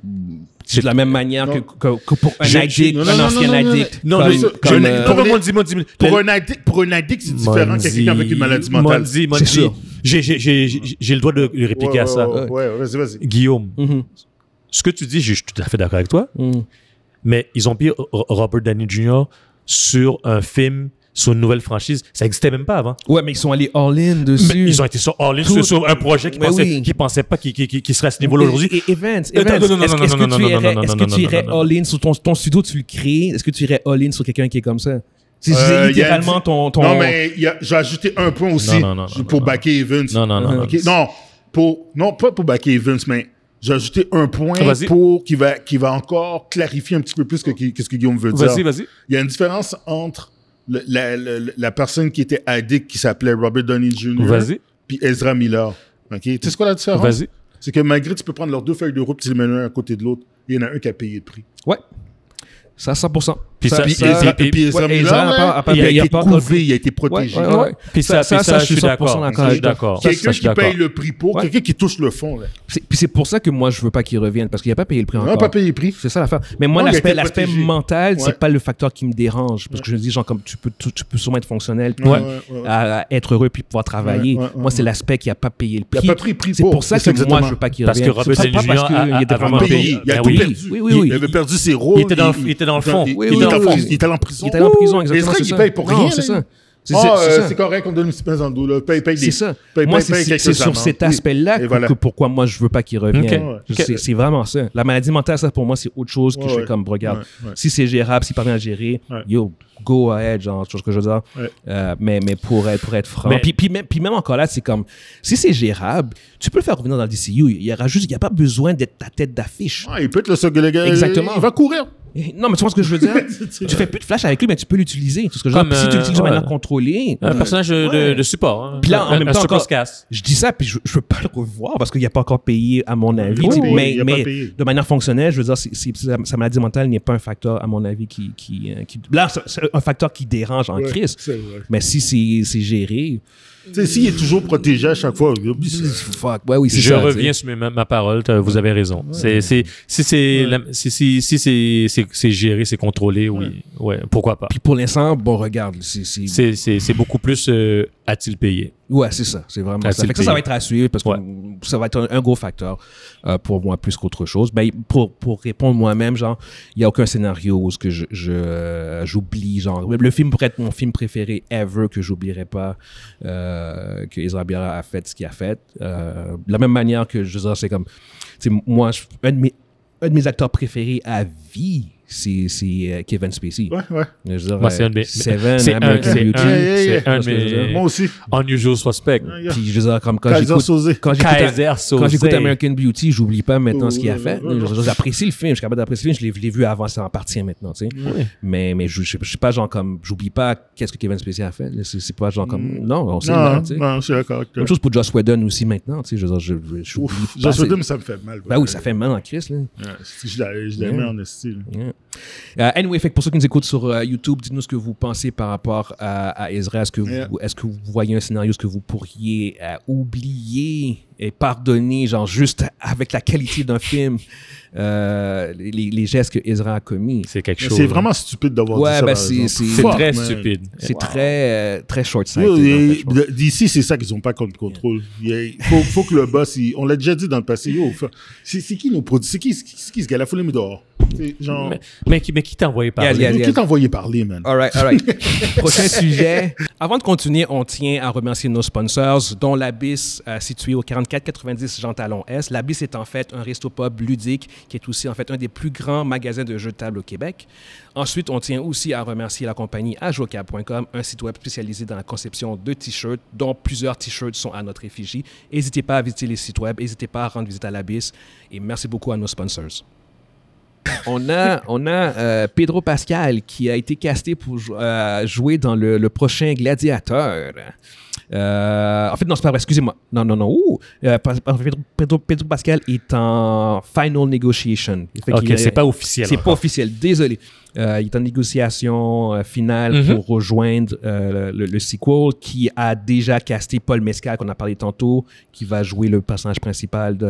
[SPEAKER 1] c'est de la même manière que,
[SPEAKER 3] Non.
[SPEAKER 1] que, que pour un
[SPEAKER 3] Je- je-
[SPEAKER 1] addict,
[SPEAKER 3] non, non,
[SPEAKER 1] un
[SPEAKER 3] non,
[SPEAKER 1] ancien
[SPEAKER 3] non, non,
[SPEAKER 1] addict.
[SPEAKER 2] Non,
[SPEAKER 1] comme-
[SPEAKER 2] mais-
[SPEAKER 1] comme,
[SPEAKER 2] je-
[SPEAKER 1] euh,
[SPEAKER 2] non, non, Mondi, Mondi, Mondi.
[SPEAKER 3] Pour un addict, pour un addict, c'est différent qu'à quelqu'un avec une maladie mentale.
[SPEAKER 2] Mondi,
[SPEAKER 1] C'est sûr.
[SPEAKER 2] J'ai- j'ai- J'ai j'ai- j'ai le droit de de répliquer à ça.
[SPEAKER 3] Ouais, ouais, ouais, vas-y, vas-y.
[SPEAKER 2] Guillaume,
[SPEAKER 1] mhm,
[SPEAKER 2] ce que tu dis, je suis tout à fait d'accord avec toi,
[SPEAKER 1] mhm.
[SPEAKER 2] mais ils ont pris R- Robert Downey Jr. sur un film, sur une nouvelle franchise. Ça n'existait même pas avant.
[SPEAKER 1] Ouais, mais ils sont allés all-in
[SPEAKER 2] Mais
[SPEAKER 1] dessus.
[SPEAKER 2] ils ont été sur all-in
[SPEAKER 1] Tout-
[SPEAKER 2] sur, sur un projet qui
[SPEAKER 1] Mais
[SPEAKER 2] pensait,
[SPEAKER 1] oui.
[SPEAKER 2] qui pensait pas qu'il qu'il- qu'il- qu'il serait à ce niveau-là aujourd'hui.
[SPEAKER 1] Et- et- Evans,
[SPEAKER 2] Non,
[SPEAKER 1] Evans,
[SPEAKER 2] non, non, non,
[SPEAKER 1] est-ce
[SPEAKER 2] non,
[SPEAKER 1] est-ce
[SPEAKER 2] non,
[SPEAKER 1] que
[SPEAKER 2] non,
[SPEAKER 1] tu
[SPEAKER 2] non,
[SPEAKER 1] irais,
[SPEAKER 2] non,
[SPEAKER 1] est-ce
[SPEAKER 2] non,
[SPEAKER 1] que
[SPEAKER 2] non,
[SPEAKER 1] tu
[SPEAKER 2] non,
[SPEAKER 1] irais
[SPEAKER 2] non, non.
[SPEAKER 1] all-in sur ton, ton studio, tu le crées, est-ce que tu irais all-in sur quelqu'un qui est comme ça? C'est c'est
[SPEAKER 3] Euh, il y a-
[SPEAKER 1] littéralement ton, ton...
[SPEAKER 3] Non, mais il y a- j'ai ajouté un point aussi
[SPEAKER 2] Non, non, non, non,
[SPEAKER 3] pour
[SPEAKER 2] non,
[SPEAKER 3] backer Evans.
[SPEAKER 2] Non, non, non. non.
[SPEAKER 3] Ok, non, pour, non, pas pour backer Evans, mais j'ai ajouté un point
[SPEAKER 2] Vas-y.
[SPEAKER 3] pour qui va, qui va encore clarifier un petit peu plus que, que ce que Guillaume veut dire.
[SPEAKER 2] Vas-y, vas-y.
[SPEAKER 3] Il y a une différence entre le- la, la- la personne qui était addict, qui s'appelait Robert Downey Jr.,
[SPEAKER 2] Vas-y,
[SPEAKER 3] puis Ezra Miller. Ok, Tu sais c'est quoi la différence?
[SPEAKER 2] vas-y.
[SPEAKER 3] C'est que malgré tu peux prendre leurs deux feuilles de route, tu les mets l'un à côté de l'autre, il y en a un qui a payé le prix.
[SPEAKER 1] Ouais, ça 100%.
[SPEAKER 2] Puis ça-
[SPEAKER 3] Puis
[SPEAKER 2] Ça,
[SPEAKER 3] Ezra,
[SPEAKER 2] puis-
[SPEAKER 3] puis Ezra
[SPEAKER 1] ouais,
[SPEAKER 3] Miller,
[SPEAKER 1] Ezra a pas- a
[SPEAKER 3] là,
[SPEAKER 1] pas
[SPEAKER 3] il a
[SPEAKER 1] payé, il a
[SPEAKER 3] été
[SPEAKER 1] pas encore le
[SPEAKER 3] couvé, il a été protégé.
[SPEAKER 1] Ouais, ouais.
[SPEAKER 2] Puis ça,
[SPEAKER 1] Ça-
[SPEAKER 2] puis
[SPEAKER 1] ça,
[SPEAKER 2] ça,
[SPEAKER 1] je
[SPEAKER 2] je suis
[SPEAKER 1] suis 100%
[SPEAKER 2] d'accord.
[SPEAKER 1] d'accord.
[SPEAKER 2] Je suis d'accord. Ça, ça,
[SPEAKER 3] Quelqu'un
[SPEAKER 2] je suis
[SPEAKER 3] qui
[SPEAKER 2] d'accord.
[SPEAKER 3] paye le prix pour,
[SPEAKER 1] Ouais.
[SPEAKER 3] quelqu'un qui touche le fond. Là.
[SPEAKER 1] C'est- Puis c'est pour ça que moi, je veux pas qu'il revienne, parce qu'il a pas payé le prix
[SPEAKER 3] On
[SPEAKER 1] encore.
[SPEAKER 3] n'a pas payé le prix.
[SPEAKER 1] C'est ça l'affaire. Mais moi,
[SPEAKER 3] Non, il a
[SPEAKER 1] l'aspect,
[SPEAKER 3] été
[SPEAKER 1] l'aspect
[SPEAKER 3] protégé.
[SPEAKER 1] mental, c'est
[SPEAKER 3] Ouais.
[SPEAKER 1] pas le facteur qui me dérange. Parce que je me dis, genre, comme tu peux, tu, tu peux sûrement être fonctionnel, puis
[SPEAKER 3] Ouais, ouais, ouais.
[SPEAKER 1] à- à être heureux, puis pouvoir travailler.
[SPEAKER 3] Ouais, ouais, ouais,
[SPEAKER 1] moi, c'est l'aspect qui a pas payé le
[SPEAKER 3] Il
[SPEAKER 1] prix.
[SPEAKER 3] a pas pris le prix
[SPEAKER 1] c'est
[SPEAKER 3] pour.
[SPEAKER 1] pour ça
[SPEAKER 3] C'est
[SPEAKER 1] que moi,
[SPEAKER 3] exactement.
[SPEAKER 1] je veux pas qu'il
[SPEAKER 2] Parce que
[SPEAKER 1] revienne.
[SPEAKER 2] Robert
[SPEAKER 1] C'est
[SPEAKER 2] Downey
[SPEAKER 1] pas parce
[SPEAKER 2] Jr.
[SPEAKER 1] qu'il
[SPEAKER 2] a- a-
[SPEAKER 1] était
[SPEAKER 2] a
[SPEAKER 1] vraiment
[SPEAKER 2] vraiment payé.
[SPEAKER 1] payé.
[SPEAKER 3] Il a
[SPEAKER 2] Ben
[SPEAKER 3] tout
[SPEAKER 2] oui,
[SPEAKER 3] perdu.
[SPEAKER 1] oui, oui, oui.
[SPEAKER 3] Il avait perdu ses rôles.
[SPEAKER 2] Il était dans- il était dans le fond.
[SPEAKER 1] Oui,
[SPEAKER 3] il,
[SPEAKER 1] oui,
[SPEAKER 3] était en
[SPEAKER 1] oui,
[SPEAKER 3] prison.
[SPEAKER 1] oui.
[SPEAKER 3] il était en prison.
[SPEAKER 1] Il était en prison,
[SPEAKER 3] Ouh,
[SPEAKER 1] exactement.
[SPEAKER 3] Ezra,
[SPEAKER 1] c'est
[SPEAKER 3] il
[SPEAKER 1] ça.
[SPEAKER 3] paye pour
[SPEAKER 1] Non,
[SPEAKER 3] rien,
[SPEAKER 1] C'est
[SPEAKER 3] là.
[SPEAKER 1] ça. C'est
[SPEAKER 3] Ah,
[SPEAKER 1] c'est- c'est
[SPEAKER 3] euh,
[SPEAKER 1] ça.
[SPEAKER 3] c'est correct, on donne une petite pièce dans le dos. là. Paye, paye des-
[SPEAKER 1] C'est ça.
[SPEAKER 3] paye-
[SPEAKER 1] moi,
[SPEAKER 3] paye-
[SPEAKER 1] c'est
[SPEAKER 3] paye
[SPEAKER 1] c'est-
[SPEAKER 3] quelques
[SPEAKER 1] c'est sur
[SPEAKER 3] amendes.
[SPEAKER 1] cet
[SPEAKER 3] Oui.
[SPEAKER 1] aspect-là
[SPEAKER 3] Et
[SPEAKER 1] que,
[SPEAKER 3] voilà.
[SPEAKER 1] que pourquoi moi je veux pas qu'il revienne.
[SPEAKER 2] Ok.
[SPEAKER 1] Je- C'est c'est vraiment ça. La maladie mentale, ça pour moi, c'est autre chose que
[SPEAKER 3] Ouais,
[SPEAKER 1] je fais
[SPEAKER 3] ouais.
[SPEAKER 1] comme regarde.
[SPEAKER 3] Ouais, ouais.
[SPEAKER 1] Si c'est gérable, s'il parvient à gérer,
[SPEAKER 3] Ouais.
[SPEAKER 1] yo, go ahead, genre chose que je veux dire.
[SPEAKER 3] Ouais.
[SPEAKER 1] Euh, mais mais pour être pour être franc.
[SPEAKER 2] Mais-
[SPEAKER 1] Puis, puis même puis même encore là, c'est comme si c'est gérable, tu peux le faire revenir dans le DCU. Il y aura juste, il y a pas besoin d'être ta tête d'affiche.
[SPEAKER 3] Ah, il peut être le seul gars.
[SPEAKER 1] Exactement.
[SPEAKER 3] Il va courir.
[SPEAKER 1] Non, mais tu vois ce que je veux dire.
[SPEAKER 3] C'est-
[SPEAKER 1] tu fais plus de flash avec lui, mais tu peux l'utiliser. Tout ce que je veux dire.
[SPEAKER 2] Comme,
[SPEAKER 1] Puis si tu
[SPEAKER 2] euh,
[SPEAKER 1] l'utilises de manière
[SPEAKER 2] ouais.
[SPEAKER 1] contrôlée.
[SPEAKER 2] Un Euh, personnage de- de, de support. hein.
[SPEAKER 1] Mm. Puis là, en
[SPEAKER 2] Un-
[SPEAKER 1] même
[SPEAKER 2] un
[SPEAKER 1] temps,
[SPEAKER 2] support
[SPEAKER 1] encore-
[SPEAKER 2] se casse.
[SPEAKER 1] Je dis ça, puis je, je veux pas le revoir parce qu'il n'y a pas encore payé, à mon avis.
[SPEAKER 3] Il a
[SPEAKER 1] tu
[SPEAKER 3] pas
[SPEAKER 1] sais,
[SPEAKER 3] payé,
[SPEAKER 1] mais
[SPEAKER 3] il a pas
[SPEAKER 1] mais
[SPEAKER 3] payé.
[SPEAKER 1] de manière fonctionnelle, je veux dire, c'est- c'est- sa, sa maladie mentale n'est pas un facteur, à mon avis, qui. qui, euh, qui- là, c'est- c'est un facteur qui dérange en
[SPEAKER 3] Ouais,
[SPEAKER 1] crise.
[SPEAKER 3] c'est vrai.
[SPEAKER 1] Mais si c'est c'est géré.
[SPEAKER 3] Tu sais, S'il est toujours protégé à chaque fois, oublie ça.
[SPEAKER 1] Fuck, ouais, oui, c'est
[SPEAKER 2] Je
[SPEAKER 1] ça,
[SPEAKER 2] reviens
[SPEAKER 1] tu sais.
[SPEAKER 2] sur mes- ma, ma parole, t'as- vous avez raison. C'est, c'est, si c'est, la- si, si, si c'est, c'est, c'est géré, c'est contrôlé, oui. Ouais, pourquoi pas.
[SPEAKER 1] Puis pour l'instant, bon, regarde, c'est. c'est-
[SPEAKER 2] C'est, c'est, c'est beaucoup plus euh, a-t-il payé.
[SPEAKER 1] Ouais, c'est ça. C'est vraiment
[SPEAKER 2] Ah,
[SPEAKER 1] ça.
[SPEAKER 2] c'est
[SPEAKER 1] Fait que ça,
[SPEAKER 2] le
[SPEAKER 1] ça va
[SPEAKER 2] pays.
[SPEAKER 1] être à suivre parce que
[SPEAKER 2] Ouais.
[SPEAKER 1] ça va être un, un gros facteur euh, pour moi plus qu'autre chose. Ben, pour, pour répondre moi-même, genre, il n'y a aucun scénario où ce que je, je, euh, j'oublie, genre, le film pourrait être mon film préféré ever que j'oublierai pas euh, que Ezra Miller a fait ce qu'il a fait. Euh, de la même manière que, je veux dire, c'est comme, tu sais, moi, je- un de mes un de mes acteurs préférés à vie, c'est c'est, euh, Kevin Spacey.
[SPEAKER 3] Ouais, ouais.
[SPEAKER 1] Je veux dire,
[SPEAKER 2] Moi, c'est
[SPEAKER 1] euh,
[SPEAKER 2] un de mes-
[SPEAKER 1] Seven,
[SPEAKER 2] c'est un-
[SPEAKER 1] American
[SPEAKER 2] c'est
[SPEAKER 1] Beauty.
[SPEAKER 2] un-
[SPEAKER 3] Yeah, yeah, yeah.
[SPEAKER 2] c'est un
[SPEAKER 1] Parce que je veux
[SPEAKER 2] de
[SPEAKER 1] dire-
[SPEAKER 3] Moi
[SPEAKER 2] mes
[SPEAKER 3] aussi.
[SPEAKER 2] unusual suspects.
[SPEAKER 1] Puis je veux dire, comme quand
[SPEAKER 3] Kaiser
[SPEAKER 1] Euh, bah, j'écoute
[SPEAKER 3] Soze.
[SPEAKER 1] quand j'écoute
[SPEAKER 2] Kaiser
[SPEAKER 1] quand j'écoute
[SPEAKER 2] Soze.
[SPEAKER 1] American Beauty, j'oublie pas maintenant ce qu'il a
[SPEAKER 3] Ouais,
[SPEAKER 1] fait.
[SPEAKER 3] ouais, ouais.
[SPEAKER 1] Je- J'apprécie le film, je suis capable d'apprécier le film, je l'ai- je l'ai vu avant, ça en partie maintenant, tu sais.
[SPEAKER 2] Ouais.
[SPEAKER 1] Mais, mais je, je, je suis pas genre comme, j'oublie pas qu'est-ce que Kevin Spacey a fait. C'est c'est pas genre comme, non, on sait,
[SPEAKER 3] Mm. Non,
[SPEAKER 1] tu sais.
[SPEAKER 3] non, je suis d'accord. avec toi.
[SPEAKER 1] Même chose pour Joss Whedon aussi maintenant, tu sais. Je veux dire, je, je, j'oublie
[SPEAKER 3] Ouf,
[SPEAKER 1] pas,
[SPEAKER 3] Joss
[SPEAKER 1] c'est-
[SPEAKER 3] Whedon, ça me fait mal.
[SPEAKER 1] Ben oui, ça fait mal en crise, là.
[SPEAKER 3] Ouais, si je l'ai- je l'aimais
[SPEAKER 1] Yeah.
[SPEAKER 3] en style.
[SPEAKER 1] Yeah. Euh, anyway, fait que pour ceux qui nous écoutent sur euh, YouTube, dites-nous ce que vous pensez par rapport à, à Ezra. Est-ce que,
[SPEAKER 3] Yeah.
[SPEAKER 1] vous, est-ce que vous voyez un scénario, ce que vous pourriez euh, oublier et pardonner, genre juste avec la qualité d'un film, euh, les, les gestes que Ezra a commis?
[SPEAKER 2] C'est quelque
[SPEAKER 3] Mais
[SPEAKER 2] chose.
[SPEAKER 3] C'est vraiment stupide d'avoir
[SPEAKER 1] Ouais,
[SPEAKER 3] dit ça.
[SPEAKER 1] ben,
[SPEAKER 3] par
[SPEAKER 1] c'est-
[SPEAKER 3] exemple.
[SPEAKER 1] c'est-
[SPEAKER 2] C'est
[SPEAKER 1] Fuck,
[SPEAKER 2] très
[SPEAKER 3] man.
[SPEAKER 2] stupide.
[SPEAKER 1] C'est
[SPEAKER 2] Wow.
[SPEAKER 1] très, euh, très short-sighted.
[SPEAKER 3] Ouais,
[SPEAKER 1] en
[SPEAKER 3] et-
[SPEAKER 1] fait, je pense.
[SPEAKER 3] d- D'ici, c'est ça qu'ils n'ont pas contre contrôle. Il y a- Il faut, faut que le boss, il- on l'a déjà dit dans le passé, yo, fa- c'est c'est qui nos produits, c'est qui, c'est qui- c'est qui ce gars-là, faut le mettre dehors. C'est genre,
[SPEAKER 2] Mais, mais qui, mais qui t'a envoyé parler?
[SPEAKER 1] Yeah, yeah.
[SPEAKER 3] Yo, qui t'a envoyé parler, man?
[SPEAKER 1] All right, all right. Prochain sujet. Avant de continuer, on tient à remercier nos sponsors, dont l'Abyss, euh, situé au 4490 Jean Talon S. L'Abyss est en fait un resto-pub ludique qui est aussi en fait un des plus grands magasins de jeux de table au Québec. Ensuite, on tient aussi à remercier la compagnie ajocab.com, un site web spécialisé dans la conception de t-shirts, dont plusieurs t-shirts sont à notre effigie. N'hésitez pas à visiter les sites web, n'hésitez pas à rendre visite à l'Abyss et merci beaucoup à nos sponsors. On a, on a euh, Pedro Pascal qui a été casté pour jou- euh, jouer dans le, le prochain Gladiateur. Euh, en fait, non, c'est pas vrai, excusez-moi. Non, non, non. ouh. Euh, Pas- pas- Pedro, Pedro- Pedro Pascal est en final negotiation. Fait
[SPEAKER 2] Ok,
[SPEAKER 1] qu'il est-
[SPEAKER 2] c'est pas officiel.
[SPEAKER 1] C'est
[SPEAKER 2] encore.
[SPEAKER 1] pas officiel, désolé. Euh, il est en négociation euh, finale
[SPEAKER 2] Mhm.
[SPEAKER 1] pour rejoindre euh, le, le sequel qui a déjà casté Paul Mescal, qu'on a parlé tantôt, qui va jouer le personnage principal de,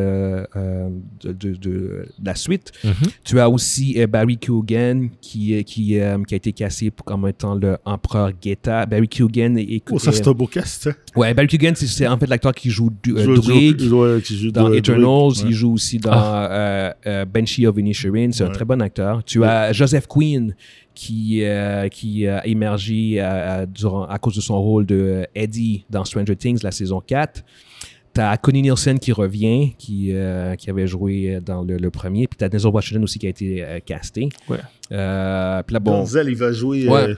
[SPEAKER 1] euh, de, de- de la suite.
[SPEAKER 2] Mhm.
[SPEAKER 1] Tu as aussi euh, Barry Keoghan qui, est- qui, euh, qui a été cassé pour, comme étant le empereur Guetta. Barry Keoghan est... est-
[SPEAKER 3] Oh, ça, c'est un beau cast. hein.
[SPEAKER 1] ouais, Barry Keoghan, c'est- c'est en fait l'acteur qui joue du, euh,
[SPEAKER 3] Je veux dire,
[SPEAKER 1] Druig
[SPEAKER 3] ouais, qui joue
[SPEAKER 1] dans
[SPEAKER 3] Druig,
[SPEAKER 1] Eternals,
[SPEAKER 3] ouais. Ah.
[SPEAKER 1] il joue aussi dans euh, euh, Banshee of Inisherin, c'est un
[SPEAKER 3] Ouais.
[SPEAKER 1] très bon acteur. Tu as Joseph Quinn qui euh, qui a émergé euh, durant- à cause de son rôle de euh, Eddie dans Stranger Things la saison 4. T'as Connie Nielsen qui revient, qui, euh, qui avait joué dans le, le premier. Puis t'as Denzel Washington aussi qui a été euh, casté.
[SPEAKER 2] Ouais.
[SPEAKER 1] Euh, puis là, bon,
[SPEAKER 3] Denzel, il va jouer.
[SPEAKER 1] Ouais.
[SPEAKER 3] euh,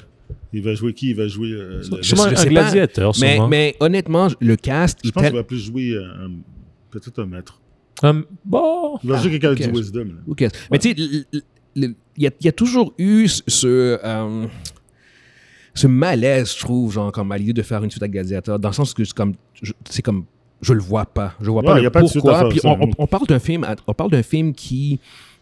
[SPEAKER 3] il va jouer qui Il va jouer. euh, le-
[SPEAKER 1] je-
[SPEAKER 2] Sûrement
[SPEAKER 1] je
[SPEAKER 2] un
[SPEAKER 1] sais pas.
[SPEAKER 2] gladiateur,
[SPEAKER 1] mais,
[SPEAKER 2] sûrement.
[SPEAKER 1] mais honnêtement, le cast,
[SPEAKER 3] je
[SPEAKER 1] est
[SPEAKER 3] pense
[SPEAKER 1] tel-
[SPEAKER 3] qu'il va plus jouer euh, un- peut-être un maître.
[SPEAKER 2] Hum, bon.
[SPEAKER 3] Il va jouer quelqu'un avec
[SPEAKER 1] Ah, ok.
[SPEAKER 3] du wisdom. là.
[SPEAKER 1] Who cares? Mais tu sais, l- l- l- il y, a- il y a toujours eu ce- ce, euh, ce malaise, je trouve, genre, comme à l'idée de faire une suite à Gladiator, dans le sens que c'est comme, je- c'est comme, je le vois pas. Je vois
[SPEAKER 3] Ouais,
[SPEAKER 1] pas
[SPEAKER 3] il y
[SPEAKER 1] le
[SPEAKER 3] a pas de suite à
[SPEAKER 1] pourquoi.
[SPEAKER 3] faire,
[SPEAKER 1] Puis
[SPEAKER 3] ça,
[SPEAKER 1] on, on-
[SPEAKER 3] non.
[SPEAKER 1] on parle d'un film, à- on parle d'un film qui,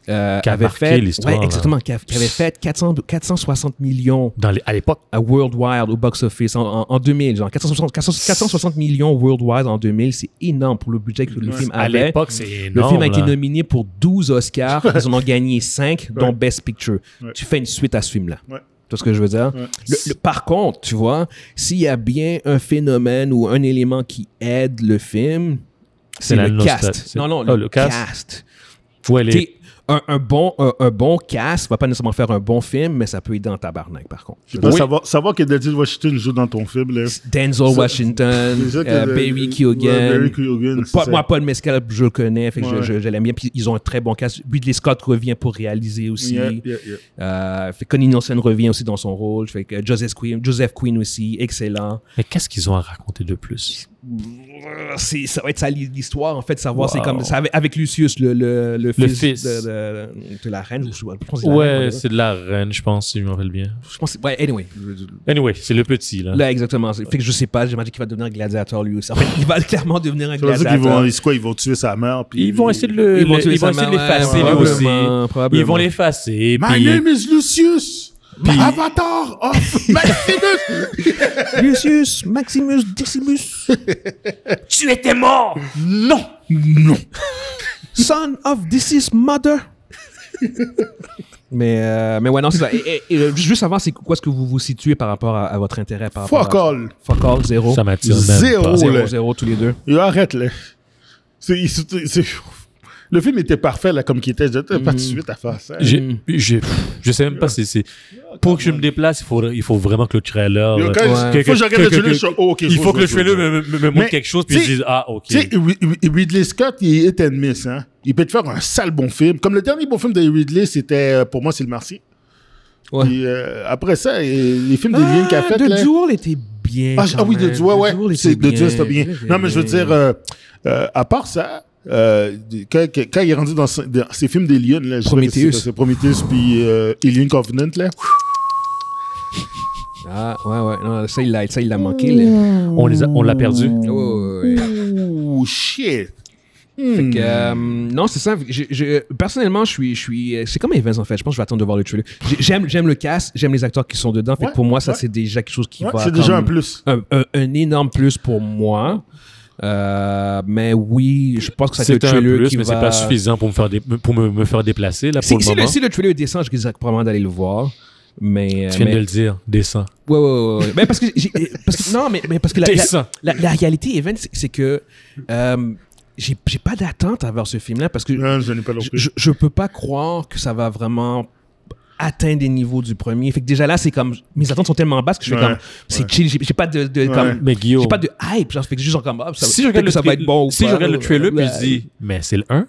[SPEAKER 1] euh,
[SPEAKER 2] Qui a
[SPEAKER 1] avait
[SPEAKER 2] marqué
[SPEAKER 1] fait,
[SPEAKER 2] l'histoire,
[SPEAKER 1] ouais,
[SPEAKER 2] là.
[SPEAKER 1] exactement, qui, a- qui avait fait 400 460 millions
[SPEAKER 2] Dans les- à l'époque,
[SPEAKER 1] à worldwide au box office en, en- en 2000, genre 460, 460 millions worldwide en 2000, c'est énorme pour le budget que le
[SPEAKER 3] Ouais.
[SPEAKER 1] film
[SPEAKER 2] à
[SPEAKER 1] avait.
[SPEAKER 2] l'époque, c'est
[SPEAKER 1] Le
[SPEAKER 2] énorme.
[SPEAKER 1] film a été
[SPEAKER 2] là.
[SPEAKER 1] nominé pour 12 Oscars. Ils en ont gagné 5, dont Best Picture.
[SPEAKER 3] Ouais.
[SPEAKER 1] Tu fais une suite à ce film-là.
[SPEAKER 3] Ouais.
[SPEAKER 1] Tu vois ce que je veux dire?
[SPEAKER 3] Ouais.
[SPEAKER 1] Le- le- par contre, tu vois, s'il y a bien un phénomène ou un élément qui aide le film, c'est
[SPEAKER 2] la
[SPEAKER 1] le
[SPEAKER 2] nostal-
[SPEAKER 1] cast.
[SPEAKER 2] c'est-
[SPEAKER 1] Non, non,
[SPEAKER 2] Ah,
[SPEAKER 1] le,
[SPEAKER 2] le
[SPEAKER 1] cast.
[SPEAKER 2] cast. Faut aller-
[SPEAKER 1] T'es- Un, un bon, un, un bon cast va pas nécessairement faire un bon film, mais ça peut aider en tabarnak, par contre.
[SPEAKER 3] Je sais pas, savoir, savoir que Denzel Washington joue dans ton film. là.
[SPEAKER 1] Denzel
[SPEAKER 3] Ça-
[SPEAKER 1] Washington,
[SPEAKER 3] Déjà que
[SPEAKER 1] euh,
[SPEAKER 3] le-
[SPEAKER 1] Barry
[SPEAKER 3] Ouais,
[SPEAKER 1] Keoghan,
[SPEAKER 3] Barry Keoghan. c'est
[SPEAKER 1] Paul-
[SPEAKER 3] ça.
[SPEAKER 1] moi, Paul Mescal, je le connais, fait que je-
[SPEAKER 3] Ouais.
[SPEAKER 1] je, je l'aime bien. Puis ils ont un très bon cast. Ridley Scott revient pour réaliser aussi.
[SPEAKER 3] Yeah, yeah, yeah.
[SPEAKER 1] Euh, fait que Connie Nielsen revient aussi dans son rôle. Fait que Joseph Quinn, Joseph Quinn aussi, excellent.
[SPEAKER 2] Mais qu'est-ce qu'ils ont à raconter de plus?
[SPEAKER 1] C'est, ça va être ça l'histoire, en fait, de savoir.
[SPEAKER 2] Wow.
[SPEAKER 1] C'est comme ça, avec, avec Lucius, le, le, le fils,
[SPEAKER 2] fils.
[SPEAKER 1] De, de- de la reine. Je, je pense que c'est la reine,
[SPEAKER 2] Ouais,
[SPEAKER 1] ouais.
[SPEAKER 2] c'est de la reine, je pense, si je me rappelle bien.
[SPEAKER 1] Je pense que c'est- ouais, anyway.
[SPEAKER 2] Anyway, c'est le petit, là.
[SPEAKER 1] Là, exactement. Fait que je sais pas, j'imagine qu'il va devenir gladiateur lui aussi. En fait, il va clairement devenir un
[SPEAKER 3] Ça veut dire qu'ils vont,
[SPEAKER 1] gladiateur.
[SPEAKER 3] ils, quoi, ils vont tuer sa mère. Puis
[SPEAKER 2] Ils vont essayer de le- le- ils vont
[SPEAKER 1] tuer sa
[SPEAKER 2] essayer
[SPEAKER 1] mère,
[SPEAKER 2] de l'effacer,
[SPEAKER 1] ouais,
[SPEAKER 2] lui aussi.
[SPEAKER 1] probablement,
[SPEAKER 2] Ils vont
[SPEAKER 1] probablement.
[SPEAKER 2] l'effacer,
[SPEAKER 3] My
[SPEAKER 2] puis...
[SPEAKER 3] name is Lucius! Avatar of Maximus!
[SPEAKER 1] Lucius, Maximus, Decimus.
[SPEAKER 2] Tu étais mort!
[SPEAKER 3] non! Non!
[SPEAKER 1] Son of this is mother. mais, euh, mais ouais, non, c'est ça. Et, et- et, euh, juste savoir, c'est quoi est-ce que vous vous situez par rapport à, à votre intérêt par rapport
[SPEAKER 3] Fuck
[SPEAKER 1] à...
[SPEAKER 3] all!
[SPEAKER 1] Fuck all, zéro.
[SPEAKER 2] Ça m'attire même
[SPEAKER 3] Zéro.
[SPEAKER 2] pas.
[SPEAKER 1] Zéro,
[SPEAKER 3] là.
[SPEAKER 1] zéro, tous les deux.
[SPEAKER 3] Et arrête, là. C'est, il- c'est- c'est- le film était parfait, là, comme qu'il était. J'étais
[SPEAKER 1] Mm.
[SPEAKER 3] pas de suite à faire ça.
[SPEAKER 2] J'ai- j'ai- pff, je sais même pas si c'est... Pour que je me déplace, il faut, il faut vraiment que le trailer...
[SPEAKER 3] Yo,
[SPEAKER 2] euh,
[SPEAKER 3] quand je-
[SPEAKER 2] que-
[SPEAKER 3] faut que je regarde le trailer,
[SPEAKER 2] que-
[SPEAKER 3] je suis, oh, ok,
[SPEAKER 2] Il
[SPEAKER 3] faut
[SPEAKER 2] faut
[SPEAKER 3] que
[SPEAKER 2] que le
[SPEAKER 3] je vois
[SPEAKER 2] trailer
[SPEAKER 3] ça.
[SPEAKER 2] me, me- me
[SPEAKER 3] Mais,
[SPEAKER 2] montre quelque chose, puis
[SPEAKER 3] tu
[SPEAKER 2] je
[SPEAKER 3] sais-
[SPEAKER 2] dise, ah, OK.
[SPEAKER 3] Tu sais, Ri- Ri- Ridley Scott, il est hit and miss, hein. Il peut te faire un sale bon film. Comme le dernier bon film de Ridley, c'était, euh, pour moi, c'est Le Martien.
[SPEAKER 1] Ouais.
[SPEAKER 3] Puis, euh, après ça, et les films des liens qu'a
[SPEAKER 1] Ah,
[SPEAKER 3] fait.
[SPEAKER 1] The
[SPEAKER 3] là-
[SPEAKER 1] Duel était bien.
[SPEAKER 3] Ah, ah oui,
[SPEAKER 1] de
[SPEAKER 3] The Duel, ouais. C'est, The Duel, c'était bien. Non, mais je veux dire, euh, euh, à part ça, euh, quand, quand- quand il est rendu dans, ce- dans ces films d'Alien, là, je sais pas
[SPEAKER 1] Prometheus.
[SPEAKER 3] qu'est-ce que C'est, c'est Prometheus puis euh, Alien Covenant, là.
[SPEAKER 1] Ah, ouais, ouais. Non, ça, il l'a, ça, il l'a manqué. Là.
[SPEAKER 2] On les a- on l'a perdu.
[SPEAKER 1] Ouais, ouais, ouais.
[SPEAKER 3] Ouh, shit.
[SPEAKER 1] Fait
[SPEAKER 3] Hmm.
[SPEAKER 1] que, euh, non, c'est ça. Je- je- personnellement, je suis, je suis. euh, C'est comme Evans en fait. Je pense que je vais attendre de voir le trailer. J'ai- J'aime, j'aime le cast, j'aime les acteurs qui sont dedans. Fait que
[SPEAKER 3] Ouais,
[SPEAKER 1] pour moi, ça
[SPEAKER 3] ouais.
[SPEAKER 1] c'est déjà quelque chose qui
[SPEAKER 3] Ouais,
[SPEAKER 1] va.
[SPEAKER 3] c'est déjà un
[SPEAKER 1] comme-
[SPEAKER 3] plus.
[SPEAKER 1] un, un- un énorme plus pour moi. Euh, mais oui, je pense que ça va être
[SPEAKER 2] C'est
[SPEAKER 1] le
[SPEAKER 2] un
[SPEAKER 1] trailer
[SPEAKER 2] plus,
[SPEAKER 1] qui
[SPEAKER 2] mais
[SPEAKER 1] va...
[SPEAKER 2] c'est pas suffisant pour me faire, dé- pour me, me faire déplacer, là,
[SPEAKER 1] Si,
[SPEAKER 2] pour le
[SPEAKER 1] si
[SPEAKER 2] moment.
[SPEAKER 1] le, si le trailer descend, je risque probablement d'aller le voir. Mais,
[SPEAKER 2] Tu
[SPEAKER 1] euh,
[SPEAKER 2] viens
[SPEAKER 1] mais-
[SPEAKER 2] de le dire, descends.
[SPEAKER 1] ouais, ouais, ouais, ouais. Mais parce que, j'ai- euh, parce que- non, mais, mais parce que la, la,
[SPEAKER 2] Descends.
[SPEAKER 1] la- la réalité, Evan, c'est c'est que euh, j'ai j'ai pas d'attente à voir ce film-là parce que
[SPEAKER 3] Non, je n'ai pas
[SPEAKER 1] je-
[SPEAKER 3] compris.
[SPEAKER 1] je, je peux pas croire que ça va vraiment atteindre les niveaux du premier. Fait que déjà là, c'est comme mes attentes sont tellement basses que je fais
[SPEAKER 3] Ouais,
[SPEAKER 1] comme c'est chill, j'ai j'ai pas de, de-
[SPEAKER 3] Ouais.
[SPEAKER 1] comme,
[SPEAKER 2] Mais Guillaume,
[SPEAKER 1] j'ai pas de hype, genre, fait que juste genre comme, ah, ça,
[SPEAKER 2] si je
[SPEAKER 1] peut-être
[SPEAKER 2] regarde le,
[SPEAKER 1] que ça va être bon ou
[SPEAKER 2] si
[SPEAKER 1] pas,
[SPEAKER 2] je regarde le
[SPEAKER 1] ou-
[SPEAKER 2] trailer, puis
[SPEAKER 1] Ouais.
[SPEAKER 2] je dis, mais c'est le 1.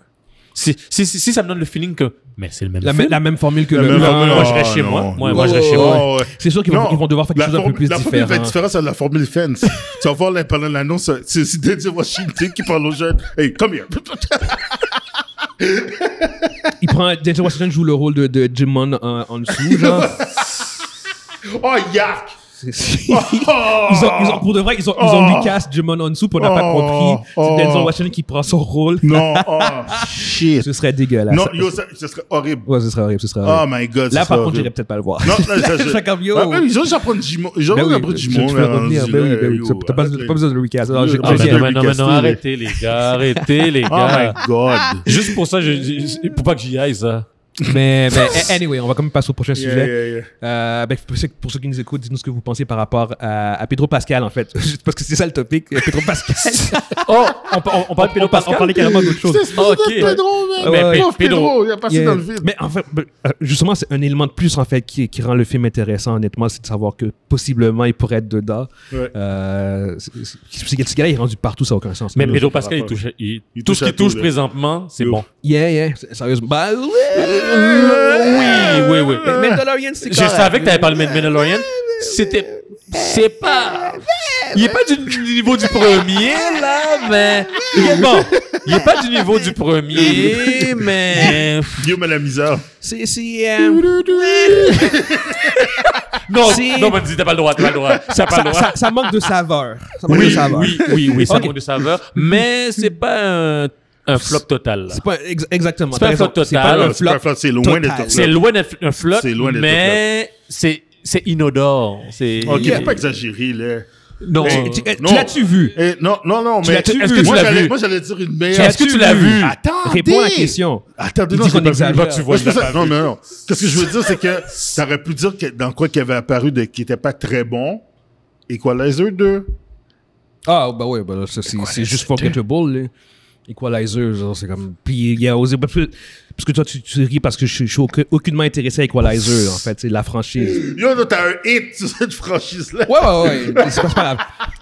[SPEAKER 2] Si, si, si, si ça me donne le feeling que, mais c'est le même
[SPEAKER 1] La,
[SPEAKER 2] film.
[SPEAKER 1] me- la même formule que
[SPEAKER 3] La
[SPEAKER 1] le.
[SPEAKER 3] même
[SPEAKER 1] le-
[SPEAKER 3] formule,
[SPEAKER 2] moi,
[SPEAKER 3] oh,
[SPEAKER 2] je reste chez
[SPEAKER 3] non.
[SPEAKER 2] moi. Moi,
[SPEAKER 1] Ouais,
[SPEAKER 2] moi, je reste chez
[SPEAKER 1] ouais,
[SPEAKER 2] moi.
[SPEAKER 1] ouais.
[SPEAKER 3] Oh, ouais.
[SPEAKER 1] C'est sûr qu'ils
[SPEAKER 3] Non,
[SPEAKER 1] vont, ils vont devoir faire quelque
[SPEAKER 3] la
[SPEAKER 1] chose d'un peu
[SPEAKER 3] forme-
[SPEAKER 1] plus
[SPEAKER 3] La
[SPEAKER 1] différent.
[SPEAKER 3] formule va être différente, c'est la formule fence. tu vas voir là, pendant l'annonce, c'est c'est Denzel Washington qui parle aux jeunes. Hey, come here.
[SPEAKER 1] Il prend. Denzel Washington joue le rôle de, de Jim Mon en, en dessous, genre.
[SPEAKER 3] oh, yak!
[SPEAKER 1] C'est- c'est- ils, ont, ils ont- pour de vrai, ils ont, ils ont
[SPEAKER 3] Oh.
[SPEAKER 1] recast Jim Mon en dessous, puis on n'a pas
[SPEAKER 3] Oh.
[SPEAKER 1] compris.
[SPEAKER 3] Oh.
[SPEAKER 1] C'est Denzel Washington qui prend son rôle.
[SPEAKER 3] Non, oh, shit.
[SPEAKER 1] Ce serait dégueulasse.
[SPEAKER 3] Non,
[SPEAKER 1] Ça-
[SPEAKER 3] yo, ça, ce serait horrible.
[SPEAKER 1] Ouais, ce serait horrible, ce serait
[SPEAKER 3] Oh
[SPEAKER 1] horrible.
[SPEAKER 3] my god,
[SPEAKER 1] Là, par
[SPEAKER 3] ça serait
[SPEAKER 1] contre, j'irais
[SPEAKER 3] horrible.
[SPEAKER 1] peut-être pas le voir.
[SPEAKER 3] Non, là, ça,
[SPEAKER 1] Je serais comme yo.
[SPEAKER 3] Ah, oui, ils ont déjà pris Jimon. Ils ont
[SPEAKER 1] Ben oui,
[SPEAKER 3] déjà pris
[SPEAKER 1] je-
[SPEAKER 3] Jimon.
[SPEAKER 1] je peux
[SPEAKER 3] là,
[SPEAKER 1] revenir,
[SPEAKER 3] rendu
[SPEAKER 1] ben oui,
[SPEAKER 3] là,
[SPEAKER 1] ben oui,
[SPEAKER 3] euh, yo,
[SPEAKER 1] ça- T'as pas
[SPEAKER 3] arrête,
[SPEAKER 1] pas besoin de le recast. Alors, j'ai-
[SPEAKER 3] Ah,
[SPEAKER 2] Ah,
[SPEAKER 1] j'ai-
[SPEAKER 2] mais
[SPEAKER 3] ben,
[SPEAKER 1] j'ai-
[SPEAKER 2] non, mais non, mais non,
[SPEAKER 3] Castillo.
[SPEAKER 2] arrêtez les gars, arrêtez les
[SPEAKER 3] Oh
[SPEAKER 2] gars.
[SPEAKER 3] my god.
[SPEAKER 2] Juste pour ça, je- je- pour pas que j'y aille, ça.
[SPEAKER 1] Mais mais, eh, anyway, on va quand même passer au prochain
[SPEAKER 3] Yeah,
[SPEAKER 1] sujet.
[SPEAKER 3] yeah, yeah.
[SPEAKER 1] Euh, ben, pour, ceux, pour ceux qui nous écoutent, dites-nous ce que vous pensez par rapport à, à Pedro Pascal, en fait. Juste Parce que c'est ça le topic, euh, Pedro Pascal.
[SPEAKER 2] Oh, on, on, on parle de Pedro Pascal?
[SPEAKER 1] on parlait carrément d'autre chose.
[SPEAKER 3] C'est
[SPEAKER 2] Ok.
[SPEAKER 3] c'est Oh, Pedro,
[SPEAKER 1] Ah
[SPEAKER 3] man.
[SPEAKER 1] ouais,
[SPEAKER 3] Le
[SPEAKER 1] ouais.
[SPEAKER 3] pauvre
[SPEAKER 2] Pedro.
[SPEAKER 3] Pedro, il a passé
[SPEAKER 1] Yeah.
[SPEAKER 3] dans le vide.
[SPEAKER 1] Mais en fait, ben, euh, justement, c'est un élément de plus, en fait, qui, qui rend le film intéressant, honnêtement, c'est de savoir que possiblement il pourrait être dedans.
[SPEAKER 3] Ouais.
[SPEAKER 1] Euh, c'est- c'est- c'est- ce gars-là, il est rendu partout, ça n'a aucun sens.
[SPEAKER 2] Mais
[SPEAKER 1] Ouais.
[SPEAKER 2] Pedro Pascal, il touche, il-
[SPEAKER 3] Il
[SPEAKER 2] tout
[SPEAKER 3] touche
[SPEAKER 2] ce
[SPEAKER 3] à
[SPEAKER 2] qu'il
[SPEAKER 3] tout,
[SPEAKER 2] touche
[SPEAKER 3] là.
[SPEAKER 2] présentement, c'est
[SPEAKER 3] Yo.
[SPEAKER 2] bon.
[SPEAKER 1] Yeah, yeah, c'est- sérieusement. Bah, ouais.
[SPEAKER 2] Oui, oui, oui.
[SPEAKER 1] Mais Mandalorian, c'est
[SPEAKER 2] Je
[SPEAKER 1] correct.
[SPEAKER 2] savais que t'avais parlé de Mandalorian. C'était. C'est pas. Il est pas du niveau du premier, là, mais. Bon. Il est pas du niveau du premier, mais.
[SPEAKER 3] Guillaume à la misère.
[SPEAKER 1] C'est. c'est, euh,
[SPEAKER 2] Non,
[SPEAKER 1] Si.
[SPEAKER 2] non, mais dis, t'as pas le droit, t'as pas le droit. T'as pas le
[SPEAKER 1] ça,
[SPEAKER 2] droit.
[SPEAKER 1] ça- ça manque de saveur. Ça manque de
[SPEAKER 2] Oui,
[SPEAKER 1] saveur.
[SPEAKER 2] oui, oui, oui, ça
[SPEAKER 1] Ok.
[SPEAKER 2] manque de saveur. Mais c'est pas un, un flop total. là.
[SPEAKER 1] C'est pas ex- exactement.
[SPEAKER 2] C'est pas
[SPEAKER 1] t'as
[SPEAKER 2] un flop
[SPEAKER 1] raison. C'est
[SPEAKER 2] total.
[SPEAKER 1] pas
[SPEAKER 3] Ah,
[SPEAKER 1] un
[SPEAKER 3] c'est pas un
[SPEAKER 1] flop.
[SPEAKER 3] flop, c'est loin d'être
[SPEAKER 1] total.
[SPEAKER 3] un
[SPEAKER 2] C'est
[SPEAKER 3] flop.
[SPEAKER 2] loin d'être un flop,
[SPEAKER 3] C'est loin d'être un
[SPEAKER 2] mais c'est c'est inodore. C'est.
[SPEAKER 3] Ok,
[SPEAKER 1] Yeah.
[SPEAKER 3] faut pas exagérer, là.
[SPEAKER 2] Non.
[SPEAKER 1] Tu- tu-
[SPEAKER 3] Euh,
[SPEAKER 1] tu
[SPEAKER 3] non.
[SPEAKER 1] L'as-tu vu?
[SPEAKER 3] Eh, non, non, non, mais.
[SPEAKER 1] l'as-tu
[SPEAKER 2] vu?
[SPEAKER 3] Moi,
[SPEAKER 2] Tu l'as
[SPEAKER 3] j'allais-
[SPEAKER 2] vu?
[SPEAKER 3] Moi, j'allais dire une meilleure.
[SPEAKER 2] Est-ce que tu l'as vu?
[SPEAKER 3] Attendez!
[SPEAKER 1] Réponds à la question.
[SPEAKER 3] Attendez,
[SPEAKER 1] Il
[SPEAKER 3] non,
[SPEAKER 1] dit
[SPEAKER 3] j'ai
[SPEAKER 1] qu'on
[SPEAKER 3] pas vu.
[SPEAKER 1] exagère.
[SPEAKER 2] Bah, tu vois,
[SPEAKER 3] Ouais, c'est
[SPEAKER 2] je l'ai
[SPEAKER 3] ça.
[SPEAKER 2] pas
[SPEAKER 3] Non,
[SPEAKER 2] vu.
[SPEAKER 3] non, non. Qu'est-ce que je veux dire, c'est que t'aurais pu dire que dans quoi qui avait apparu de, qui était pas très bon, Equalizer 2.
[SPEAKER 1] Ah, bah ouais, bah là, ça, c'est c'est juste forgettable, là. Equalizer, genre, c'est comme. Puis il y a osé. Parce que parce que toi, tu, tu ris parce que je, suis- je suis aucun- aucunement intéressé à Equalizer, en fait, c'est la franchise.
[SPEAKER 3] Yo, là, t'as un hit sur cette franchise-là.
[SPEAKER 1] Ouais, ouais, ouais. C'est pas c'est pas grave.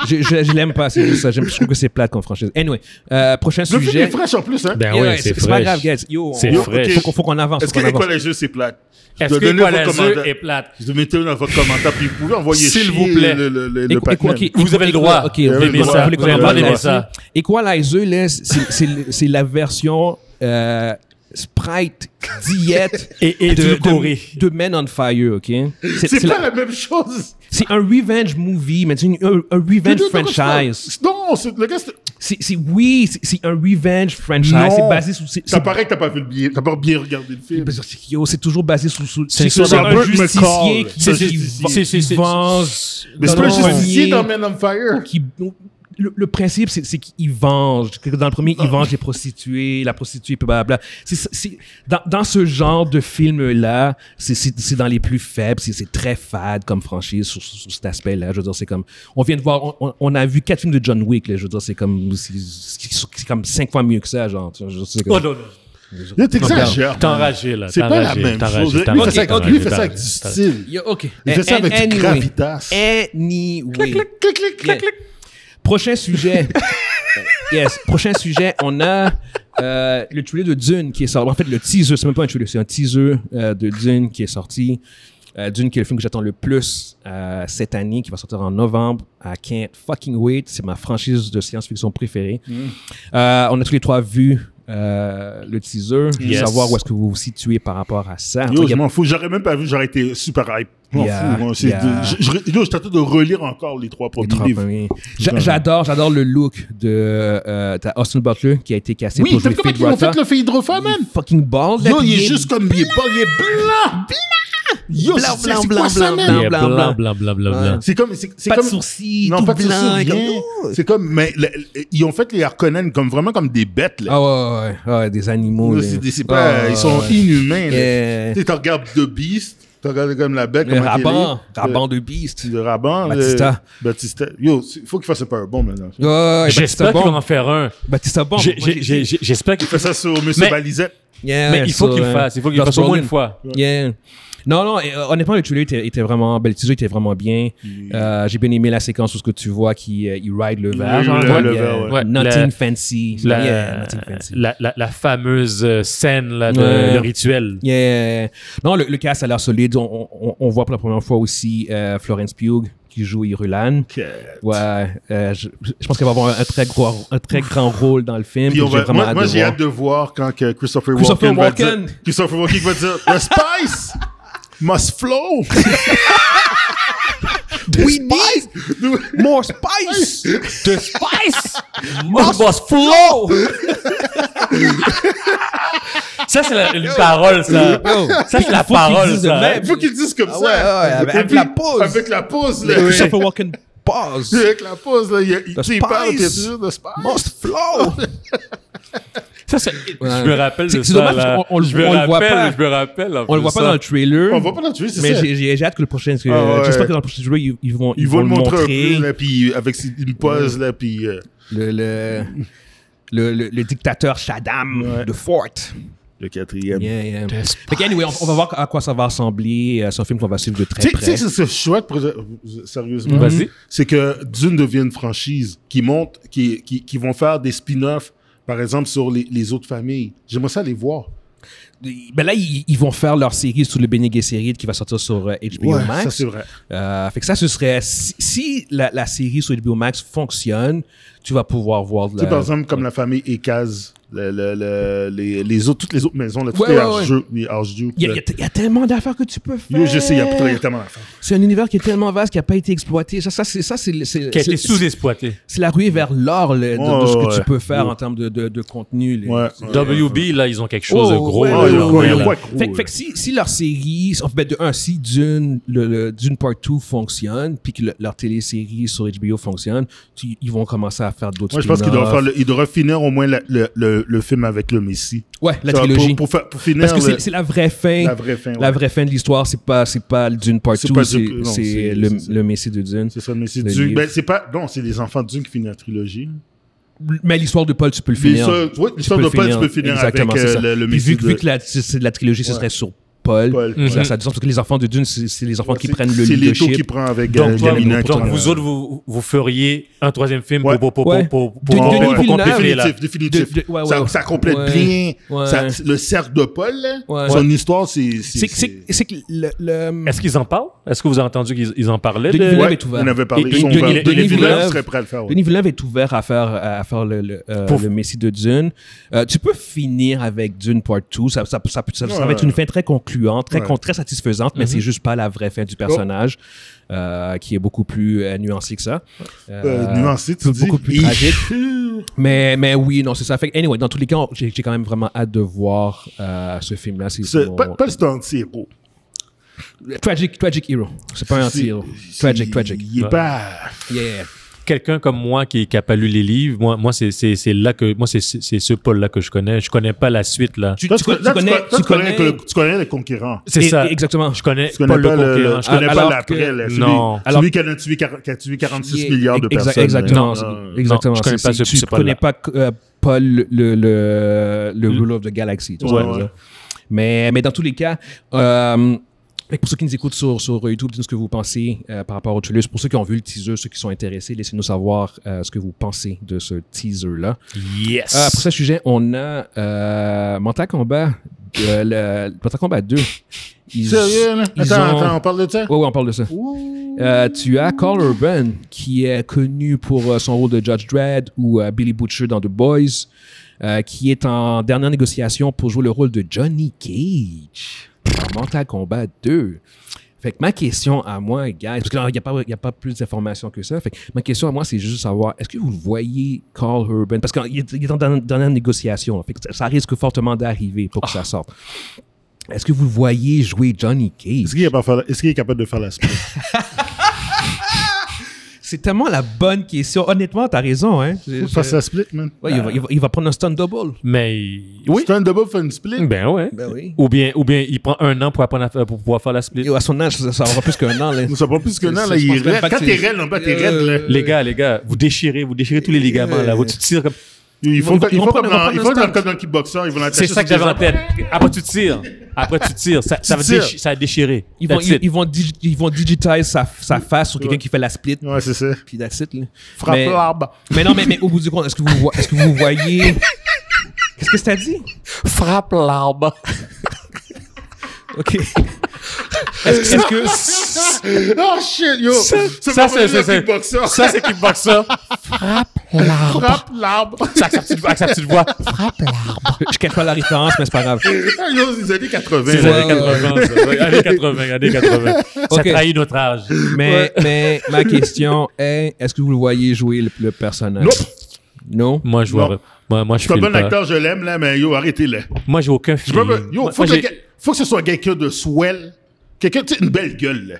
[SPEAKER 1] Je, je, je l'aime pas, c'est juste ça. J'aime- Je trouve que c'est plate comme franchise. Anyway, euh, prochain
[SPEAKER 3] Le film
[SPEAKER 1] sujet.
[SPEAKER 3] est fraîche en plus, hein.
[SPEAKER 2] Ben
[SPEAKER 1] Yeah,
[SPEAKER 2] ouais,
[SPEAKER 1] ouais,
[SPEAKER 2] c'est
[SPEAKER 1] pas
[SPEAKER 2] fraîche.
[SPEAKER 1] grave, guys. Yo,
[SPEAKER 2] C'est
[SPEAKER 1] on-
[SPEAKER 2] fraîche.
[SPEAKER 1] Faut qu'on faut qu'on avance.
[SPEAKER 3] Est-ce
[SPEAKER 1] faut
[SPEAKER 3] que
[SPEAKER 1] qu'on avance.
[SPEAKER 3] Equalizer, c'est plate?
[SPEAKER 2] Est-ce
[SPEAKER 3] Je
[SPEAKER 2] que
[SPEAKER 3] vais donner vos
[SPEAKER 2] Equalizer
[SPEAKER 3] commentaires.
[SPEAKER 2] est plate?
[SPEAKER 3] Je mettez-le dans votre commentaire, puis vous pouvez envoyer
[SPEAKER 2] S'il
[SPEAKER 3] chier
[SPEAKER 2] vous plaît.
[SPEAKER 3] le, le, le, le
[SPEAKER 1] Éco- éco-
[SPEAKER 3] Pac-Man.
[SPEAKER 1] ok,
[SPEAKER 2] Vous avez le droit
[SPEAKER 1] Ok,
[SPEAKER 2] d'aimer
[SPEAKER 1] vous avez le droit,
[SPEAKER 2] ça.
[SPEAKER 1] vous
[SPEAKER 2] Vous avez
[SPEAKER 1] le droit d'aimer
[SPEAKER 2] ça.
[SPEAKER 1] Equalizer, là, c'est- c'est le- c'est la version euh, Sprite diète
[SPEAKER 2] Et édulcorée.
[SPEAKER 1] de, de Men on Fire, ok? C'est-
[SPEAKER 3] C'est
[SPEAKER 1] C'est
[SPEAKER 3] pas
[SPEAKER 1] la-
[SPEAKER 3] la même chose.
[SPEAKER 1] c'est un revenge movie, mais c'est une- un, un revenge franchise.
[SPEAKER 3] Non, c'est- le gars, c'est-
[SPEAKER 1] C'est c'est- oui, c'est- c'est un revenge franchise.
[SPEAKER 3] Non.
[SPEAKER 1] C'est basé sur. c'est-
[SPEAKER 3] ça
[SPEAKER 1] c'est-
[SPEAKER 3] paraît que t'as pas vu le billet, t'as pas bien regardé le film.
[SPEAKER 1] Yo, Ben, c'est toujours basé sur. sur-
[SPEAKER 2] C'est
[SPEAKER 1] sur
[SPEAKER 2] ça,
[SPEAKER 1] un
[SPEAKER 3] Robert
[SPEAKER 1] justicier
[SPEAKER 3] McCall.
[SPEAKER 1] qui,
[SPEAKER 3] C'est
[SPEAKER 1] qui
[SPEAKER 3] justicier.
[SPEAKER 1] va-
[SPEAKER 2] C'est- c'est-
[SPEAKER 1] qui
[SPEAKER 2] c'est-
[SPEAKER 1] venge.
[SPEAKER 3] Mais c'est
[SPEAKER 1] dans
[SPEAKER 3] pas
[SPEAKER 1] le
[SPEAKER 3] juste ici
[SPEAKER 1] premier.
[SPEAKER 3] dans Men on Fire.
[SPEAKER 1] qui- le, le principe, c'est c'est qu'il venge. Que Dans le premier, il venge les prostituées, la prostituée, puis blablabla. C'est- c'est- c'est- Dans, dans ce genre de film-là, c'est- c'est c'est dans les plus faibles. C'est- C'est très fade comme franchise sur, sur- sur cet aspect-là. Je veux dire, c'est comme... On vient de voir... on- On, on a vu quatre films de John Wick, là. Je veux dire, c'est comme... C'est c'est comme cinq fois mieux que ça, genre. Tu vois, je veux dire, c'est comme-
[SPEAKER 2] Oh non, non.
[SPEAKER 3] Là, t'exagères.
[SPEAKER 2] T'es enragé, là.
[SPEAKER 3] C'est
[SPEAKER 2] T'es
[SPEAKER 3] pas la
[SPEAKER 2] enragé,
[SPEAKER 3] même
[SPEAKER 2] t'es
[SPEAKER 3] chose.
[SPEAKER 2] enragé, t'es
[SPEAKER 3] Lui, il fait
[SPEAKER 2] enragé,
[SPEAKER 3] ça avec-
[SPEAKER 2] t'es
[SPEAKER 3] lui, il
[SPEAKER 2] enragé,
[SPEAKER 3] fait ça avec
[SPEAKER 2] t'es
[SPEAKER 3] du
[SPEAKER 2] enragé.
[SPEAKER 3] style.
[SPEAKER 1] Yo, OK. Eh,
[SPEAKER 3] Il fait ça avec du
[SPEAKER 1] Anyway.
[SPEAKER 3] gravitas.
[SPEAKER 1] Anyway.
[SPEAKER 3] Clic, clic, clic,
[SPEAKER 1] Yeah.
[SPEAKER 3] clic.
[SPEAKER 1] Prochain sujet. yes. Prochain sujet, on a euh, le trailer de Dune qui est sorti. En fait, le teaser, c'est même pas un trailer, c'est un teaser euh, de Dune qui est sorti. Euh, Dune, qui est le film que j'attends le plus euh, cette année, qui va sortir en novembre. I can't fucking wait. C'est ma franchise de science-fiction préférée.
[SPEAKER 3] Mm.
[SPEAKER 1] Euh, on a tous les trois vu euh, le teaser. Je veux
[SPEAKER 2] Yes.
[SPEAKER 1] savoir où est-ce que vous vous situez par rapport à ça. En
[SPEAKER 3] Yo,
[SPEAKER 1] tout cas,
[SPEAKER 3] je m'en fous. J'aurais même pas vu, j'aurais été super hype. Je m'en
[SPEAKER 1] Yeah,
[SPEAKER 3] fous. moi. C'est
[SPEAKER 1] yeah.
[SPEAKER 3] de- je- je- Yo, je tâtais de relire encore les trois premiers
[SPEAKER 1] Les trois
[SPEAKER 3] livres.
[SPEAKER 1] premiers. J'a- J'adore, j'adore le look de euh, t'as Austin Butler qui a été cassé
[SPEAKER 3] Oui,
[SPEAKER 1] pour
[SPEAKER 3] t'as
[SPEAKER 1] jouer
[SPEAKER 3] vu comment
[SPEAKER 1] Fade
[SPEAKER 3] ils ont
[SPEAKER 1] Rata.
[SPEAKER 3] fait le Phaedrophon, man?
[SPEAKER 1] Fucking bald. là,
[SPEAKER 3] Yo,
[SPEAKER 1] puis
[SPEAKER 3] il est juste comme, il est pas, il est blanc! Yo,
[SPEAKER 1] Blanc,
[SPEAKER 3] c'est-
[SPEAKER 1] blanc,
[SPEAKER 3] c'est
[SPEAKER 1] blanc,
[SPEAKER 3] quoi ça,
[SPEAKER 1] blanc,
[SPEAKER 3] man?
[SPEAKER 1] blanc.
[SPEAKER 2] Il est
[SPEAKER 1] blanc,
[SPEAKER 2] blanc,
[SPEAKER 1] blanc.
[SPEAKER 2] blanc, blanc, blanc,
[SPEAKER 1] Ouais.
[SPEAKER 2] blanc.
[SPEAKER 3] C'est comme, c'est c'est
[SPEAKER 1] Pas
[SPEAKER 3] comme,
[SPEAKER 1] de sourcils,
[SPEAKER 3] non,
[SPEAKER 1] tout
[SPEAKER 3] pas de
[SPEAKER 1] blanc,
[SPEAKER 3] sourcils,
[SPEAKER 1] comme-
[SPEAKER 3] rien. C'est comme, mais le- le- ils ont fait les Harkonnen comme vraiment comme des bêtes, là.
[SPEAKER 1] Ah ouais, ouais, ouais, ouais, des animaux.
[SPEAKER 3] Yo,
[SPEAKER 1] là.
[SPEAKER 3] c'est des- c'est pas,
[SPEAKER 1] Ah,
[SPEAKER 3] ils sont
[SPEAKER 1] ouais.
[SPEAKER 3] inhumains, là.
[SPEAKER 1] Euh,
[SPEAKER 3] Tu sais, t'en regardes The Beast, t'en regardes comme la bête,
[SPEAKER 1] le
[SPEAKER 3] comme
[SPEAKER 1] Raban, Raban de Beast.
[SPEAKER 3] de Raban. le-
[SPEAKER 1] Batista.
[SPEAKER 3] Batista. Yo, c'est- faut qu'il fasse un power bomb maintenant.
[SPEAKER 1] Ouais, ouais, ouais,
[SPEAKER 2] J'espère
[SPEAKER 1] Batista
[SPEAKER 2] qu'ils vont
[SPEAKER 1] Bomb.
[SPEAKER 2] en faire un.
[SPEAKER 1] Batista Bomb.
[SPEAKER 2] J'ai-
[SPEAKER 1] Moi,
[SPEAKER 2] j'ai- j'ai- j'ai- J'espère qu'il
[SPEAKER 3] Il fait ça sur M.
[SPEAKER 2] Mais-
[SPEAKER 3] Balizet.
[SPEAKER 1] Yeah,
[SPEAKER 2] Mais il faut
[SPEAKER 1] ça,
[SPEAKER 2] qu'il le
[SPEAKER 1] euh,
[SPEAKER 2] fasse. Il faut qu'il le
[SPEAKER 1] Josh
[SPEAKER 2] fasse au moins
[SPEAKER 1] Brolin.
[SPEAKER 2] une fois.
[SPEAKER 1] Yeah. Non, non, et, euh, honnêtement, le trailer était, était vraiment, ben, le teaser était vraiment bien. Euh, J'ai bien aimé la séquence où ce que tu vois qui euh, il ride le verre.
[SPEAKER 3] Mm. Le-
[SPEAKER 1] genre,
[SPEAKER 3] le-
[SPEAKER 1] ouais,
[SPEAKER 3] le
[SPEAKER 1] yeah.
[SPEAKER 3] verre, ouais.
[SPEAKER 2] Ouais,
[SPEAKER 1] Nothing
[SPEAKER 2] la-
[SPEAKER 1] fancy.
[SPEAKER 2] La,
[SPEAKER 1] yeah, nothing fancy.
[SPEAKER 2] la, la, la fameuse euh, scène, là, de,
[SPEAKER 1] Ouais.
[SPEAKER 2] le rituel.
[SPEAKER 1] Yeah. Non, le, le cast a l'air solide. On, on- on voit pour la première fois aussi euh, Florence Pugh qui joue Irulan. Ouais, euh, je, je pense qu'elle va avoir un, un très gros, un très grand rôle dans le film.
[SPEAKER 3] Puis on
[SPEAKER 1] puis
[SPEAKER 3] va,
[SPEAKER 1] vraiment
[SPEAKER 3] moi,
[SPEAKER 1] hâte
[SPEAKER 3] moi,
[SPEAKER 1] de
[SPEAKER 3] j'ai
[SPEAKER 1] voir.
[SPEAKER 3] hâte de voir quand que Christopher,
[SPEAKER 1] Christopher
[SPEAKER 3] Walken, va
[SPEAKER 1] Walken.
[SPEAKER 3] dire, Christopher Walken va dire The spice must flow.
[SPEAKER 1] We need more spice. The spice must flow.
[SPEAKER 2] Ça, c'est la- une parole, ça. Ça, c'est la
[SPEAKER 1] Faut qu'il
[SPEAKER 2] parole,
[SPEAKER 1] dise de
[SPEAKER 2] ça.
[SPEAKER 1] même.
[SPEAKER 3] Il faut qu'ils disent comme
[SPEAKER 1] Ah ouais,
[SPEAKER 3] ça.
[SPEAKER 1] ouais, avec-
[SPEAKER 3] Et
[SPEAKER 1] avec la pause.
[SPEAKER 3] Avec la pause, là.
[SPEAKER 1] Christopher Walken pause
[SPEAKER 3] Avec la pause, là. Il, il,
[SPEAKER 1] The
[SPEAKER 3] tu sais, il parle,
[SPEAKER 1] spice.
[SPEAKER 3] t'es sûr, The spice.
[SPEAKER 1] must flow.
[SPEAKER 2] Ça, c'est-
[SPEAKER 1] Ouais.
[SPEAKER 2] Je me rappelle
[SPEAKER 1] C'est-
[SPEAKER 2] de
[SPEAKER 1] c'est
[SPEAKER 2] ça.
[SPEAKER 1] dommage
[SPEAKER 2] là.
[SPEAKER 1] parce qu'on- on le-
[SPEAKER 2] je
[SPEAKER 1] on
[SPEAKER 2] me
[SPEAKER 1] le voit
[SPEAKER 2] rappelle,
[SPEAKER 1] pas.
[SPEAKER 2] Je me rappelle. en
[SPEAKER 1] On le
[SPEAKER 2] plus,
[SPEAKER 1] voit pas
[SPEAKER 2] ça.
[SPEAKER 1] dans le trailer.
[SPEAKER 3] On va pas dans le tuer, c'est
[SPEAKER 1] mais
[SPEAKER 3] ça.
[SPEAKER 1] j'ai- j'ai j'ai hâte que le prochain. que- euh,
[SPEAKER 3] Ah ouais.
[SPEAKER 1] J'espère que dans le prochain trailer, ils, ils vont,
[SPEAKER 3] Ils vont le montrer un
[SPEAKER 1] montrer.
[SPEAKER 3] peu, là, puis euh, avec ses- une pause, là, puis... euh,
[SPEAKER 1] le, le, le, le- le dictateur Shaddam de Fort.
[SPEAKER 3] le quatrième.
[SPEAKER 1] Yeah, yeah. Fait que anyway, on, on va voir à quoi ça va ressembler. euh, C'est un film qu'on va suivre de très
[SPEAKER 3] Tu sais- tu
[SPEAKER 1] près.
[SPEAKER 3] sais, c'est ce chouette, pour- euh, sérieusement.
[SPEAKER 2] Vas-y.
[SPEAKER 3] C'est que Dune devient une franchise qui monte, qui, qui, qui vont faire des spin-offs, par exemple, sur les, les autres familles. J'aimerais ça les voir.
[SPEAKER 1] Ben là, ils, ils vont faire leur série sous le Bene Gesserit qui va sortir sur euh, HBO Max.
[SPEAKER 3] ça c'est vrai.
[SPEAKER 1] Euh, fait que ça, ce serait... Si, si la, la série sur HBO Max fonctionne, tu vas pouvoir voir de
[SPEAKER 3] Tu sais,
[SPEAKER 1] la...
[SPEAKER 3] par exemple, comme la famille Ekaz, le- le- le- les, les autres, toutes les autres maisons, là, toutes
[SPEAKER 1] Ouais,
[SPEAKER 3] les
[SPEAKER 1] ouais,
[SPEAKER 3] archducs, les archducs,
[SPEAKER 1] Il y, a-
[SPEAKER 3] là.
[SPEAKER 1] il y a t- il y a tellement d'affaires que tu peux faire.
[SPEAKER 3] Yo, je sais, il y a, putain, il y a tellement d'affaires.
[SPEAKER 1] C'est un univers qui est tellement vaste qui n'a pas été exploité. Ça, ça c'est ça, c'est- c'est-
[SPEAKER 2] Qui a été
[SPEAKER 1] c'est-
[SPEAKER 2] sous-exploité.
[SPEAKER 1] c'est la ruée vers l'or là, de, de
[SPEAKER 3] Ouais,
[SPEAKER 1] ce que
[SPEAKER 3] ouais.
[SPEAKER 1] tu peux faire
[SPEAKER 3] Ouais.
[SPEAKER 1] en termes de, de, de contenu. là.
[SPEAKER 3] Ouais.
[SPEAKER 2] WB, là, ils ont quelque chose de
[SPEAKER 1] Oh,
[SPEAKER 2] gros.
[SPEAKER 1] ouais,
[SPEAKER 2] là,
[SPEAKER 1] ouais,
[SPEAKER 2] ils
[SPEAKER 1] ouais,
[SPEAKER 2] ont
[SPEAKER 1] ouais,
[SPEAKER 2] fait,
[SPEAKER 1] ouais.
[SPEAKER 2] là.
[SPEAKER 3] pas de gros,
[SPEAKER 1] Fait,
[SPEAKER 3] là.
[SPEAKER 1] fait que si, si leur série, en fait, de un, si Dune, le, le- Dune Part 2 fonctionne, puis que le- leur télésérie sur HBO fonctionne, tu- ils vont commencer à faire d'autres
[SPEAKER 3] Moi, je pense qu'il
[SPEAKER 1] spin-offs.
[SPEAKER 3] doit, faire le- il doit finir au moins la- le, le- le film avec le Messie.
[SPEAKER 1] Ouais, la
[SPEAKER 3] Ça, pour-
[SPEAKER 1] trilogie.
[SPEAKER 3] Pour, faire- pour finir
[SPEAKER 1] Parce que
[SPEAKER 3] le-
[SPEAKER 1] c'est- c'est la vraie fin.
[SPEAKER 3] la vraie fin. ouais.
[SPEAKER 1] La vraie fin de l'histoire, c'est pas, c'est pas le Dune Part
[SPEAKER 3] C'est
[SPEAKER 1] 2,
[SPEAKER 3] pas
[SPEAKER 1] c'est
[SPEAKER 3] du- non,
[SPEAKER 1] c'est
[SPEAKER 3] c'est-
[SPEAKER 1] le,
[SPEAKER 3] c'est- c'est-
[SPEAKER 1] le Messie de Dune.
[SPEAKER 3] C'est ça, mais c'est
[SPEAKER 1] Le
[SPEAKER 3] Dune.
[SPEAKER 1] livre.
[SPEAKER 3] Ben, c'est pas. Non, c'est les enfants de Dune qui finissent la trilogie.
[SPEAKER 1] Mais l'histoire de Paul, tu peux le finir.
[SPEAKER 3] Mais ça, oui, l'histoire
[SPEAKER 1] peux
[SPEAKER 3] de
[SPEAKER 1] le
[SPEAKER 3] Paul, tu
[SPEAKER 1] finir.
[SPEAKER 3] peux finir
[SPEAKER 1] Exactement,
[SPEAKER 3] avec
[SPEAKER 1] c'est
[SPEAKER 3] euh,
[SPEAKER 1] ça.
[SPEAKER 3] le, le
[SPEAKER 1] Puis
[SPEAKER 3] Messie
[SPEAKER 1] vu,
[SPEAKER 3] de
[SPEAKER 1] vu que la, c'est c'est de la trilogie, ce
[SPEAKER 3] Ouais.
[SPEAKER 1] serait sur Paul.
[SPEAKER 3] Paul.
[SPEAKER 2] Mhm.
[SPEAKER 1] Ça, ça a du sens parce que les enfants de Dune, c'est c'est les enfants qui
[SPEAKER 3] C'est-
[SPEAKER 1] prennent le
[SPEAKER 3] C'est
[SPEAKER 1] leadership.
[SPEAKER 3] Leto qui prend avec euh, Ah,
[SPEAKER 2] Donc, toi,
[SPEAKER 3] Galina
[SPEAKER 2] vous-
[SPEAKER 3] qui
[SPEAKER 2] donc,
[SPEAKER 3] prend-
[SPEAKER 2] vous autres, vous, vous feriez un troisième film
[SPEAKER 3] Ouais.
[SPEAKER 2] pour, pour,
[SPEAKER 1] Ouais.
[SPEAKER 2] pour, pour, pour,
[SPEAKER 1] De-
[SPEAKER 2] pour-
[SPEAKER 1] Denis
[SPEAKER 2] pour- pour
[SPEAKER 1] Villeneuve.
[SPEAKER 2] compléter, là.
[SPEAKER 3] définitif, définitif.
[SPEAKER 1] De- de- ouais, ouais,
[SPEAKER 3] ça,
[SPEAKER 1] ouais.
[SPEAKER 3] ça complète
[SPEAKER 1] Ouais.
[SPEAKER 3] bien.
[SPEAKER 1] Ouais.
[SPEAKER 3] Ça- le cercle de Paul, là,
[SPEAKER 1] Ouais.
[SPEAKER 3] son histoire, c'est.
[SPEAKER 1] C'est c'est- c'est que le. le-
[SPEAKER 2] Est-ce qu'ils en parlent? Est-ce que vous avez entendu qu'ils ils en parlaient?
[SPEAKER 1] Denis
[SPEAKER 2] de-
[SPEAKER 1] Villeneuve
[SPEAKER 3] Ouais,
[SPEAKER 1] est ouvert.
[SPEAKER 3] On avait parlé.
[SPEAKER 2] Et-
[SPEAKER 3] Ils sont
[SPEAKER 2] Denis-
[SPEAKER 3] ouverts.
[SPEAKER 2] Denis
[SPEAKER 3] Denis Villeneuve
[SPEAKER 1] Villeneuve
[SPEAKER 3] serait prêt à le faire. ouais.
[SPEAKER 1] Oh. Denis Villeneuve est ouvert à faire, à faire le, le, euh,
[SPEAKER 2] Pour-
[SPEAKER 1] le Messie de Dune. Euh, tu peux finir avec Dune Part 2. Ça, ça, ça, ça- ça va
[SPEAKER 3] Ouais.
[SPEAKER 1] être une fin très concluante, très,
[SPEAKER 3] Ouais.
[SPEAKER 1] con- très satisfaisante, mais c'est juste pas la vraie fin du personnage, euh, qui est beaucoup plus euh, nuancée que ça.
[SPEAKER 3] Euh,
[SPEAKER 1] Euh,
[SPEAKER 3] nuancé, tu dis.
[SPEAKER 1] beaucoup plus
[SPEAKER 3] Et-
[SPEAKER 1] tragique. Euh, Mais, mais oui, non, c'est ça. Fait que, anyway, dans tous les cas, on- j'ai j'ai quand même vraiment hâte de voir euh, ce film-là. C'est
[SPEAKER 3] C'est-
[SPEAKER 1] mon-
[SPEAKER 3] Paul, Paul, c'est un anti-héros.
[SPEAKER 1] Tragic, tragic Hero. C'est pas un anti-héros.
[SPEAKER 3] C'est-
[SPEAKER 1] Tragic,
[SPEAKER 3] c'est-
[SPEAKER 1] tragic.
[SPEAKER 3] Il est pas.
[SPEAKER 1] Yeah.
[SPEAKER 2] quelqu'un comme moi qui n'a pas lu les livres, moi, moi c'est c'est- c'est là que moi c'est c'est- c'est ce Paul là que je connais. Je connais pas la suite là.
[SPEAKER 1] Tu,
[SPEAKER 3] Toi,
[SPEAKER 1] tu co- tu
[SPEAKER 3] là,
[SPEAKER 1] connais,
[SPEAKER 3] toi,
[SPEAKER 1] tu connais,
[SPEAKER 3] que le- tu connais le conquérant.
[SPEAKER 2] C'est
[SPEAKER 1] Et-
[SPEAKER 2] ça.
[SPEAKER 1] et exactement.
[SPEAKER 2] Je connais,
[SPEAKER 3] Tu connais
[SPEAKER 2] Paul
[SPEAKER 3] pas
[SPEAKER 2] le
[SPEAKER 3] le.
[SPEAKER 2] conquérant.
[SPEAKER 3] le-
[SPEAKER 2] Je
[SPEAKER 3] Tu
[SPEAKER 2] connais-
[SPEAKER 3] connais pas
[SPEAKER 1] alors
[SPEAKER 3] l'après,
[SPEAKER 1] que-
[SPEAKER 3] là.
[SPEAKER 2] Non.
[SPEAKER 3] Celui-
[SPEAKER 1] Alors-
[SPEAKER 3] Celui qui a tué quar- qui a tué 46
[SPEAKER 1] Yeah,
[SPEAKER 3] milliards de
[SPEAKER 1] exa-
[SPEAKER 3] personnes.
[SPEAKER 1] Exactement.
[SPEAKER 3] là.
[SPEAKER 1] c'est-
[SPEAKER 3] Non,
[SPEAKER 1] exactement.
[SPEAKER 2] je connais
[SPEAKER 1] C'est-
[SPEAKER 2] pas Mm.
[SPEAKER 1] c'est-
[SPEAKER 2] ce-
[SPEAKER 1] Tu
[SPEAKER 2] ce
[SPEAKER 1] connais pas euh, Paul, le, le, le Ruler of the Galaxy. tu vois,
[SPEAKER 3] Ouais, ouais.
[SPEAKER 1] ça. Mais, mais dans tous les cas, euh, fait que pour ceux qui nous écoutent sur, sur YouTube, dites-nous ce que vous pensez euh, par rapport au trailer. Pour ceux qui ont vu le teaser, ceux qui sont intéressés, laissez-nous savoir euh, ce que vous pensez de ce teaser-là.
[SPEAKER 2] Yes.
[SPEAKER 1] Ah, pour ce sujet, on a euh, Mental Combat, euh, le, Mortal Kombat 2. Ils-
[SPEAKER 3] Sérieux, là?
[SPEAKER 1] ils
[SPEAKER 3] Attends,
[SPEAKER 1] ont-
[SPEAKER 3] attends, on parle de ça?
[SPEAKER 1] Ouais, ouais, on parle de ça.
[SPEAKER 3] Ouh.
[SPEAKER 1] Euh, tu as Carl Urban, qui est connu pour euh, son rôle de Judge Dredd ou euh, Billy Butcher dans The Boys, euh, qui est en dernière négociation pour jouer le rôle de Johnny Cage dans Mortal Kombat 2. Fait que ma question à moi, guys, parce qu'il n'y a, pas- il y a pas plus d'informations que ça, fait que ma question à moi, c'est juste savoir, est-ce que vous voyez Carl Urban, parce qu'il est, il est en dernière- dernière négociation, là, fait que ça, ça risque fortement d'arriver pour que
[SPEAKER 3] Ah.
[SPEAKER 1] ça sorte. Est-ce que vous le voyez jouer Johnny Cage?
[SPEAKER 3] Est-ce qu'il est, pas fa- est-ce qu'il est capable de faire la split?
[SPEAKER 1] C'est tellement la bonne question. Honnêtement, t'as raison, hein. Je-
[SPEAKER 3] Faut
[SPEAKER 1] je-
[SPEAKER 3] faire la split, man.
[SPEAKER 1] Ouais, il, va, il va- il va prendre un stun double.
[SPEAKER 2] Mais oui.
[SPEAKER 3] Stand double fait une split.
[SPEAKER 2] Ben ouais.
[SPEAKER 1] Ben oui.
[SPEAKER 2] Ou bien, ou bien il prend un an pour, apprendre à fa- pour pouvoir faire la split.
[SPEAKER 1] Et à son âge, ça, ça aura plus qu'un an. Là.
[SPEAKER 3] Ça va plus que
[SPEAKER 1] C'est-
[SPEAKER 3] non,
[SPEAKER 1] c'est-
[SPEAKER 3] là,
[SPEAKER 1] je
[SPEAKER 3] il
[SPEAKER 1] pense
[SPEAKER 3] est
[SPEAKER 1] même
[SPEAKER 3] raide.
[SPEAKER 1] pas
[SPEAKER 3] Quand
[SPEAKER 1] que Euh,
[SPEAKER 3] t'es
[SPEAKER 1] c'est-
[SPEAKER 3] raide, là, pas t'es raide, là.
[SPEAKER 2] Les gars, les gars, vous déchirez, vous déchirez tous les ligaments là. Vous tu tires comme.
[SPEAKER 3] Ils font
[SPEAKER 1] vont-
[SPEAKER 3] ils
[SPEAKER 1] ils
[SPEAKER 3] font
[SPEAKER 1] vont
[SPEAKER 3] comme
[SPEAKER 1] prendre-
[SPEAKER 3] dans-
[SPEAKER 1] ils
[SPEAKER 3] ils
[SPEAKER 1] vont
[SPEAKER 3] font
[SPEAKER 1] prendre
[SPEAKER 3] comme dans le kickboxer, ils vont l'attacher.
[SPEAKER 2] C'est ça que
[SPEAKER 3] sur des
[SPEAKER 2] j'avais en
[SPEAKER 3] affaires.
[SPEAKER 2] tête. Après tu tires. Après tu tires. Ça, ça, va
[SPEAKER 3] tires.
[SPEAKER 2] déchi- ça a déchiré.
[SPEAKER 1] Ils vont,
[SPEAKER 2] That's
[SPEAKER 1] ils,
[SPEAKER 2] it.
[SPEAKER 1] ils vont digi- ils vont digitiser sa, sa face sur quelqu'un qui fait la split.
[SPEAKER 3] Ouais, c'est ça.
[SPEAKER 1] Puis that's it. là.
[SPEAKER 3] Frappe
[SPEAKER 1] Mais,
[SPEAKER 3] l'arbre.
[SPEAKER 1] mais non, mais, mais au bout du compte, est-ce que vous, vo- est-ce que vous voyez. Qu'est-ce que t'as dit?
[SPEAKER 2] Frappe l'arbre.
[SPEAKER 1] OK.
[SPEAKER 2] Est-ce est-ce que.
[SPEAKER 3] Oh shit, yo!
[SPEAKER 2] Ça, ça, c'est- c'est- c'est- Ça, c'est kickboxer.
[SPEAKER 3] Frappe l'arbre!
[SPEAKER 2] Ça, avec sa petite- avec sa petite voix.
[SPEAKER 1] Je capte pas la référence, mais c'est pas grave.
[SPEAKER 3] Yo, c'est les années 80.
[SPEAKER 2] C'est les
[SPEAKER 3] là.
[SPEAKER 2] années 80, ça. Ouais, Années 80, années 80. Ça
[SPEAKER 1] Ok.
[SPEAKER 2] trahit notre âge.
[SPEAKER 1] Mais, mais ma question est est-ce que vous le voyez jouer le, le personnage? Non?
[SPEAKER 2] Moi, je vois.
[SPEAKER 3] Non.
[SPEAKER 2] Moi, moi, je
[SPEAKER 3] C'est un
[SPEAKER 2] file
[SPEAKER 3] bon
[SPEAKER 2] pas.
[SPEAKER 3] acteur, je l'aime, là, mais yo, arrêtez-le.
[SPEAKER 2] Moi, j'ai aucun
[SPEAKER 3] Je
[SPEAKER 2] film.
[SPEAKER 3] peux pas- Yo,
[SPEAKER 2] Moi,
[SPEAKER 3] faut que,
[SPEAKER 2] moi,
[SPEAKER 3] le
[SPEAKER 2] j'ai-
[SPEAKER 3] gars- faut que ce soit quelqu'un de swell. Quelqu'un, tu sais, une belle gueule, là.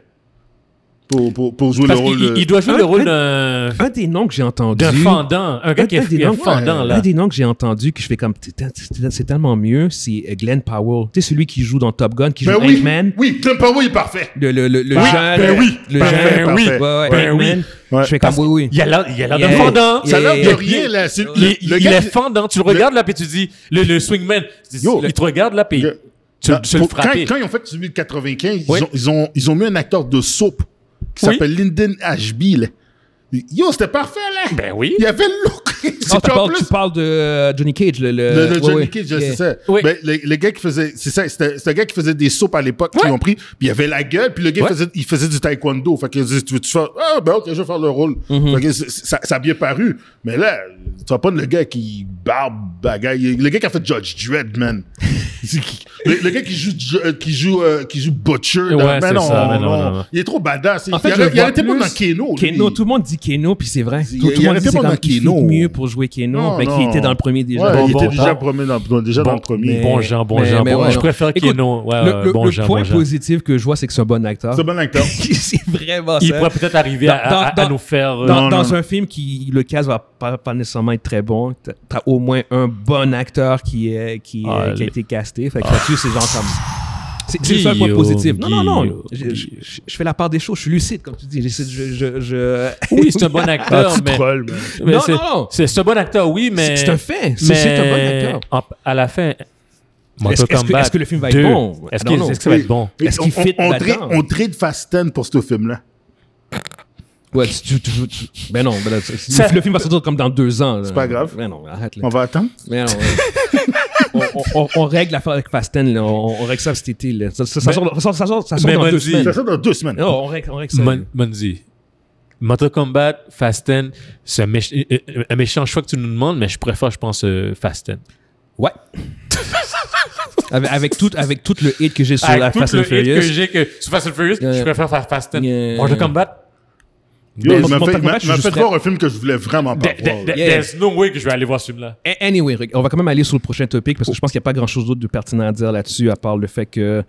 [SPEAKER 3] Pour, pour, pour jouer
[SPEAKER 2] Parce
[SPEAKER 3] le rôle.
[SPEAKER 2] qu'il
[SPEAKER 3] euh,
[SPEAKER 2] il doit jouer
[SPEAKER 1] Un-
[SPEAKER 2] le rôle
[SPEAKER 1] un-
[SPEAKER 2] d'un
[SPEAKER 1] Un Hein? des noms que j'ai entendu.
[SPEAKER 2] d'un fendant. Un gars qui
[SPEAKER 1] Un des
[SPEAKER 2] est un
[SPEAKER 1] noms-
[SPEAKER 2] fendant,
[SPEAKER 1] Un
[SPEAKER 2] là.
[SPEAKER 1] des noms que j'ai entendu que je fais comme t- t- t- c'est tellement mieux, c'est euh, Glenn Powell. Tu sais, celui qui joue dans Top Gun, qui
[SPEAKER 3] Ben
[SPEAKER 1] joue
[SPEAKER 3] oui,
[SPEAKER 1] Ant-Man.
[SPEAKER 3] oui, Clint Powell est parfait.
[SPEAKER 1] Le, le, le, le
[SPEAKER 3] Oui,
[SPEAKER 1] jeune.
[SPEAKER 3] ben oui,
[SPEAKER 1] le
[SPEAKER 3] parfait,
[SPEAKER 1] jeune.
[SPEAKER 3] parfait.
[SPEAKER 1] Ouais, ouais,
[SPEAKER 2] Ben oui.
[SPEAKER 1] Ant-Man.
[SPEAKER 3] Ouais.
[SPEAKER 1] Je fais comme oui, oui.
[SPEAKER 2] Il a l'air il a l'air d'un
[SPEAKER 1] Yeah.
[SPEAKER 2] fendant.
[SPEAKER 1] Yeah.
[SPEAKER 3] Ça a l'air de
[SPEAKER 1] Et-
[SPEAKER 3] rien, là. C'est-
[SPEAKER 2] Il, il-
[SPEAKER 3] le
[SPEAKER 2] il
[SPEAKER 3] gars
[SPEAKER 2] est
[SPEAKER 3] qui-
[SPEAKER 2] fendant. Tu le regardes, là, puis tu dis, le, le swingman,
[SPEAKER 3] Yo.
[SPEAKER 2] il te regarde, là, puis
[SPEAKER 3] Le-
[SPEAKER 2] tu,
[SPEAKER 3] Là,
[SPEAKER 2] tu le
[SPEAKER 3] pour- quand,
[SPEAKER 2] frappes.
[SPEAKER 3] quand ils ont fait celui de 95,
[SPEAKER 2] Oui.
[SPEAKER 3] ils, ont, ils, ont, ils ont mis un acteur de soap qui
[SPEAKER 2] Oui.
[SPEAKER 3] s'appelle Lyndon Ashby. Là. Yo, c'était parfait, là.
[SPEAKER 2] Ben oui.
[SPEAKER 3] Il y avait le look. C'est
[SPEAKER 1] Non, tu,
[SPEAKER 3] en
[SPEAKER 1] parles,
[SPEAKER 3] plus-
[SPEAKER 1] tu parles de euh, Johnny Cage. Le, le,
[SPEAKER 3] Le, le
[SPEAKER 1] ouais,
[SPEAKER 3] Johnny
[SPEAKER 1] ouais.
[SPEAKER 3] Cage,
[SPEAKER 1] Yeah.
[SPEAKER 3] c'est ça.
[SPEAKER 2] Oui.
[SPEAKER 3] Ben, le, le gars qui faisait, c'est ça, c'était c'était un gars qui faisait des soupes à l'époque, qui l'ont pris, puis il avait la gueule, puis le gars
[SPEAKER 2] Ouais.
[SPEAKER 3] faisait, il faisait du taekwondo. Fait qu'il a dit, tu veux-tu faire, ah, ben ok, je vais faire le rôle.
[SPEAKER 1] Mm-hmm.
[SPEAKER 3] Fait que c'est- ça, ça a bien paru. Mais là, tu vas pas le gars qui barbe, bagaille. Le gars qui a fait Judge Dredd, man. C'est qui- le, le gars qui joue, Ju- euh, qui joue, euh, qui joue Butcher. dans-
[SPEAKER 2] Ouais,
[SPEAKER 3] ben
[SPEAKER 2] c'est
[SPEAKER 3] non,
[SPEAKER 2] ça, ben
[SPEAKER 3] non,
[SPEAKER 2] non, non, non.
[SPEAKER 3] Il est trop badass.
[SPEAKER 1] En fait,
[SPEAKER 3] il
[SPEAKER 1] je le
[SPEAKER 3] arrête- il
[SPEAKER 1] vois
[SPEAKER 3] arrêtait pas
[SPEAKER 1] plus.
[SPEAKER 3] dans Keno. lui.
[SPEAKER 1] Keno, tout le monde dit Keno, puis c'est vrai. Tout,
[SPEAKER 3] Il-
[SPEAKER 1] tout
[SPEAKER 3] il
[SPEAKER 1] le monde dit
[SPEAKER 3] arrêtait
[SPEAKER 1] c'est
[SPEAKER 3] pas
[SPEAKER 1] comme
[SPEAKER 3] dans
[SPEAKER 1] qu'il fit
[SPEAKER 3] Keno.
[SPEAKER 1] mieux pour jouer Keno,
[SPEAKER 3] Non,
[SPEAKER 1] mais qui
[SPEAKER 3] non.
[SPEAKER 1] était dans le premier déjà.
[SPEAKER 3] Ouais, il
[SPEAKER 2] Bon,
[SPEAKER 3] était
[SPEAKER 2] bon,
[SPEAKER 3] déjà,
[SPEAKER 2] bon.
[SPEAKER 3] promis dans, déjà dans le premier.
[SPEAKER 2] Bon Jean, bon
[SPEAKER 1] mais-
[SPEAKER 2] Jean,
[SPEAKER 1] mais
[SPEAKER 2] bon
[SPEAKER 1] ouais,
[SPEAKER 2] Jean. Je
[SPEAKER 1] non.
[SPEAKER 2] préfère qu'il y ait
[SPEAKER 1] Écoute,
[SPEAKER 2] non. Ouais,
[SPEAKER 1] le
[SPEAKER 2] ouais,
[SPEAKER 1] le-
[SPEAKER 2] bon
[SPEAKER 1] le
[SPEAKER 2] Jean,
[SPEAKER 1] point
[SPEAKER 2] bon Jean.
[SPEAKER 1] positif que je vois, c'est que c'est un bon acteur.
[SPEAKER 3] C'est un bon acteur.
[SPEAKER 1] c'est vraiment
[SPEAKER 2] Il
[SPEAKER 1] ça.
[SPEAKER 2] pourrait peut-être arriver
[SPEAKER 1] Dans-
[SPEAKER 2] à,
[SPEAKER 1] dans-
[SPEAKER 2] à- à
[SPEAKER 1] dans-
[SPEAKER 2] nous faire. euh,
[SPEAKER 3] Non,
[SPEAKER 1] dans, dans
[SPEAKER 3] non.
[SPEAKER 1] un film qui le cas va pas, pas nécessairement être très bon, t'as t'as au moins un bon acteur qui est qui, est-
[SPEAKER 2] Ah,
[SPEAKER 1] qui a
[SPEAKER 2] le-
[SPEAKER 1] été casté. Fait que là-dessus, c'est genre comme c'est c'est le seul point
[SPEAKER 2] Guillaume,
[SPEAKER 1] positif. Non, non, non.
[SPEAKER 2] Guillaume,
[SPEAKER 1] Je, je-
[SPEAKER 2] Guillaume.
[SPEAKER 1] je- je fais la part des choses. Je suis lucide, comme tu dis. J'essaie de- Je, je, je-
[SPEAKER 2] Oui, c'est un bon acteur, mais.
[SPEAKER 3] Troll, man.
[SPEAKER 2] mais
[SPEAKER 1] Ah, Non,
[SPEAKER 2] c'est-
[SPEAKER 1] non, non.
[SPEAKER 2] C'est c'est un bon acteur, oui, mais.
[SPEAKER 1] C'est c'est un fait. C'est
[SPEAKER 2] mais
[SPEAKER 1] c'est un bon acteur.
[SPEAKER 2] en- à la fin.
[SPEAKER 1] Est-ce-
[SPEAKER 2] Mortal
[SPEAKER 1] est-ce que-
[SPEAKER 2] Kombat
[SPEAKER 1] est-ce que le film va être
[SPEAKER 2] 2,
[SPEAKER 1] bon?
[SPEAKER 2] Est-ce
[SPEAKER 1] Non,
[SPEAKER 2] que,
[SPEAKER 1] non.
[SPEAKER 2] est-ce que ça va être bon?
[SPEAKER 1] Est-ce
[SPEAKER 3] On-
[SPEAKER 1] qu'il
[SPEAKER 3] on-
[SPEAKER 1] fit
[SPEAKER 3] on,
[SPEAKER 1] là-dedans?
[SPEAKER 3] trade- on trade Fast 10 pour ce film-là.
[SPEAKER 1] Ouais, tu- tu- tu- tu- ben non, ben là, c'est-
[SPEAKER 2] Ça-
[SPEAKER 1] le film va sortir comme dans deux ans. C'est
[SPEAKER 3] pas grave.
[SPEAKER 1] Ben non, arrête. là.
[SPEAKER 3] On va attendre.
[SPEAKER 1] Mais non, ouais. on, on- on- on règle l'affaire avec Fasten, là. On, on règle ça cet été. Là. Ça, ça, ça
[SPEAKER 2] Mais-
[SPEAKER 1] sort, ça sort- ça sort- ça sort
[SPEAKER 2] mais
[SPEAKER 1] dans deux
[SPEAKER 2] Bungie-
[SPEAKER 1] semaines.
[SPEAKER 3] Ça sort dans deux semaines.
[SPEAKER 1] Non,
[SPEAKER 2] Oh,
[SPEAKER 1] on règle, on règle ça.
[SPEAKER 2] Mon- Monzi. Mortal Kombat, Fasten, c'est un, méch- euh, euh, un méchant choix que tu nous demandes, mais je préfère, je pense, euh, Fasten.
[SPEAKER 1] Ouais. avec, avec, tout, avec tout le hit que j'ai sur la
[SPEAKER 2] Avec tout
[SPEAKER 1] Fast and
[SPEAKER 2] le hit que
[SPEAKER 1] Furious.
[SPEAKER 2] j'ai que sur Fast and Furious,
[SPEAKER 1] Yeah.
[SPEAKER 2] je préfère faire Fasten.
[SPEAKER 1] Yeah. Oh,
[SPEAKER 2] Mortal Kombat,
[SPEAKER 3] Yo,
[SPEAKER 1] Mais
[SPEAKER 3] il m'a
[SPEAKER 1] Mortal
[SPEAKER 3] fait, il m'a-
[SPEAKER 1] Kombat, je
[SPEAKER 3] il m'a
[SPEAKER 1] suis
[SPEAKER 3] fait
[SPEAKER 1] prêt.
[SPEAKER 3] voir un film que je voulais vraiment pas
[SPEAKER 2] there-
[SPEAKER 3] voir.
[SPEAKER 2] there-
[SPEAKER 3] là.
[SPEAKER 1] Yeah.
[SPEAKER 2] there's no way que je vais aller voir ce film-là.
[SPEAKER 1] A- Anyway, Rick, on va quand même aller sur le prochain topic parce que je pense qu'il n'y a pas grand-chose d'autre de pertinent à dire là-dessus à part le fait que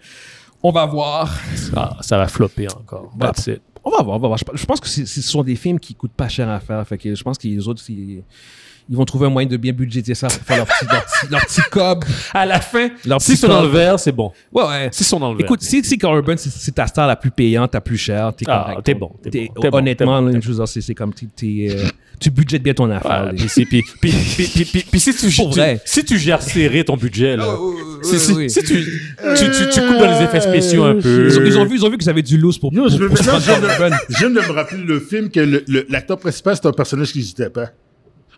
[SPEAKER 1] on va voir.
[SPEAKER 2] Ah, ça va flopper encore.
[SPEAKER 1] Bah.
[SPEAKER 2] That's it.
[SPEAKER 1] On va voir, on va voir. Je pense- Je pense que c'est- ce sont des films qui coûtent pas cher à faire. Fait que je pense que les autres, ils, ils vont trouver un moyen de bien budgéter ça pour faire leur petit, leur petit, leur petit cob.
[SPEAKER 2] À la fin,
[SPEAKER 1] Leur
[SPEAKER 2] s'ils
[SPEAKER 1] petit
[SPEAKER 2] sont dans le
[SPEAKER 1] corps.
[SPEAKER 2] vert, c'est bon.
[SPEAKER 1] Ouais, ouais.
[SPEAKER 2] S'ils sont dans le vert.
[SPEAKER 1] Écoute, si, si Carl Urban, c'est- c'est ta star la plus payante, la plus chère, t'es
[SPEAKER 2] Ah,
[SPEAKER 1] correct.
[SPEAKER 2] t'es bon, t'es bon, t'es bon,
[SPEAKER 1] honnêtement,
[SPEAKER 2] t'es bon,
[SPEAKER 1] là, je veux dire, c'est c'est comme t'es- t'es, euh, tu budgètes bien ton affaire.
[SPEAKER 2] Ah,
[SPEAKER 1] là.
[SPEAKER 2] puis, si- puis- puis- puis- puis- puis- puis si tu,
[SPEAKER 1] Pour
[SPEAKER 2] tu-
[SPEAKER 1] vrai. Oh,
[SPEAKER 2] si tu gères serré ton budget, là, si, si-
[SPEAKER 1] oui.
[SPEAKER 2] si tu, tu, tu- tu coupes dans les effets spéciaux un peu.
[SPEAKER 1] Ils, ont, ils ont vu, ils ont vu que ça avait du loose pour,
[SPEAKER 3] Yo,
[SPEAKER 1] pour,
[SPEAKER 3] je, me,
[SPEAKER 1] pour
[SPEAKER 3] maintenant, je,
[SPEAKER 1] Carl
[SPEAKER 3] viens
[SPEAKER 1] Urban.
[SPEAKER 3] hein. de, je viens de me rappeler le film que le- le- l'acteur principal, c'est un personnage qui n'existait pas.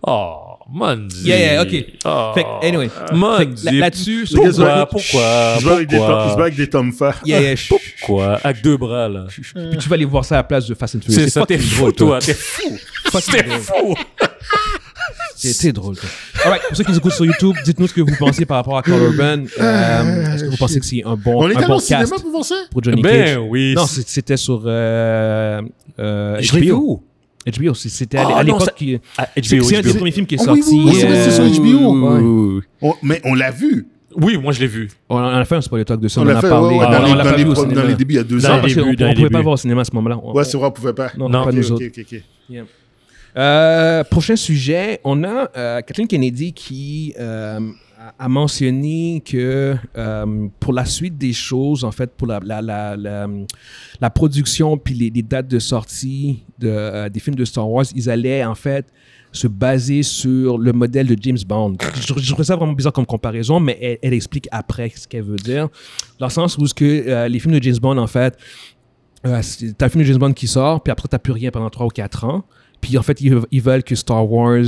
[SPEAKER 2] Oh, mon Dieu.
[SPEAKER 1] Yeah, yeah, ok.
[SPEAKER 2] Oh,
[SPEAKER 1] Fait que, anyway.
[SPEAKER 2] Mon
[SPEAKER 1] Fait que là-
[SPEAKER 2] Dieu.
[SPEAKER 1] là-dessus,
[SPEAKER 2] pourquoi,
[SPEAKER 1] c'est-
[SPEAKER 2] pourquoi, pourquoi,
[SPEAKER 3] Je vais avec des tom- je vais avec des Tom Fer.
[SPEAKER 1] Yeah, yeah, chut, chut,
[SPEAKER 2] Quoi? Avec deux bras, là.
[SPEAKER 1] chut. Puis tu vas aller voir ça à la place de Fast and Furious.
[SPEAKER 2] C'est ça,
[SPEAKER 1] fucking
[SPEAKER 2] t'es fou,
[SPEAKER 1] drôle,
[SPEAKER 2] toi. T'es fou.
[SPEAKER 1] Fucking
[SPEAKER 2] T'es
[SPEAKER 1] drôle.
[SPEAKER 2] fou.
[SPEAKER 1] C'est c'est drôle. quoi. All right, pour ceux qui nous écoutent sur YouTube, dites-nous ce que vous pensez par rapport à Color Run. Euh, Est-ce que vous pensez que c'est un bon,
[SPEAKER 3] On est
[SPEAKER 1] un
[SPEAKER 3] allé
[SPEAKER 1] bon
[SPEAKER 3] au cinéma
[SPEAKER 1] cast
[SPEAKER 3] pour voir ça?
[SPEAKER 1] pour Johnny
[SPEAKER 2] Ben
[SPEAKER 1] Cage?
[SPEAKER 2] oui.
[SPEAKER 1] Non, c'est- c'était sur euh, euh,
[SPEAKER 2] Je l'ai vu
[SPEAKER 1] HBO.
[SPEAKER 2] où?
[SPEAKER 1] HBO, c'est- c'était à l'-
[SPEAKER 2] Ah,
[SPEAKER 1] à
[SPEAKER 2] non,
[SPEAKER 1] l'époque
[SPEAKER 2] ça-
[SPEAKER 1] qui...
[SPEAKER 2] Ah,
[SPEAKER 1] C'est
[SPEAKER 2] HBO,
[SPEAKER 1] c'est un des
[SPEAKER 2] HBO.
[SPEAKER 1] premiers films qui est
[SPEAKER 3] Ah oui,
[SPEAKER 1] sorti. euh,
[SPEAKER 3] oui, oui, c'est vrai, c'est sur HBO, ouais.
[SPEAKER 2] oui, oui.
[SPEAKER 3] On- mais on l'a vu.
[SPEAKER 2] Oui, moi je l'ai vu.
[SPEAKER 1] On en a fait un spoiler talk de ça, on,
[SPEAKER 3] On
[SPEAKER 1] en
[SPEAKER 3] l'a
[SPEAKER 1] a
[SPEAKER 3] fait ouais,
[SPEAKER 1] parlé.
[SPEAKER 3] ouais,
[SPEAKER 1] on
[SPEAKER 2] non,
[SPEAKER 3] dans,
[SPEAKER 1] on
[SPEAKER 3] les,
[SPEAKER 1] l'a
[SPEAKER 3] dans
[SPEAKER 1] pas
[SPEAKER 3] les
[SPEAKER 1] vu au
[SPEAKER 3] pro-
[SPEAKER 1] cinéma.
[SPEAKER 3] dans les débuts il y a deux
[SPEAKER 2] Dans
[SPEAKER 1] Non,
[SPEAKER 3] ans.
[SPEAKER 2] les
[SPEAKER 1] parce qu'on
[SPEAKER 2] débuts, dans
[SPEAKER 1] ne
[SPEAKER 2] les
[SPEAKER 1] pouvait pas
[SPEAKER 2] débuts.
[SPEAKER 1] voir au cinéma à ce moment-là. On-
[SPEAKER 3] Ouais, c'est vrai, on pouvait pas.
[SPEAKER 1] Non,
[SPEAKER 2] Non,
[SPEAKER 1] pas
[SPEAKER 3] Ok,
[SPEAKER 1] nous autres.
[SPEAKER 3] ok, ok, ok.
[SPEAKER 1] Euh, prochain sujet, on a euh, Kathleen Kennedy qui euh, a- a mentionné que euh, pour la suite des choses, en fait, pour la, la, la, la, la production puis les, les dates de sortie de, euh, des films de Star Wars, ils allaient en fait se baser sur le modèle de James Bond. Je, je trouve ça vraiment bizarre comme comparaison, mais elle, elle explique après ce qu'elle veut dire. Dans le sens où ce que, euh, les films de James Bond, en fait, euh, c'est- t'as le film de James Bond qui sort, puis après t'as plus rien pendant 3 ou 4 ans. Puis en fait, ils, ils veulent que Star Wars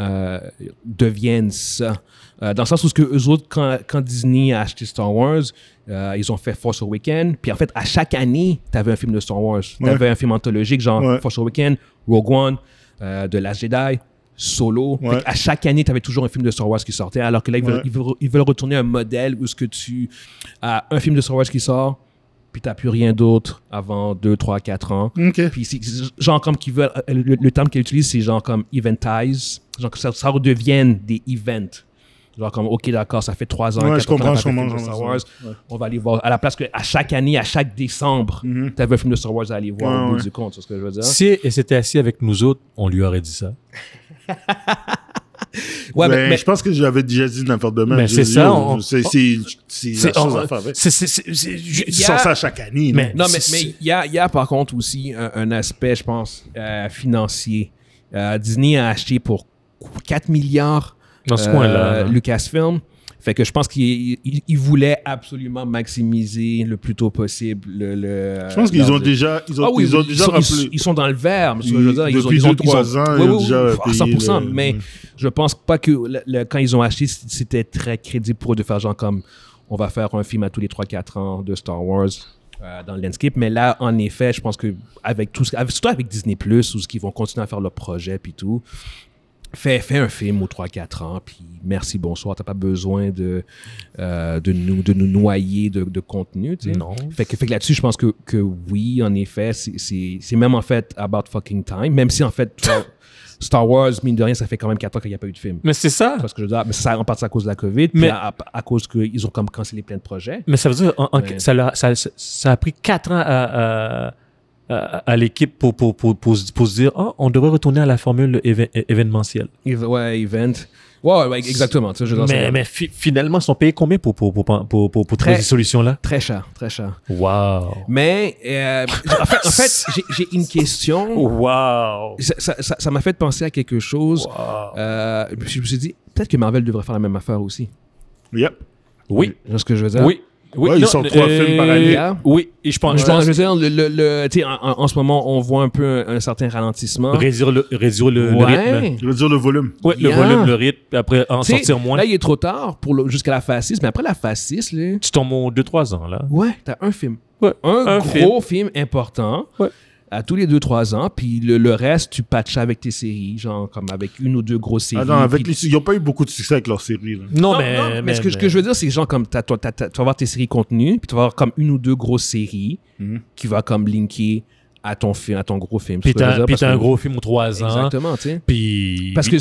[SPEAKER 1] euh, devienne ça. Euh, dans le sens où ce que eux autres, quand, quand Disney a acheté Star Wars, euh, ils ont fait Force Awakens. Puis en fait, à chaque année, t'avais un film de Star Wars. T'avais un film anthologique, genre
[SPEAKER 3] Ouais.
[SPEAKER 1] Force Awakens, Rogue One, euh, The Last Jedi, Solo.
[SPEAKER 3] Ouais.
[SPEAKER 1] à chaque année, t'avais toujours un film de Star Wars qui sortait. Alors que là, ils veulent,
[SPEAKER 3] Ouais.
[SPEAKER 1] ils veulent, ils veulent retourner à un modèle où ce que tu as un film de Star Wars qui sort, puis t'as plus rien d'autre avant 2, 3, 4 ans.
[SPEAKER 3] Ok.
[SPEAKER 1] Puis c'est genre comme qu'ils veulent, euh, le, le terme qu'ils utilisent, c'est genre comme eventize, genre que ça, ça redevienne des events. Genre comme, ok, d'accord, ça fait 3 ans,
[SPEAKER 3] Ouais,
[SPEAKER 1] quatre
[SPEAKER 3] je
[SPEAKER 1] ans qu'on a
[SPEAKER 3] comprends,
[SPEAKER 1] pas
[SPEAKER 3] je
[SPEAKER 1] fait de
[SPEAKER 3] comprends,
[SPEAKER 1] film de
[SPEAKER 3] je
[SPEAKER 1] Star
[SPEAKER 3] comprends,
[SPEAKER 1] Wars, on va aller voir, à la place que à chaque année, à chaque décembre, t'avais un film de Star Wars à aller voir
[SPEAKER 3] Mm-hmm. Ouais,
[SPEAKER 1] au bout
[SPEAKER 3] ouais.
[SPEAKER 1] du compte, c'est ce que je veux dire.
[SPEAKER 2] Si elle s'était assise avec nous autres, on lui aurait dit ça.
[SPEAKER 1] Ouais,
[SPEAKER 3] Ben, je pense que j'avais déjà dit n'importe demain.
[SPEAKER 2] Mais
[SPEAKER 3] Je-
[SPEAKER 2] c'est ça,
[SPEAKER 3] je-
[SPEAKER 2] on-
[SPEAKER 3] C'est c'est c'est la
[SPEAKER 2] C'est
[SPEAKER 3] chose
[SPEAKER 2] on-
[SPEAKER 3] à faire. ouais.
[SPEAKER 2] c'est- c'est- c'est- c'est- je-
[SPEAKER 3] Ils
[SPEAKER 1] y a-
[SPEAKER 3] sortent ça chaque année.
[SPEAKER 2] Mais-
[SPEAKER 1] Non,
[SPEAKER 3] non?
[SPEAKER 1] mais mais
[SPEAKER 2] C'est-
[SPEAKER 1] il y, a, il y a par contre aussi un, un aspect, je pense, euh, financier. Euh, Disney a acheté pour 4 milliards
[SPEAKER 2] Dans ce
[SPEAKER 1] euh,
[SPEAKER 2] coin-là.
[SPEAKER 1] Lucasfilm. Fait que je pense qu'il il- il voulait absolument maximiser le plus tôt possible le. le-
[SPEAKER 3] Je pense qu'ils ont
[SPEAKER 1] leur-
[SPEAKER 3] déjà ils ont
[SPEAKER 1] Ah oui,
[SPEAKER 3] ils ont
[SPEAKER 1] ils
[SPEAKER 3] déjà
[SPEAKER 1] sont- ils-
[SPEAKER 3] rappelé.
[SPEAKER 1] Ils sont dans le vert. mais ce que je veux dire,
[SPEAKER 3] Ils-
[SPEAKER 1] ils ont-
[SPEAKER 3] depuis
[SPEAKER 1] ils ont-
[SPEAKER 3] deux, trois
[SPEAKER 1] ont-
[SPEAKER 3] ans,
[SPEAKER 1] oui,
[SPEAKER 3] ils
[SPEAKER 1] oui,
[SPEAKER 3] ont
[SPEAKER 1] ah,
[SPEAKER 3] déjà
[SPEAKER 1] oui, à
[SPEAKER 3] payé
[SPEAKER 1] 100%,
[SPEAKER 3] le-
[SPEAKER 1] mais
[SPEAKER 3] oui.
[SPEAKER 1] je pense pas que le- le- quand ils ont acheté, c- c'était très crédible pour eux de faire genre comme on va faire un film à tous les 3-4 ans de Star Wars euh, dans le landscape. Mais là, en effet, je pense que avec tout, ce- avec- surtout avec Disney Plus, où ce qu'ils vont continuer à faire leur projet puis tout. Fais, fais un film aux 3-4 ans, puis merci, bonsoir. T'as pas besoin de, euh, de, nous, de nous noyer de, de contenu. tu sais.
[SPEAKER 2] Non.
[SPEAKER 1] Fait que, fait que là-dessus, je pense que, que oui, en effet, c'est- c'est c'est même en fait about fucking time. Même si en fait, tu vois, Star Wars, mine de rien, ça fait quand même 4 ans qu'il n'y a pas eu de film.
[SPEAKER 2] Mais c'est ça.
[SPEAKER 1] Parce que je veux dire, mais ça en partie à cause de la COVID, mais
[SPEAKER 2] Mais-
[SPEAKER 1] à, à- à cause qu'ils ont comme cancellé plein de projets.
[SPEAKER 2] Mais ça veut dire, en- en-
[SPEAKER 1] Ouais.
[SPEAKER 2] ça, leur- ça, ça- ça a pris quatre ans à, à- à- à l'équipe pour, pour, pour, pour se- pour se dire, Ah, on devrait retourner à la formule éve- é- événementielle.
[SPEAKER 1] Ev- Ouais, event. Ouais, ouais, ouais, exactement. tu sais, je veux dire,
[SPEAKER 2] Mais,
[SPEAKER 1] c'est
[SPEAKER 2] mais fi- finalement, ils sont payés combien pour, pour, pour, pour, pour- pour
[SPEAKER 1] Très-
[SPEAKER 2] trouver ces solutions-là?
[SPEAKER 1] Très cher, très cher.
[SPEAKER 2] Wow.
[SPEAKER 1] Mais euh, en fait, en fait, j'ai- j'ai une question.
[SPEAKER 2] Wow.
[SPEAKER 1] Ça- ça- ça ça m'a fait penser à quelque chose. Euh, je me suis dit, peut-être que Marvel devrait faire la même affaire aussi.
[SPEAKER 3] Yep.
[SPEAKER 2] Oui.
[SPEAKER 1] Tu vois ce que je veux dire?
[SPEAKER 2] Oui. Oui,
[SPEAKER 3] Ouais, ils sortent trois films par année.
[SPEAKER 2] Oui, et je pense,
[SPEAKER 1] Je
[SPEAKER 2] je pense
[SPEAKER 1] pense, je veux dire, le, le- le- tu sais, en, en- en ce moment, on voit un peu un, un certain ralentissement.
[SPEAKER 2] réduire le, réduire le, le rythme.
[SPEAKER 1] ouais.
[SPEAKER 3] Je veux dire le volume.
[SPEAKER 2] Ouais,
[SPEAKER 1] Yeah.
[SPEAKER 2] le volume, le rythme, après en
[SPEAKER 1] Tu sais,
[SPEAKER 2] sortir moins.
[SPEAKER 1] Là, il est trop tard pour le- jusqu'à la phase 6, mais après la phase 6, là,
[SPEAKER 2] tu tombes aux 2-3 ans, là.
[SPEAKER 1] ouais, t'as un film.
[SPEAKER 2] Ouais,
[SPEAKER 1] Un,
[SPEAKER 2] un
[SPEAKER 1] gros film, important
[SPEAKER 2] Ouais.
[SPEAKER 1] à tous les 2-3 ans, puis le, le reste, tu patches avec tes séries, genre comme avec une ou deux grosses séries.
[SPEAKER 3] Ah non, avec
[SPEAKER 1] puis-
[SPEAKER 3] les- ils n'ont pas eu beaucoup de succès avec leur série. là.
[SPEAKER 2] Non,
[SPEAKER 1] Non,
[SPEAKER 2] mais,
[SPEAKER 1] non, mais, ce, que, ce que je veux dire, c'est que genre comme t'as- toi, t'as- t'as- tu vas avoir tes séries contenues, puis tu vas avoir comme une ou deux grosses séries
[SPEAKER 3] Mhm.
[SPEAKER 1] qui va comme linker à ton, film, à ton gros film.
[SPEAKER 2] Puis
[SPEAKER 1] C'est ce que je veux
[SPEAKER 2] t'as
[SPEAKER 1] dire,
[SPEAKER 2] puis
[SPEAKER 1] parce
[SPEAKER 2] t'as un
[SPEAKER 1] que-
[SPEAKER 2] gros film aux 3 ans.
[SPEAKER 1] Exactement, tu sais.
[SPEAKER 2] Puis.
[SPEAKER 1] Parce que,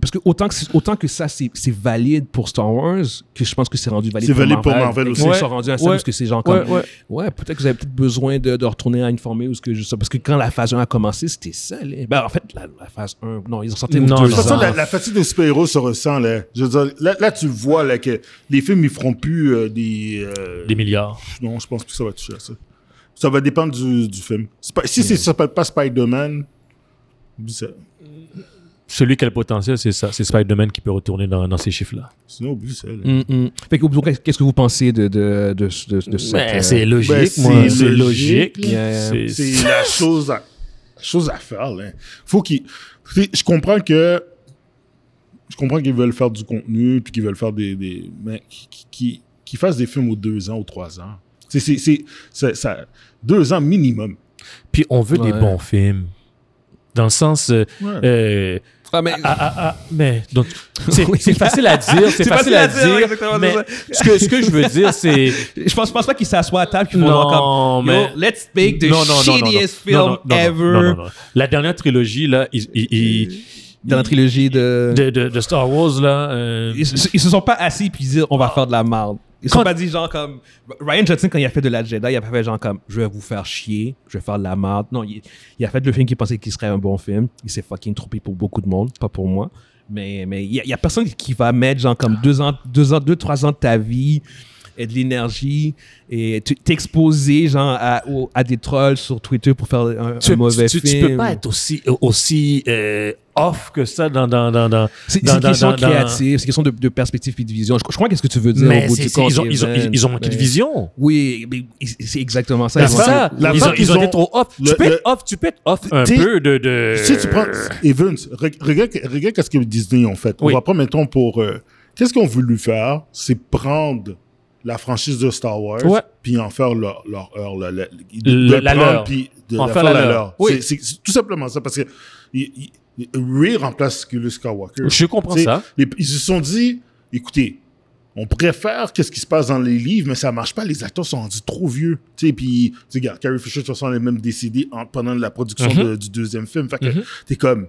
[SPEAKER 1] parce que autant que, autant que ça, c'est c'est valide pour Star Wars, que je pense que c'est rendu valide
[SPEAKER 3] C'est
[SPEAKER 1] pour
[SPEAKER 3] valide
[SPEAKER 1] Marvel.
[SPEAKER 3] pour Marvel
[SPEAKER 1] Et
[SPEAKER 3] aussi.
[SPEAKER 1] Ils
[SPEAKER 2] Ouais.
[SPEAKER 1] sont rendus à ça
[SPEAKER 2] Ouais.
[SPEAKER 1] parce que c'est genre comme.
[SPEAKER 2] Ouais,
[SPEAKER 1] Ouais,
[SPEAKER 2] ouais.
[SPEAKER 1] peut-être que vous avez peut-être besoin de, de retourner à une formule ou ce que je sais. Parce que quand la phase 1 a commencé, c'était ça. là. Ben, en fait, la, la phase 1, non, ils ont sorti
[SPEAKER 2] Non,
[SPEAKER 1] deux
[SPEAKER 3] De toute façon,
[SPEAKER 1] ans.
[SPEAKER 3] la, la fatigue des super-héros se ressent. Là. Je veux dire, là, là, tu vois là, que les films, ils feront plus euh, des, euh,
[SPEAKER 2] Des milliards.
[SPEAKER 3] Non, je pense pas que ça va toucher à ça. Ça va dépendre du, du film. Sp- si c'est- ça s'appelle pas Spider-Man, ça-
[SPEAKER 2] Celui qui a le potentiel, c'est ça. C'est Spider-Man qui peut retourner dans, dans ces chiffres-là.
[SPEAKER 3] sinon, oublie ça. là.
[SPEAKER 1] Hum,
[SPEAKER 2] Mm,
[SPEAKER 1] hum. Fait que, au bout, qu'est-ce que vous pensez de, de, de, de, de cette, euh,
[SPEAKER 2] Ben, c'est logique,
[SPEAKER 3] ben, c'est
[SPEAKER 2] moi. C'est
[SPEAKER 3] logique,
[SPEAKER 2] logique.
[SPEAKER 3] là.
[SPEAKER 1] Yeah, yeah.
[SPEAKER 2] C'est-
[SPEAKER 3] C'est la chose à, chose à faire. Là. Faut qu'il. tu sais, Je comprends que je comprends qu'ils veulent faire du contenu, puis qu'ils veulent faire des. des mais qui, qui, qui fassent des films aux deux ans, aux trois ans. C'est, c'est, c'est, c'est- ça, deux ans minimum.
[SPEAKER 2] Puis on veut des
[SPEAKER 1] Ouais.
[SPEAKER 2] bons films. Dans le sens. euh,
[SPEAKER 3] Ouais.
[SPEAKER 2] euh,
[SPEAKER 1] Ah, mais.
[SPEAKER 2] ah, ah, ah, mais donc, c'est
[SPEAKER 1] Oui.
[SPEAKER 2] c'est facile à dire, c'est
[SPEAKER 1] C'est
[SPEAKER 2] facile, à dire.
[SPEAKER 1] exactement,
[SPEAKER 2] mais
[SPEAKER 1] c'est
[SPEAKER 2] ce que, ce que je veux dire, c'est.
[SPEAKER 1] Je pense, je pense pas qu'ils s'assoient à table et qu'ils vont voir comme.
[SPEAKER 2] Non, mais.
[SPEAKER 1] Yo, let's make the
[SPEAKER 2] non, non, non, non, non.
[SPEAKER 1] shittiest
[SPEAKER 2] Non, non,
[SPEAKER 1] film
[SPEAKER 2] non, non,
[SPEAKER 1] ever.
[SPEAKER 2] non, non, non. La dernière trilogie, là, ils- ils- ils-
[SPEAKER 1] Dans la trilogie de.
[SPEAKER 2] de, de- de Star Wars, là. euh, Ah.
[SPEAKER 1] Ils, se- ils se sont pas assis puis ils disent on va faire de la merde. Ils se
[SPEAKER 2] Quand-
[SPEAKER 1] sont pas dit genre comme. Ryan Johnson, quand il a fait de la Jedi, il a pas fait genre comme je vais vous faire chier, je vais faire de la merde. Non, il, il a fait le film qu'il pensait qu'il serait un bon film. Il s'est fucking trompé pour beaucoup de monde, pas pour moi. Mais mais il y, a- il y a personne qui va mettre genre comme deux ans, deux ans, deux, trois ans de ta vie et de l'énergie et tu- t'exposer genre à, au- à des trolls sur Twitter pour faire un, un
[SPEAKER 2] tu,
[SPEAKER 1] mauvais
[SPEAKER 2] tu- tu-
[SPEAKER 1] film.
[SPEAKER 2] tu peux pas être aussi, aussi euh, off que ça dans. dans, dans, dans
[SPEAKER 1] C'est
[SPEAKER 2] dans-
[SPEAKER 1] c'est une
[SPEAKER 2] dans-
[SPEAKER 1] question
[SPEAKER 2] dans- dans-
[SPEAKER 1] créative, c'est une question de, de perspective et de vision. Je, je crois qu'est-ce que tu veux dire
[SPEAKER 2] Mais
[SPEAKER 1] au bout
[SPEAKER 2] c'est-
[SPEAKER 1] du
[SPEAKER 2] c'est-
[SPEAKER 1] compte,
[SPEAKER 2] ils ont, ils ont,
[SPEAKER 1] Evan.
[SPEAKER 2] ils, ils ont manqué de
[SPEAKER 1] Ben,
[SPEAKER 2] vision. Ben,
[SPEAKER 1] Oui, mais c'est exactement ça. Ils
[SPEAKER 2] C'est
[SPEAKER 3] La
[SPEAKER 1] ont-
[SPEAKER 2] ça.
[SPEAKER 3] la
[SPEAKER 2] ils,
[SPEAKER 3] fin
[SPEAKER 2] ont, ils
[SPEAKER 3] qu'ils
[SPEAKER 2] ont été
[SPEAKER 3] ont-
[SPEAKER 2] trop off. tu
[SPEAKER 3] le-
[SPEAKER 2] peux être
[SPEAKER 3] le-
[SPEAKER 2] off, tu peux être off un
[SPEAKER 3] T'es-
[SPEAKER 2] peu de. de...
[SPEAKER 3] Si tu prends Evans, re- regarde, regarde qu'est-ce que Disney ont fait.
[SPEAKER 2] euh, Oui.
[SPEAKER 3] On va prendre, mettons, pour... euh, qu'est-ce qu'on voulu faire? C'est prendre la franchise de Star Wars
[SPEAKER 2] Ouais.
[SPEAKER 3] puis en faire leur, leur heure. leur- leur-
[SPEAKER 2] Le-
[SPEAKER 3] de
[SPEAKER 2] la
[SPEAKER 3] prendre,
[SPEAKER 2] leur.
[SPEAKER 3] Puis de
[SPEAKER 2] En
[SPEAKER 3] faire la leur.
[SPEAKER 2] Oui.
[SPEAKER 3] C'est- C'est c'est tout simplement ça parce que il- il- Ray remplace le Skywalker.
[SPEAKER 2] Je comprends
[SPEAKER 3] Tu sais,
[SPEAKER 2] ça.
[SPEAKER 3] les- ils se sont dit, écoutez, on préfère qu'est-ce qui se passe dans les livres, mais ça marche pas. Les acteurs sont rendus trop vieux. Tu sais, puis, tu sais, regarde, Carrie Fisher, de toute façon, elle est même décédée en- pendant la production
[SPEAKER 2] Mhm.
[SPEAKER 3] de- du deuxième film. Fait que
[SPEAKER 2] Mhm.
[SPEAKER 3] t'es comme,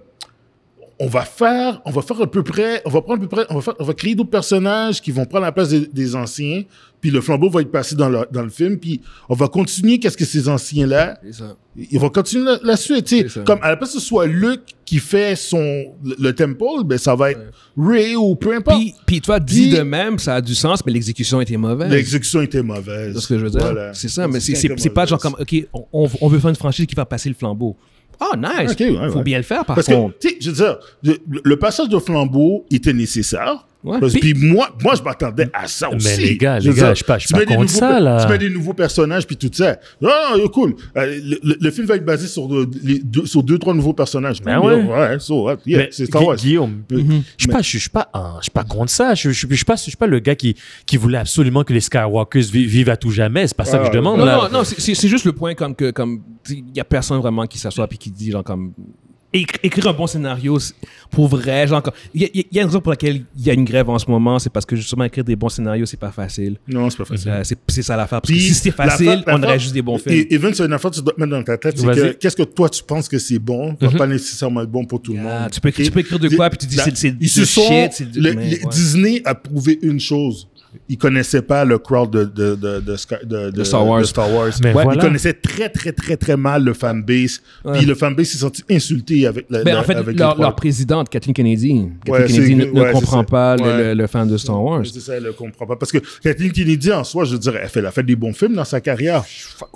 [SPEAKER 3] on va faire, on va faire à peu près, on va prendre à peu près, on va, faire- on va créer d'autres personnages qui vont prendre la place des, des anciens, puis le flambeau va être passé dans le, dans le film, puis on va continuer qu'est-ce que ces anciens-là
[SPEAKER 1] C'est ça.
[SPEAKER 3] ils vont continuer la, la suite. tu sais.
[SPEAKER 1] C'est ça.
[SPEAKER 3] Comme à la place que ce soit Luc qui fait son le, le temple, ben ça va être Ray ou peu importe.
[SPEAKER 1] Puis, puis toi, dit
[SPEAKER 3] Puis-
[SPEAKER 1] de même, ça a du sens, mais l'exécution était mauvaise.
[SPEAKER 3] L'exécution était mauvaise.
[SPEAKER 1] C'est ce que je veux dire.
[SPEAKER 3] Voilà.
[SPEAKER 1] C'est ça, mais c'est-
[SPEAKER 3] L'exécution
[SPEAKER 1] c'est
[SPEAKER 3] était
[SPEAKER 1] c'est pas genre
[SPEAKER 3] mauvaise.
[SPEAKER 1] comme, OK, on- on, on veut faire une franchise qui va passer le flambeau. Ah, nice.
[SPEAKER 3] Ok, ouais,
[SPEAKER 1] Faut
[SPEAKER 3] ouais.
[SPEAKER 1] bien le faire, par
[SPEAKER 3] Parce que,
[SPEAKER 1] contre.
[SPEAKER 3] tu sais, je veux dire, le, le passage de flambeau était nécessaire.
[SPEAKER 1] Ouais.
[SPEAKER 3] Parce-
[SPEAKER 1] Puis-
[SPEAKER 3] puis moi, moi, je m'attendais à ça
[SPEAKER 2] Mais
[SPEAKER 3] aussi.
[SPEAKER 2] les gars,
[SPEAKER 3] Je veux
[SPEAKER 2] les gars,
[SPEAKER 3] dire,
[SPEAKER 2] je suis pas- je suis
[SPEAKER 3] tu
[SPEAKER 2] pas
[SPEAKER 3] mets des
[SPEAKER 2] contre
[SPEAKER 3] nouveaux
[SPEAKER 2] ça,
[SPEAKER 3] pe-
[SPEAKER 2] là.
[SPEAKER 3] Tu mets des nouveaux personnages, puis tout ça. Non, non, non, cool. Euh, le, le- le film va être basé sur, euh, les deux, sur deux, trois nouveaux personnages.
[SPEAKER 2] Ben
[SPEAKER 3] Cool,
[SPEAKER 2] ouais.
[SPEAKER 3] Ouais, so what, yeah,
[SPEAKER 2] Mais
[SPEAKER 3] c'est Star Wars.
[SPEAKER 2] Gui- Guillaume,
[SPEAKER 3] Mhm.
[SPEAKER 2] je suis pas, je suis- je suis pas, en- je suis pas contre ça. Je, je, je suis pas, je suis pas le gars qui, qui voulait absolument que les Skywalkers vi- vivent à tout jamais. C'est pas ça que je
[SPEAKER 3] Ah,
[SPEAKER 2] demande.
[SPEAKER 1] Non,
[SPEAKER 2] là.
[SPEAKER 1] non, non, c'est- c'est c'est juste le point comme que comme il y a personne vraiment qui s'assoit puis qui dit genre comme écri- écrire un bon scénario c'est- pour vrai genre comme il y, a- il y a une raison pour laquelle il y a une grève en ce moment, c'est parce que justement écrire des bons scénarios c'est pas facile.
[SPEAKER 3] Non, c'est pas facile.
[SPEAKER 1] Euh, c'est c'est ça l'affaire parce que
[SPEAKER 3] Puis,
[SPEAKER 1] si c'était
[SPEAKER 3] la
[SPEAKER 1] facile,
[SPEAKER 3] fa- la
[SPEAKER 1] on aurait
[SPEAKER 3] fa-
[SPEAKER 1] juste des bons films.
[SPEAKER 3] Et, et Vince, une affaire que tu dois te mettre dans ta tête, c'est
[SPEAKER 2] Vas-y.
[SPEAKER 3] que qu'est-ce que toi tu penses que c'est bon, va pas nécessairement être bon pour tout le
[SPEAKER 1] Ah,
[SPEAKER 3] monde.
[SPEAKER 1] Mhm. tu peux écrire-
[SPEAKER 3] Et
[SPEAKER 1] tu peux écrire de
[SPEAKER 3] les-
[SPEAKER 1] quoi, puis tu dis,
[SPEAKER 3] la-
[SPEAKER 1] c'est- c'est
[SPEAKER 3] ils
[SPEAKER 1] du
[SPEAKER 3] se sont-
[SPEAKER 1] shit, c'est du-
[SPEAKER 3] le-
[SPEAKER 1] mais
[SPEAKER 3] les-
[SPEAKER 1] ouais.
[SPEAKER 3] Disney a prouvé une chose. Ils connaissaient pas le crowd de, de, de, de, Sky- de- de-
[SPEAKER 1] Star Wars.
[SPEAKER 3] de Star Wars.
[SPEAKER 2] Mais voilà.
[SPEAKER 3] Ils connaissaient très, très, très, très mal le fanbase.
[SPEAKER 1] Ouais.
[SPEAKER 3] Puis le fanbase s'est senti insulté avec la.
[SPEAKER 1] Ben,
[SPEAKER 3] la-
[SPEAKER 1] en fait,
[SPEAKER 3] avec les
[SPEAKER 1] leur,
[SPEAKER 3] trois-
[SPEAKER 1] leur présidente, Kathleen Kennedy, Kathleen
[SPEAKER 3] Ouais,
[SPEAKER 1] Kennedy
[SPEAKER 3] c'est-
[SPEAKER 1] ne, ne
[SPEAKER 3] ouais, c'est
[SPEAKER 1] comprend
[SPEAKER 3] ça.
[SPEAKER 1] pas le-
[SPEAKER 3] Ouais.
[SPEAKER 1] le, le fan de Star Wars.
[SPEAKER 3] C'est ça, elle ne comprend pas. Parce que Kathleen Kennedy, en soi, je veux dire, elle, fait, elle a fait des bons films dans sa carrière.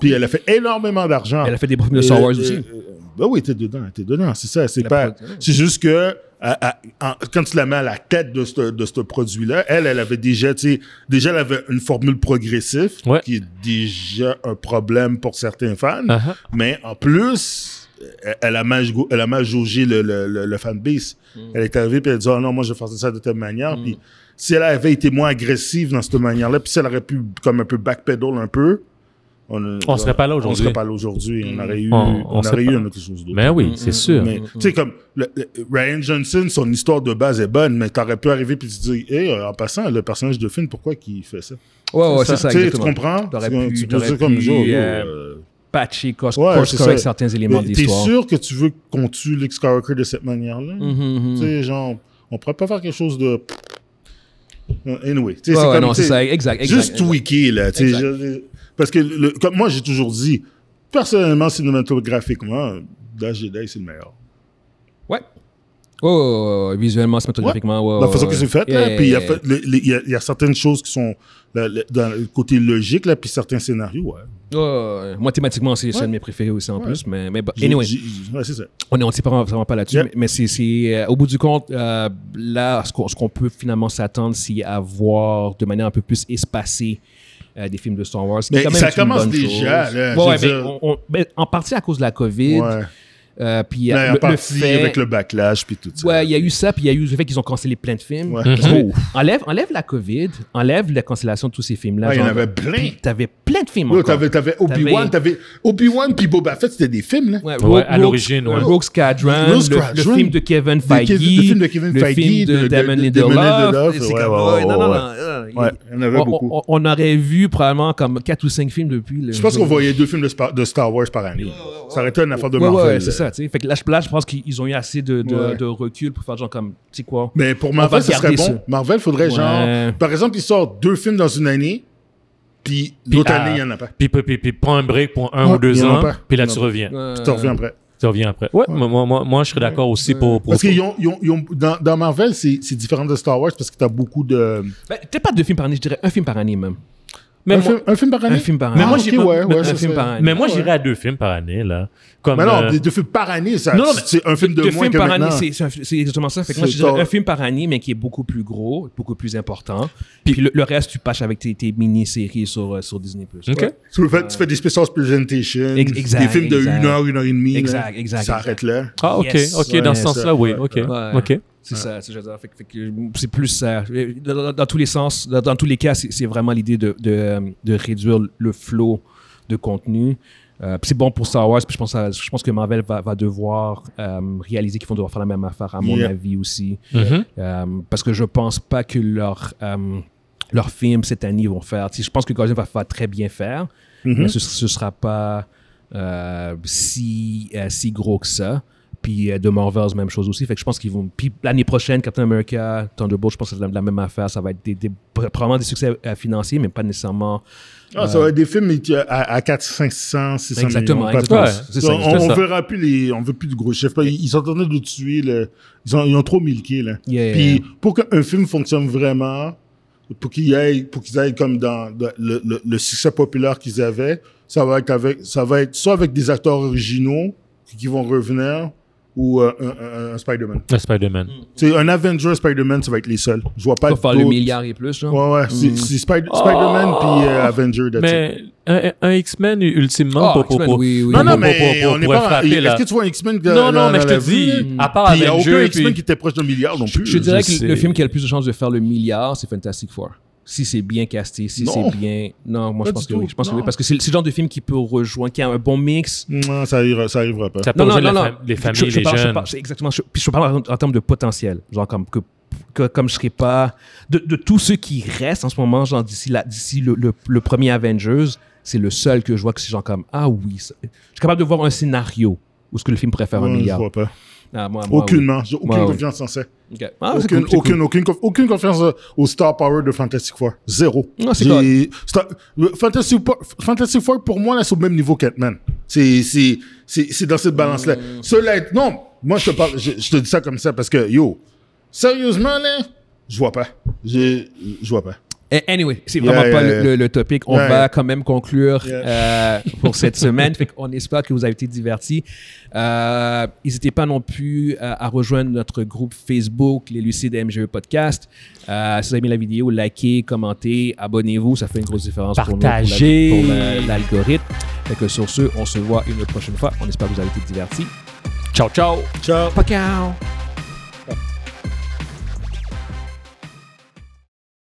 [SPEAKER 3] Puis elle a fait énormément d'argent.
[SPEAKER 1] Elle a fait des films de Star
[SPEAKER 3] Euh,
[SPEAKER 1] Wars
[SPEAKER 3] euh,
[SPEAKER 1] aussi.
[SPEAKER 3] euh, ben oui, t'es dedans, t'es dedans, c'est ça. C'est
[SPEAKER 1] La
[SPEAKER 3] pas.
[SPEAKER 1] prod-
[SPEAKER 3] C'est juste que à- à- en- quand tu la mets à la tête de ce de ce produit-là, elle, elle avait déjà, tu sais, déjà elle avait une formule progressive
[SPEAKER 2] Ouais.
[SPEAKER 3] qui est déjà un problème pour certains fans,
[SPEAKER 1] Ah.
[SPEAKER 2] Uh-huh.
[SPEAKER 3] mais en plus. elle- Elle a mal, jau- elle a mal jaugé le, le, le, le fanbase.
[SPEAKER 2] Hmm.
[SPEAKER 3] Elle est arrivée puis elle dit oh non moi je vais faire ça de telle manière puis si elle avait été moins agressive dans cette manière là puis si elle aurait pu comme un peu backpedal un peu on, euh,
[SPEAKER 2] On serait pas là aujourd'hui. Hmm.
[SPEAKER 3] On serait pas là aujourd'hui. On aurait eu,
[SPEAKER 2] On-
[SPEAKER 3] on,
[SPEAKER 2] on serait
[SPEAKER 3] aurait
[SPEAKER 2] pas-
[SPEAKER 3] eu une autre chose d'autre.
[SPEAKER 2] Mais oui, c'est sûr.
[SPEAKER 3] Mm, Mais, tu sais, comme le- le- Ryan Johnson, son histoire de base est bonne, mais t'aurais pu arriver puis te dire, hey, euh, en passant, le personnage de Finn, pourquoi qu'il fait ça?
[SPEAKER 1] Oh, Ouais, ouais, c'est ça,
[SPEAKER 3] Tu sais, tu
[SPEAKER 1] exactement.
[SPEAKER 3] comprends?
[SPEAKER 1] T'aurais
[SPEAKER 3] Tu-
[SPEAKER 1] pu-
[SPEAKER 3] tu peux
[SPEAKER 1] t'aurais
[SPEAKER 3] dire comme
[SPEAKER 1] pu,
[SPEAKER 3] genre, yo,
[SPEAKER 1] euh,
[SPEAKER 3] euh,
[SPEAKER 1] Patcher, course,
[SPEAKER 3] Ouais,
[SPEAKER 1] course
[SPEAKER 3] c'est
[SPEAKER 1] correct
[SPEAKER 3] ça.
[SPEAKER 1] certains éléments de
[SPEAKER 3] mais T'es
[SPEAKER 1] l'histoire.
[SPEAKER 3] sûr que tu veux qu'on tue Luke Skywalker de cette manière-là?
[SPEAKER 1] Mhm, mhm.
[SPEAKER 3] Tu sais, genre, on pourrait pas faire quelque chose de. Euh, Anyway, tu sais,
[SPEAKER 1] Ouais,
[SPEAKER 3] c'est
[SPEAKER 1] ouais,
[SPEAKER 3] comme.
[SPEAKER 1] non,
[SPEAKER 3] tu
[SPEAKER 1] c'est
[SPEAKER 3] sais,
[SPEAKER 1] ça, exact, exact.
[SPEAKER 3] juste tweaké, là. tu sais,
[SPEAKER 1] Exact.
[SPEAKER 3] je- parce que, le- comme moi, j'ai toujours dit, personnellement, cinématographiquement, Dash Jedi, c'est le meilleur.
[SPEAKER 1] Ouais. Oh, visuellement, cinématographiquement, ouais.
[SPEAKER 3] la
[SPEAKER 1] ouais,
[SPEAKER 3] façon que
[SPEAKER 1] Oh, ouais.
[SPEAKER 3] c'est fait,
[SPEAKER 1] Yeah,
[SPEAKER 3] là,
[SPEAKER 1] yeah,
[SPEAKER 3] puis il y, a
[SPEAKER 1] yeah.
[SPEAKER 3] fait- le- le- il y a- il y a certaines choses qui sont là, le- dans le côté logique, là, puis certains scénarios, ouais.
[SPEAKER 1] Ouais, ouais. Moi, thématiquement, c'est c'est un de mes préférés aussi en plus. Mais, mais bah, anyway,
[SPEAKER 3] J'ai- j'ai- ouais, c'est ça.
[SPEAKER 1] on ne s'y prend vraiment pas là-dessus.
[SPEAKER 3] Yep.
[SPEAKER 1] Mais, mais c'est- c'est, euh, au bout du compte, euh, là, ce qu'on ce qu'on peut finalement s'attendre, c'est à voir de manière un peu plus espacée euh, des films de Star Wars. qui
[SPEAKER 3] Mais
[SPEAKER 1] quand même
[SPEAKER 3] ça
[SPEAKER 1] est une
[SPEAKER 3] commence
[SPEAKER 1] bonne
[SPEAKER 3] déjà,
[SPEAKER 1] chose.
[SPEAKER 3] là,
[SPEAKER 1] Ouais,
[SPEAKER 3] je veux
[SPEAKER 1] mais ben,
[SPEAKER 3] dire.
[SPEAKER 1] on- on- mais en partie à cause de la COVID.
[SPEAKER 3] Ouais.
[SPEAKER 1] Euh, puis il y
[SPEAKER 3] Là,
[SPEAKER 1] a
[SPEAKER 3] il est
[SPEAKER 1] le, le
[SPEAKER 3] parti
[SPEAKER 1] fait...
[SPEAKER 3] avec le backlash puis tout ça.
[SPEAKER 1] Ouais, il y a eu ça, puis il y a eu le fait qu'ils ont cancellé plein de films.
[SPEAKER 3] Ouais. Oh.
[SPEAKER 1] Parce que enlève, enlève la COVID, enlève la cancellation de tous ces films-là.
[SPEAKER 3] Ah, il y en
[SPEAKER 1] genre,
[SPEAKER 3] avait plein.
[SPEAKER 1] puis T'avais plein de films
[SPEAKER 3] Ouais,
[SPEAKER 1] encore.
[SPEAKER 3] t'avais, t'avais Obi-Wan, t'avais Obi-Wan puis Boba Fett, c'était des films là.
[SPEAKER 1] Ouais,
[SPEAKER 2] Ouais, à l'origine, ouais.
[SPEAKER 1] Rogue Squadron,
[SPEAKER 3] Rogue
[SPEAKER 1] le- le,
[SPEAKER 3] Squadron.
[SPEAKER 1] film de Kevin Feige,
[SPEAKER 3] Kev- le film de Kevin
[SPEAKER 1] le
[SPEAKER 3] Feige,
[SPEAKER 1] film de
[SPEAKER 3] de- de-
[SPEAKER 1] Damon
[SPEAKER 3] de-
[SPEAKER 1] Lindelof.
[SPEAKER 3] Damon Lindelof,
[SPEAKER 1] Et c'est
[SPEAKER 3] ouais,
[SPEAKER 1] comme,
[SPEAKER 3] ouais,
[SPEAKER 1] ouais, non, non,
[SPEAKER 3] ouais.
[SPEAKER 1] non, euh, il-
[SPEAKER 3] Ouais, il y en avait
[SPEAKER 1] on-
[SPEAKER 3] beaucoup.
[SPEAKER 1] on- on aurait vu probablement comme 4 ou 5 films depuis. le-
[SPEAKER 3] Je pense qu'on voyait deux films de, Spa- de Star Wars par année. Ça aurait été une affaire de
[SPEAKER 1] Ouais,
[SPEAKER 3] Marvel.
[SPEAKER 1] ouais, c'est
[SPEAKER 3] là.
[SPEAKER 1] ça. tu sais. Fait que là, je là, je pense qu'ils ont eu assez de, de,
[SPEAKER 3] Ouais.
[SPEAKER 1] de recul pour faire genre comme, tu sais quoi.
[SPEAKER 3] Mais pour
[SPEAKER 1] va
[SPEAKER 3] Marvel, ce serait
[SPEAKER 1] garder
[SPEAKER 3] bon.
[SPEAKER 1] ça.
[SPEAKER 3] Marvel, faudrait
[SPEAKER 1] Ouais.
[SPEAKER 3] genre. Par exemple, ils sortent deux films dans une année, puis l'autre
[SPEAKER 2] ah,
[SPEAKER 3] année, il n'y en a pas.
[SPEAKER 2] Puis, puis, puis, puis prends un break pour un
[SPEAKER 3] Ouais,
[SPEAKER 2] ou deux
[SPEAKER 3] ils en ont
[SPEAKER 2] ans,
[SPEAKER 3] pas.
[SPEAKER 2] puis là,
[SPEAKER 3] Ils en
[SPEAKER 2] tu
[SPEAKER 3] ont pas.
[SPEAKER 2] reviens.
[SPEAKER 3] Puis
[SPEAKER 1] Euh.
[SPEAKER 3] tu reviens après.
[SPEAKER 2] Tu reviens après. Ouais, moi- Moi, moi, moi, je serais d'accord aussi pour... pour
[SPEAKER 3] Parce qu'ils ont, ils ont- ils ont- dans, dans Marvel, c'est c'est différent de Star Wars parce que t'as beaucoup de.
[SPEAKER 1] Ben, Peut-être pas deux films par année, je dirais un film par année même.
[SPEAKER 2] mais,
[SPEAKER 3] un,
[SPEAKER 2] moi,
[SPEAKER 3] film, un film par année
[SPEAKER 1] Un film par
[SPEAKER 3] Mais
[SPEAKER 1] année.
[SPEAKER 3] moi,
[SPEAKER 1] Ah,
[SPEAKER 3] j'ai
[SPEAKER 1] ok,
[SPEAKER 3] ouais, ouais,
[SPEAKER 1] un
[SPEAKER 3] ça
[SPEAKER 1] film
[SPEAKER 3] serait-
[SPEAKER 1] par année.
[SPEAKER 2] mais moi, j'irais à deux films par année, là. Comme,
[SPEAKER 3] Mais non,
[SPEAKER 2] euh,
[SPEAKER 3] des- deux films par année, ça,
[SPEAKER 2] Non, non, mais-
[SPEAKER 3] c'est Ah, un film de
[SPEAKER 1] deux
[SPEAKER 3] moins
[SPEAKER 1] films
[SPEAKER 3] que
[SPEAKER 1] par
[SPEAKER 3] maintenant.
[SPEAKER 1] année, c'est- c'est un- c'est exactement ça. Fait que moi,
[SPEAKER 3] C'est
[SPEAKER 1] je dirais
[SPEAKER 3] ça.
[SPEAKER 1] un film par année, mais qui est beaucoup plus gros, beaucoup plus important. Puis, le, le reste, tu patches avec tes, tes mini-séries sur, euh, sur Disney+.
[SPEAKER 2] OK.
[SPEAKER 1] Ouais.
[SPEAKER 3] Tu, fais, tu fais des special presentations,
[SPEAKER 1] Euh, Ex- exact,
[SPEAKER 3] des films de
[SPEAKER 1] exact.
[SPEAKER 3] 1 heure, 1 heure et demie. là.
[SPEAKER 1] Exact, exact,
[SPEAKER 3] Ça
[SPEAKER 1] exact.
[SPEAKER 3] arrête là.
[SPEAKER 2] Ah, OK,
[SPEAKER 1] Yes.
[SPEAKER 2] OK,
[SPEAKER 1] Ouais,
[SPEAKER 2] dans ce
[SPEAKER 3] ça,
[SPEAKER 2] sens-là, oui,
[SPEAKER 3] ouais,
[SPEAKER 2] OK,
[SPEAKER 1] ouais.
[SPEAKER 2] OK.
[SPEAKER 1] C'est ça, c'est- je veux dire, fait que- fait que c'est plus ça. Euh, Dans, dans- dans tous les sens, dans, dans tous les cas, c'est c'est vraiment l'idée de, de, euh, de réduire le flot de contenu. Euh, puis c'est bon pour Star Wars, puis je pense, à- je pense que Marvel va, va devoir euh, réaliser qu'ils vont devoir faire la même affaire, à mon
[SPEAKER 3] Yeah. Mm.
[SPEAKER 1] avis aussi.
[SPEAKER 2] Mhm.
[SPEAKER 1] Euh, parce que je pense pas que leur, euh, leur film cette année vont faire. Tu sais, je pense que Guardian va faire très bien faire,
[SPEAKER 3] Mhm.
[SPEAKER 1] mais ce, ce sera pas euh, si, euh, si gros que ça. Puis euh, de Marvels, même chose aussi. Fait que je pense qu'ils vont. Puis l'année prochaine, Captain America, Thunderbolt, je pense que c'est la, la même affaire. Ça va être des, des- probablement des succès euh, financiers, mais pas nécessairement.
[SPEAKER 3] Ah, ça va être des films mais qui- à, à 400, 500, 600
[SPEAKER 1] Exactement,
[SPEAKER 3] millions. pas
[SPEAKER 1] exactement.
[SPEAKER 3] plus.
[SPEAKER 2] Ouais,
[SPEAKER 1] c'est
[SPEAKER 3] Ça,
[SPEAKER 1] ça,
[SPEAKER 3] on,
[SPEAKER 2] c'est ça.
[SPEAKER 3] on verra plus les, on veut plus de gros chefs. Ils, ils sont en train de nous tuer. là. Ils, ont, ils ont trop milqué. Là.
[SPEAKER 1] Yeah.
[SPEAKER 3] Puis pour qu'un film fonctionne vraiment, pour qu'il aille, pour qu'ils aillent comme dans dans le, le- le succès populaire qu'ils avaient, ça va être avec, ça va être soit avec des acteurs originaux qui vont revenir ou euh, un, un- un Spider-Man.
[SPEAKER 2] Le Spider-Man.
[SPEAKER 1] Mm.
[SPEAKER 3] C'est un Avenger Spider-Man, ça va être les seuls. Je vois pas
[SPEAKER 1] Faut faire le
[SPEAKER 3] d'autres.
[SPEAKER 1] milliard et plus, genre.
[SPEAKER 3] Ouais, ouais, c'est c'est Spider- Spider-Man puis euh, Avenger. that's it.
[SPEAKER 2] Mais un, un X-Men, ultimement,
[SPEAKER 1] Ah,
[SPEAKER 2] pour, pour-
[SPEAKER 1] X-Men,
[SPEAKER 2] pour-
[SPEAKER 1] oui, oui,
[SPEAKER 2] pour-
[SPEAKER 1] oui.
[SPEAKER 3] Non, non,
[SPEAKER 2] pour-
[SPEAKER 3] mais
[SPEAKER 2] pour-
[SPEAKER 3] on n'est
[SPEAKER 2] pour
[SPEAKER 3] pas.
[SPEAKER 2] frapper, là.
[SPEAKER 3] Est-ce que tu vois un X-Men dans-
[SPEAKER 2] Non, non,
[SPEAKER 3] dans-
[SPEAKER 2] mais
[SPEAKER 3] dans
[SPEAKER 2] je
[SPEAKER 3] la
[SPEAKER 2] te
[SPEAKER 3] vie?
[SPEAKER 2] dis, à part
[SPEAKER 3] Puis il n'y a aucun
[SPEAKER 2] Avenger,
[SPEAKER 3] X-Men qui
[SPEAKER 2] puis...
[SPEAKER 3] était proche d'un milliard non plus.
[SPEAKER 1] Je dirais que
[SPEAKER 2] sais.
[SPEAKER 1] le film qui a le plus de chances de faire le milliard, c'est Fantastic Four. Si c'est bien casté, si
[SPEAKER 3] Non.
[SPEAKER 1] c'est bien. Non, moi je
[SPEAKER 3] Pas du
[SPEAKER 1] pense que
[SPEAKER 3] tout,
[SPEAKER 1] oui. Je pense que
[SPEAKER 3] non.
[SPEAKER 1] oui, parce que c'est c'est le genre de film qui peut rejoindre, qui a un bon mix.
[SPEAKER 3] Non, Mm, ça n'arrivera ça arrivera pas.
[SPEAKER 2] Ça peut
[SPEAKER 1] Non, non,
[SPEAKER 2] rejoindre
[SPEAKER 1] non,
[SPEAKER 2] la
[SPEAKER 1] non.
[SPEAKER 2] fam- les
[SPEAKER 1] Je-
[SPEAKER 2] familles,
[SPEAKER 1] je
[SPEAKER 2] les
[SPEAKER 1] parle- je
[SPEAKER 2] jeunes.
[SPEAKER 1] parle- c'est exactement. je- puis je parle en, en termes de potentiel. Genre, comme, que, que- comme je serais pas. De, de tous ceux qui restent en ce moment, genre, d'ici la- d'ici le, le, le premier Avengers, c'est le seul que je vois que c'est genre comme Ah oui. ça- Je suis capable de voir un scénario où ce que le film pourrait faire un
[SPEAKER 3] Non, Mm, je
[SPEAKER 1] milliard.
[SPEAKER 3] vois pas.
[SPEAKER 1] Ah, moi, moi, oui.
[SPEAKER 3] Aucunement. J'ai
[SPEAKER 1] Ouais,
[SPEAKER 3] aucune
[SPEAKER 1] ouais.
[SPEAKER 3] confiance en ça.
[SPEAKER 1] Ok. Ah, c'est
[SPEAKER 3] Aucune,
[SPEAKER 1] cool, c'est cool.
[SPEAKER 3] aucune, aucune, conf- aucune confiance euh, au star power de Fantastic Four. Zéro.
[SPEAKER 1] Non, Ah, c'est
[SPEAKER 3] J'ai-
[SPEAKER 1] correct.
[SPEAKER 3] Star- le Fantastic, Four- Fantastic Four, pour moi, là, c'est au même niveau qu'Atman. C'est, c'est, c'est, c'est dans cette balance-là.
[SPEAKER 1] Hmm.
[SPEAKER 3] Cela est- non, moi, je te parle, je, je te dis ça comme ça parce que, yo, sérieusement, là, je vois pas. Je, je vois pas.
[SPEAKER 1] Eh, Anyway, c'est
[SPEAKER 3] Yeah,
[SPEAKER 1] vraiment
[SPEAKER 3] yeah,
[SPEAKER 1] pas le-
[SPEAKER 3] yeah.
[SPEAKER 1] Le, le topic. On
[SPEAKER 3] Yeah,
[SPEAKER 1] va
[SPEAKER 3] yeah.
[SPEAKER 1] quand même conclure
[SPEAKER 3] Yeah.
[SPEAKER 1] euh, pour cette semaine. Fait on espère que vous avez été divertis. Euh, N'hésitez pas non plus euh, à rejoindre notre groupe Facebook, les Lucides MGE E Podcast. Euh, si vous avez aimé la vidéo, likez, commentez, abonnez-vous. Ça fait une grosse différence
[SPEAKER 2] Partagez.
[SPEAKER 1] pour nous, pour la- pour la- l'algorithme. Fait que sur ce, on se voit une prochaine fois. On espère que vous avez été divertis.
[SPEAKER 2] Ciao, ciao!
[SPEAKER 3] Ciao.
[SPEAKER 1] Pacao!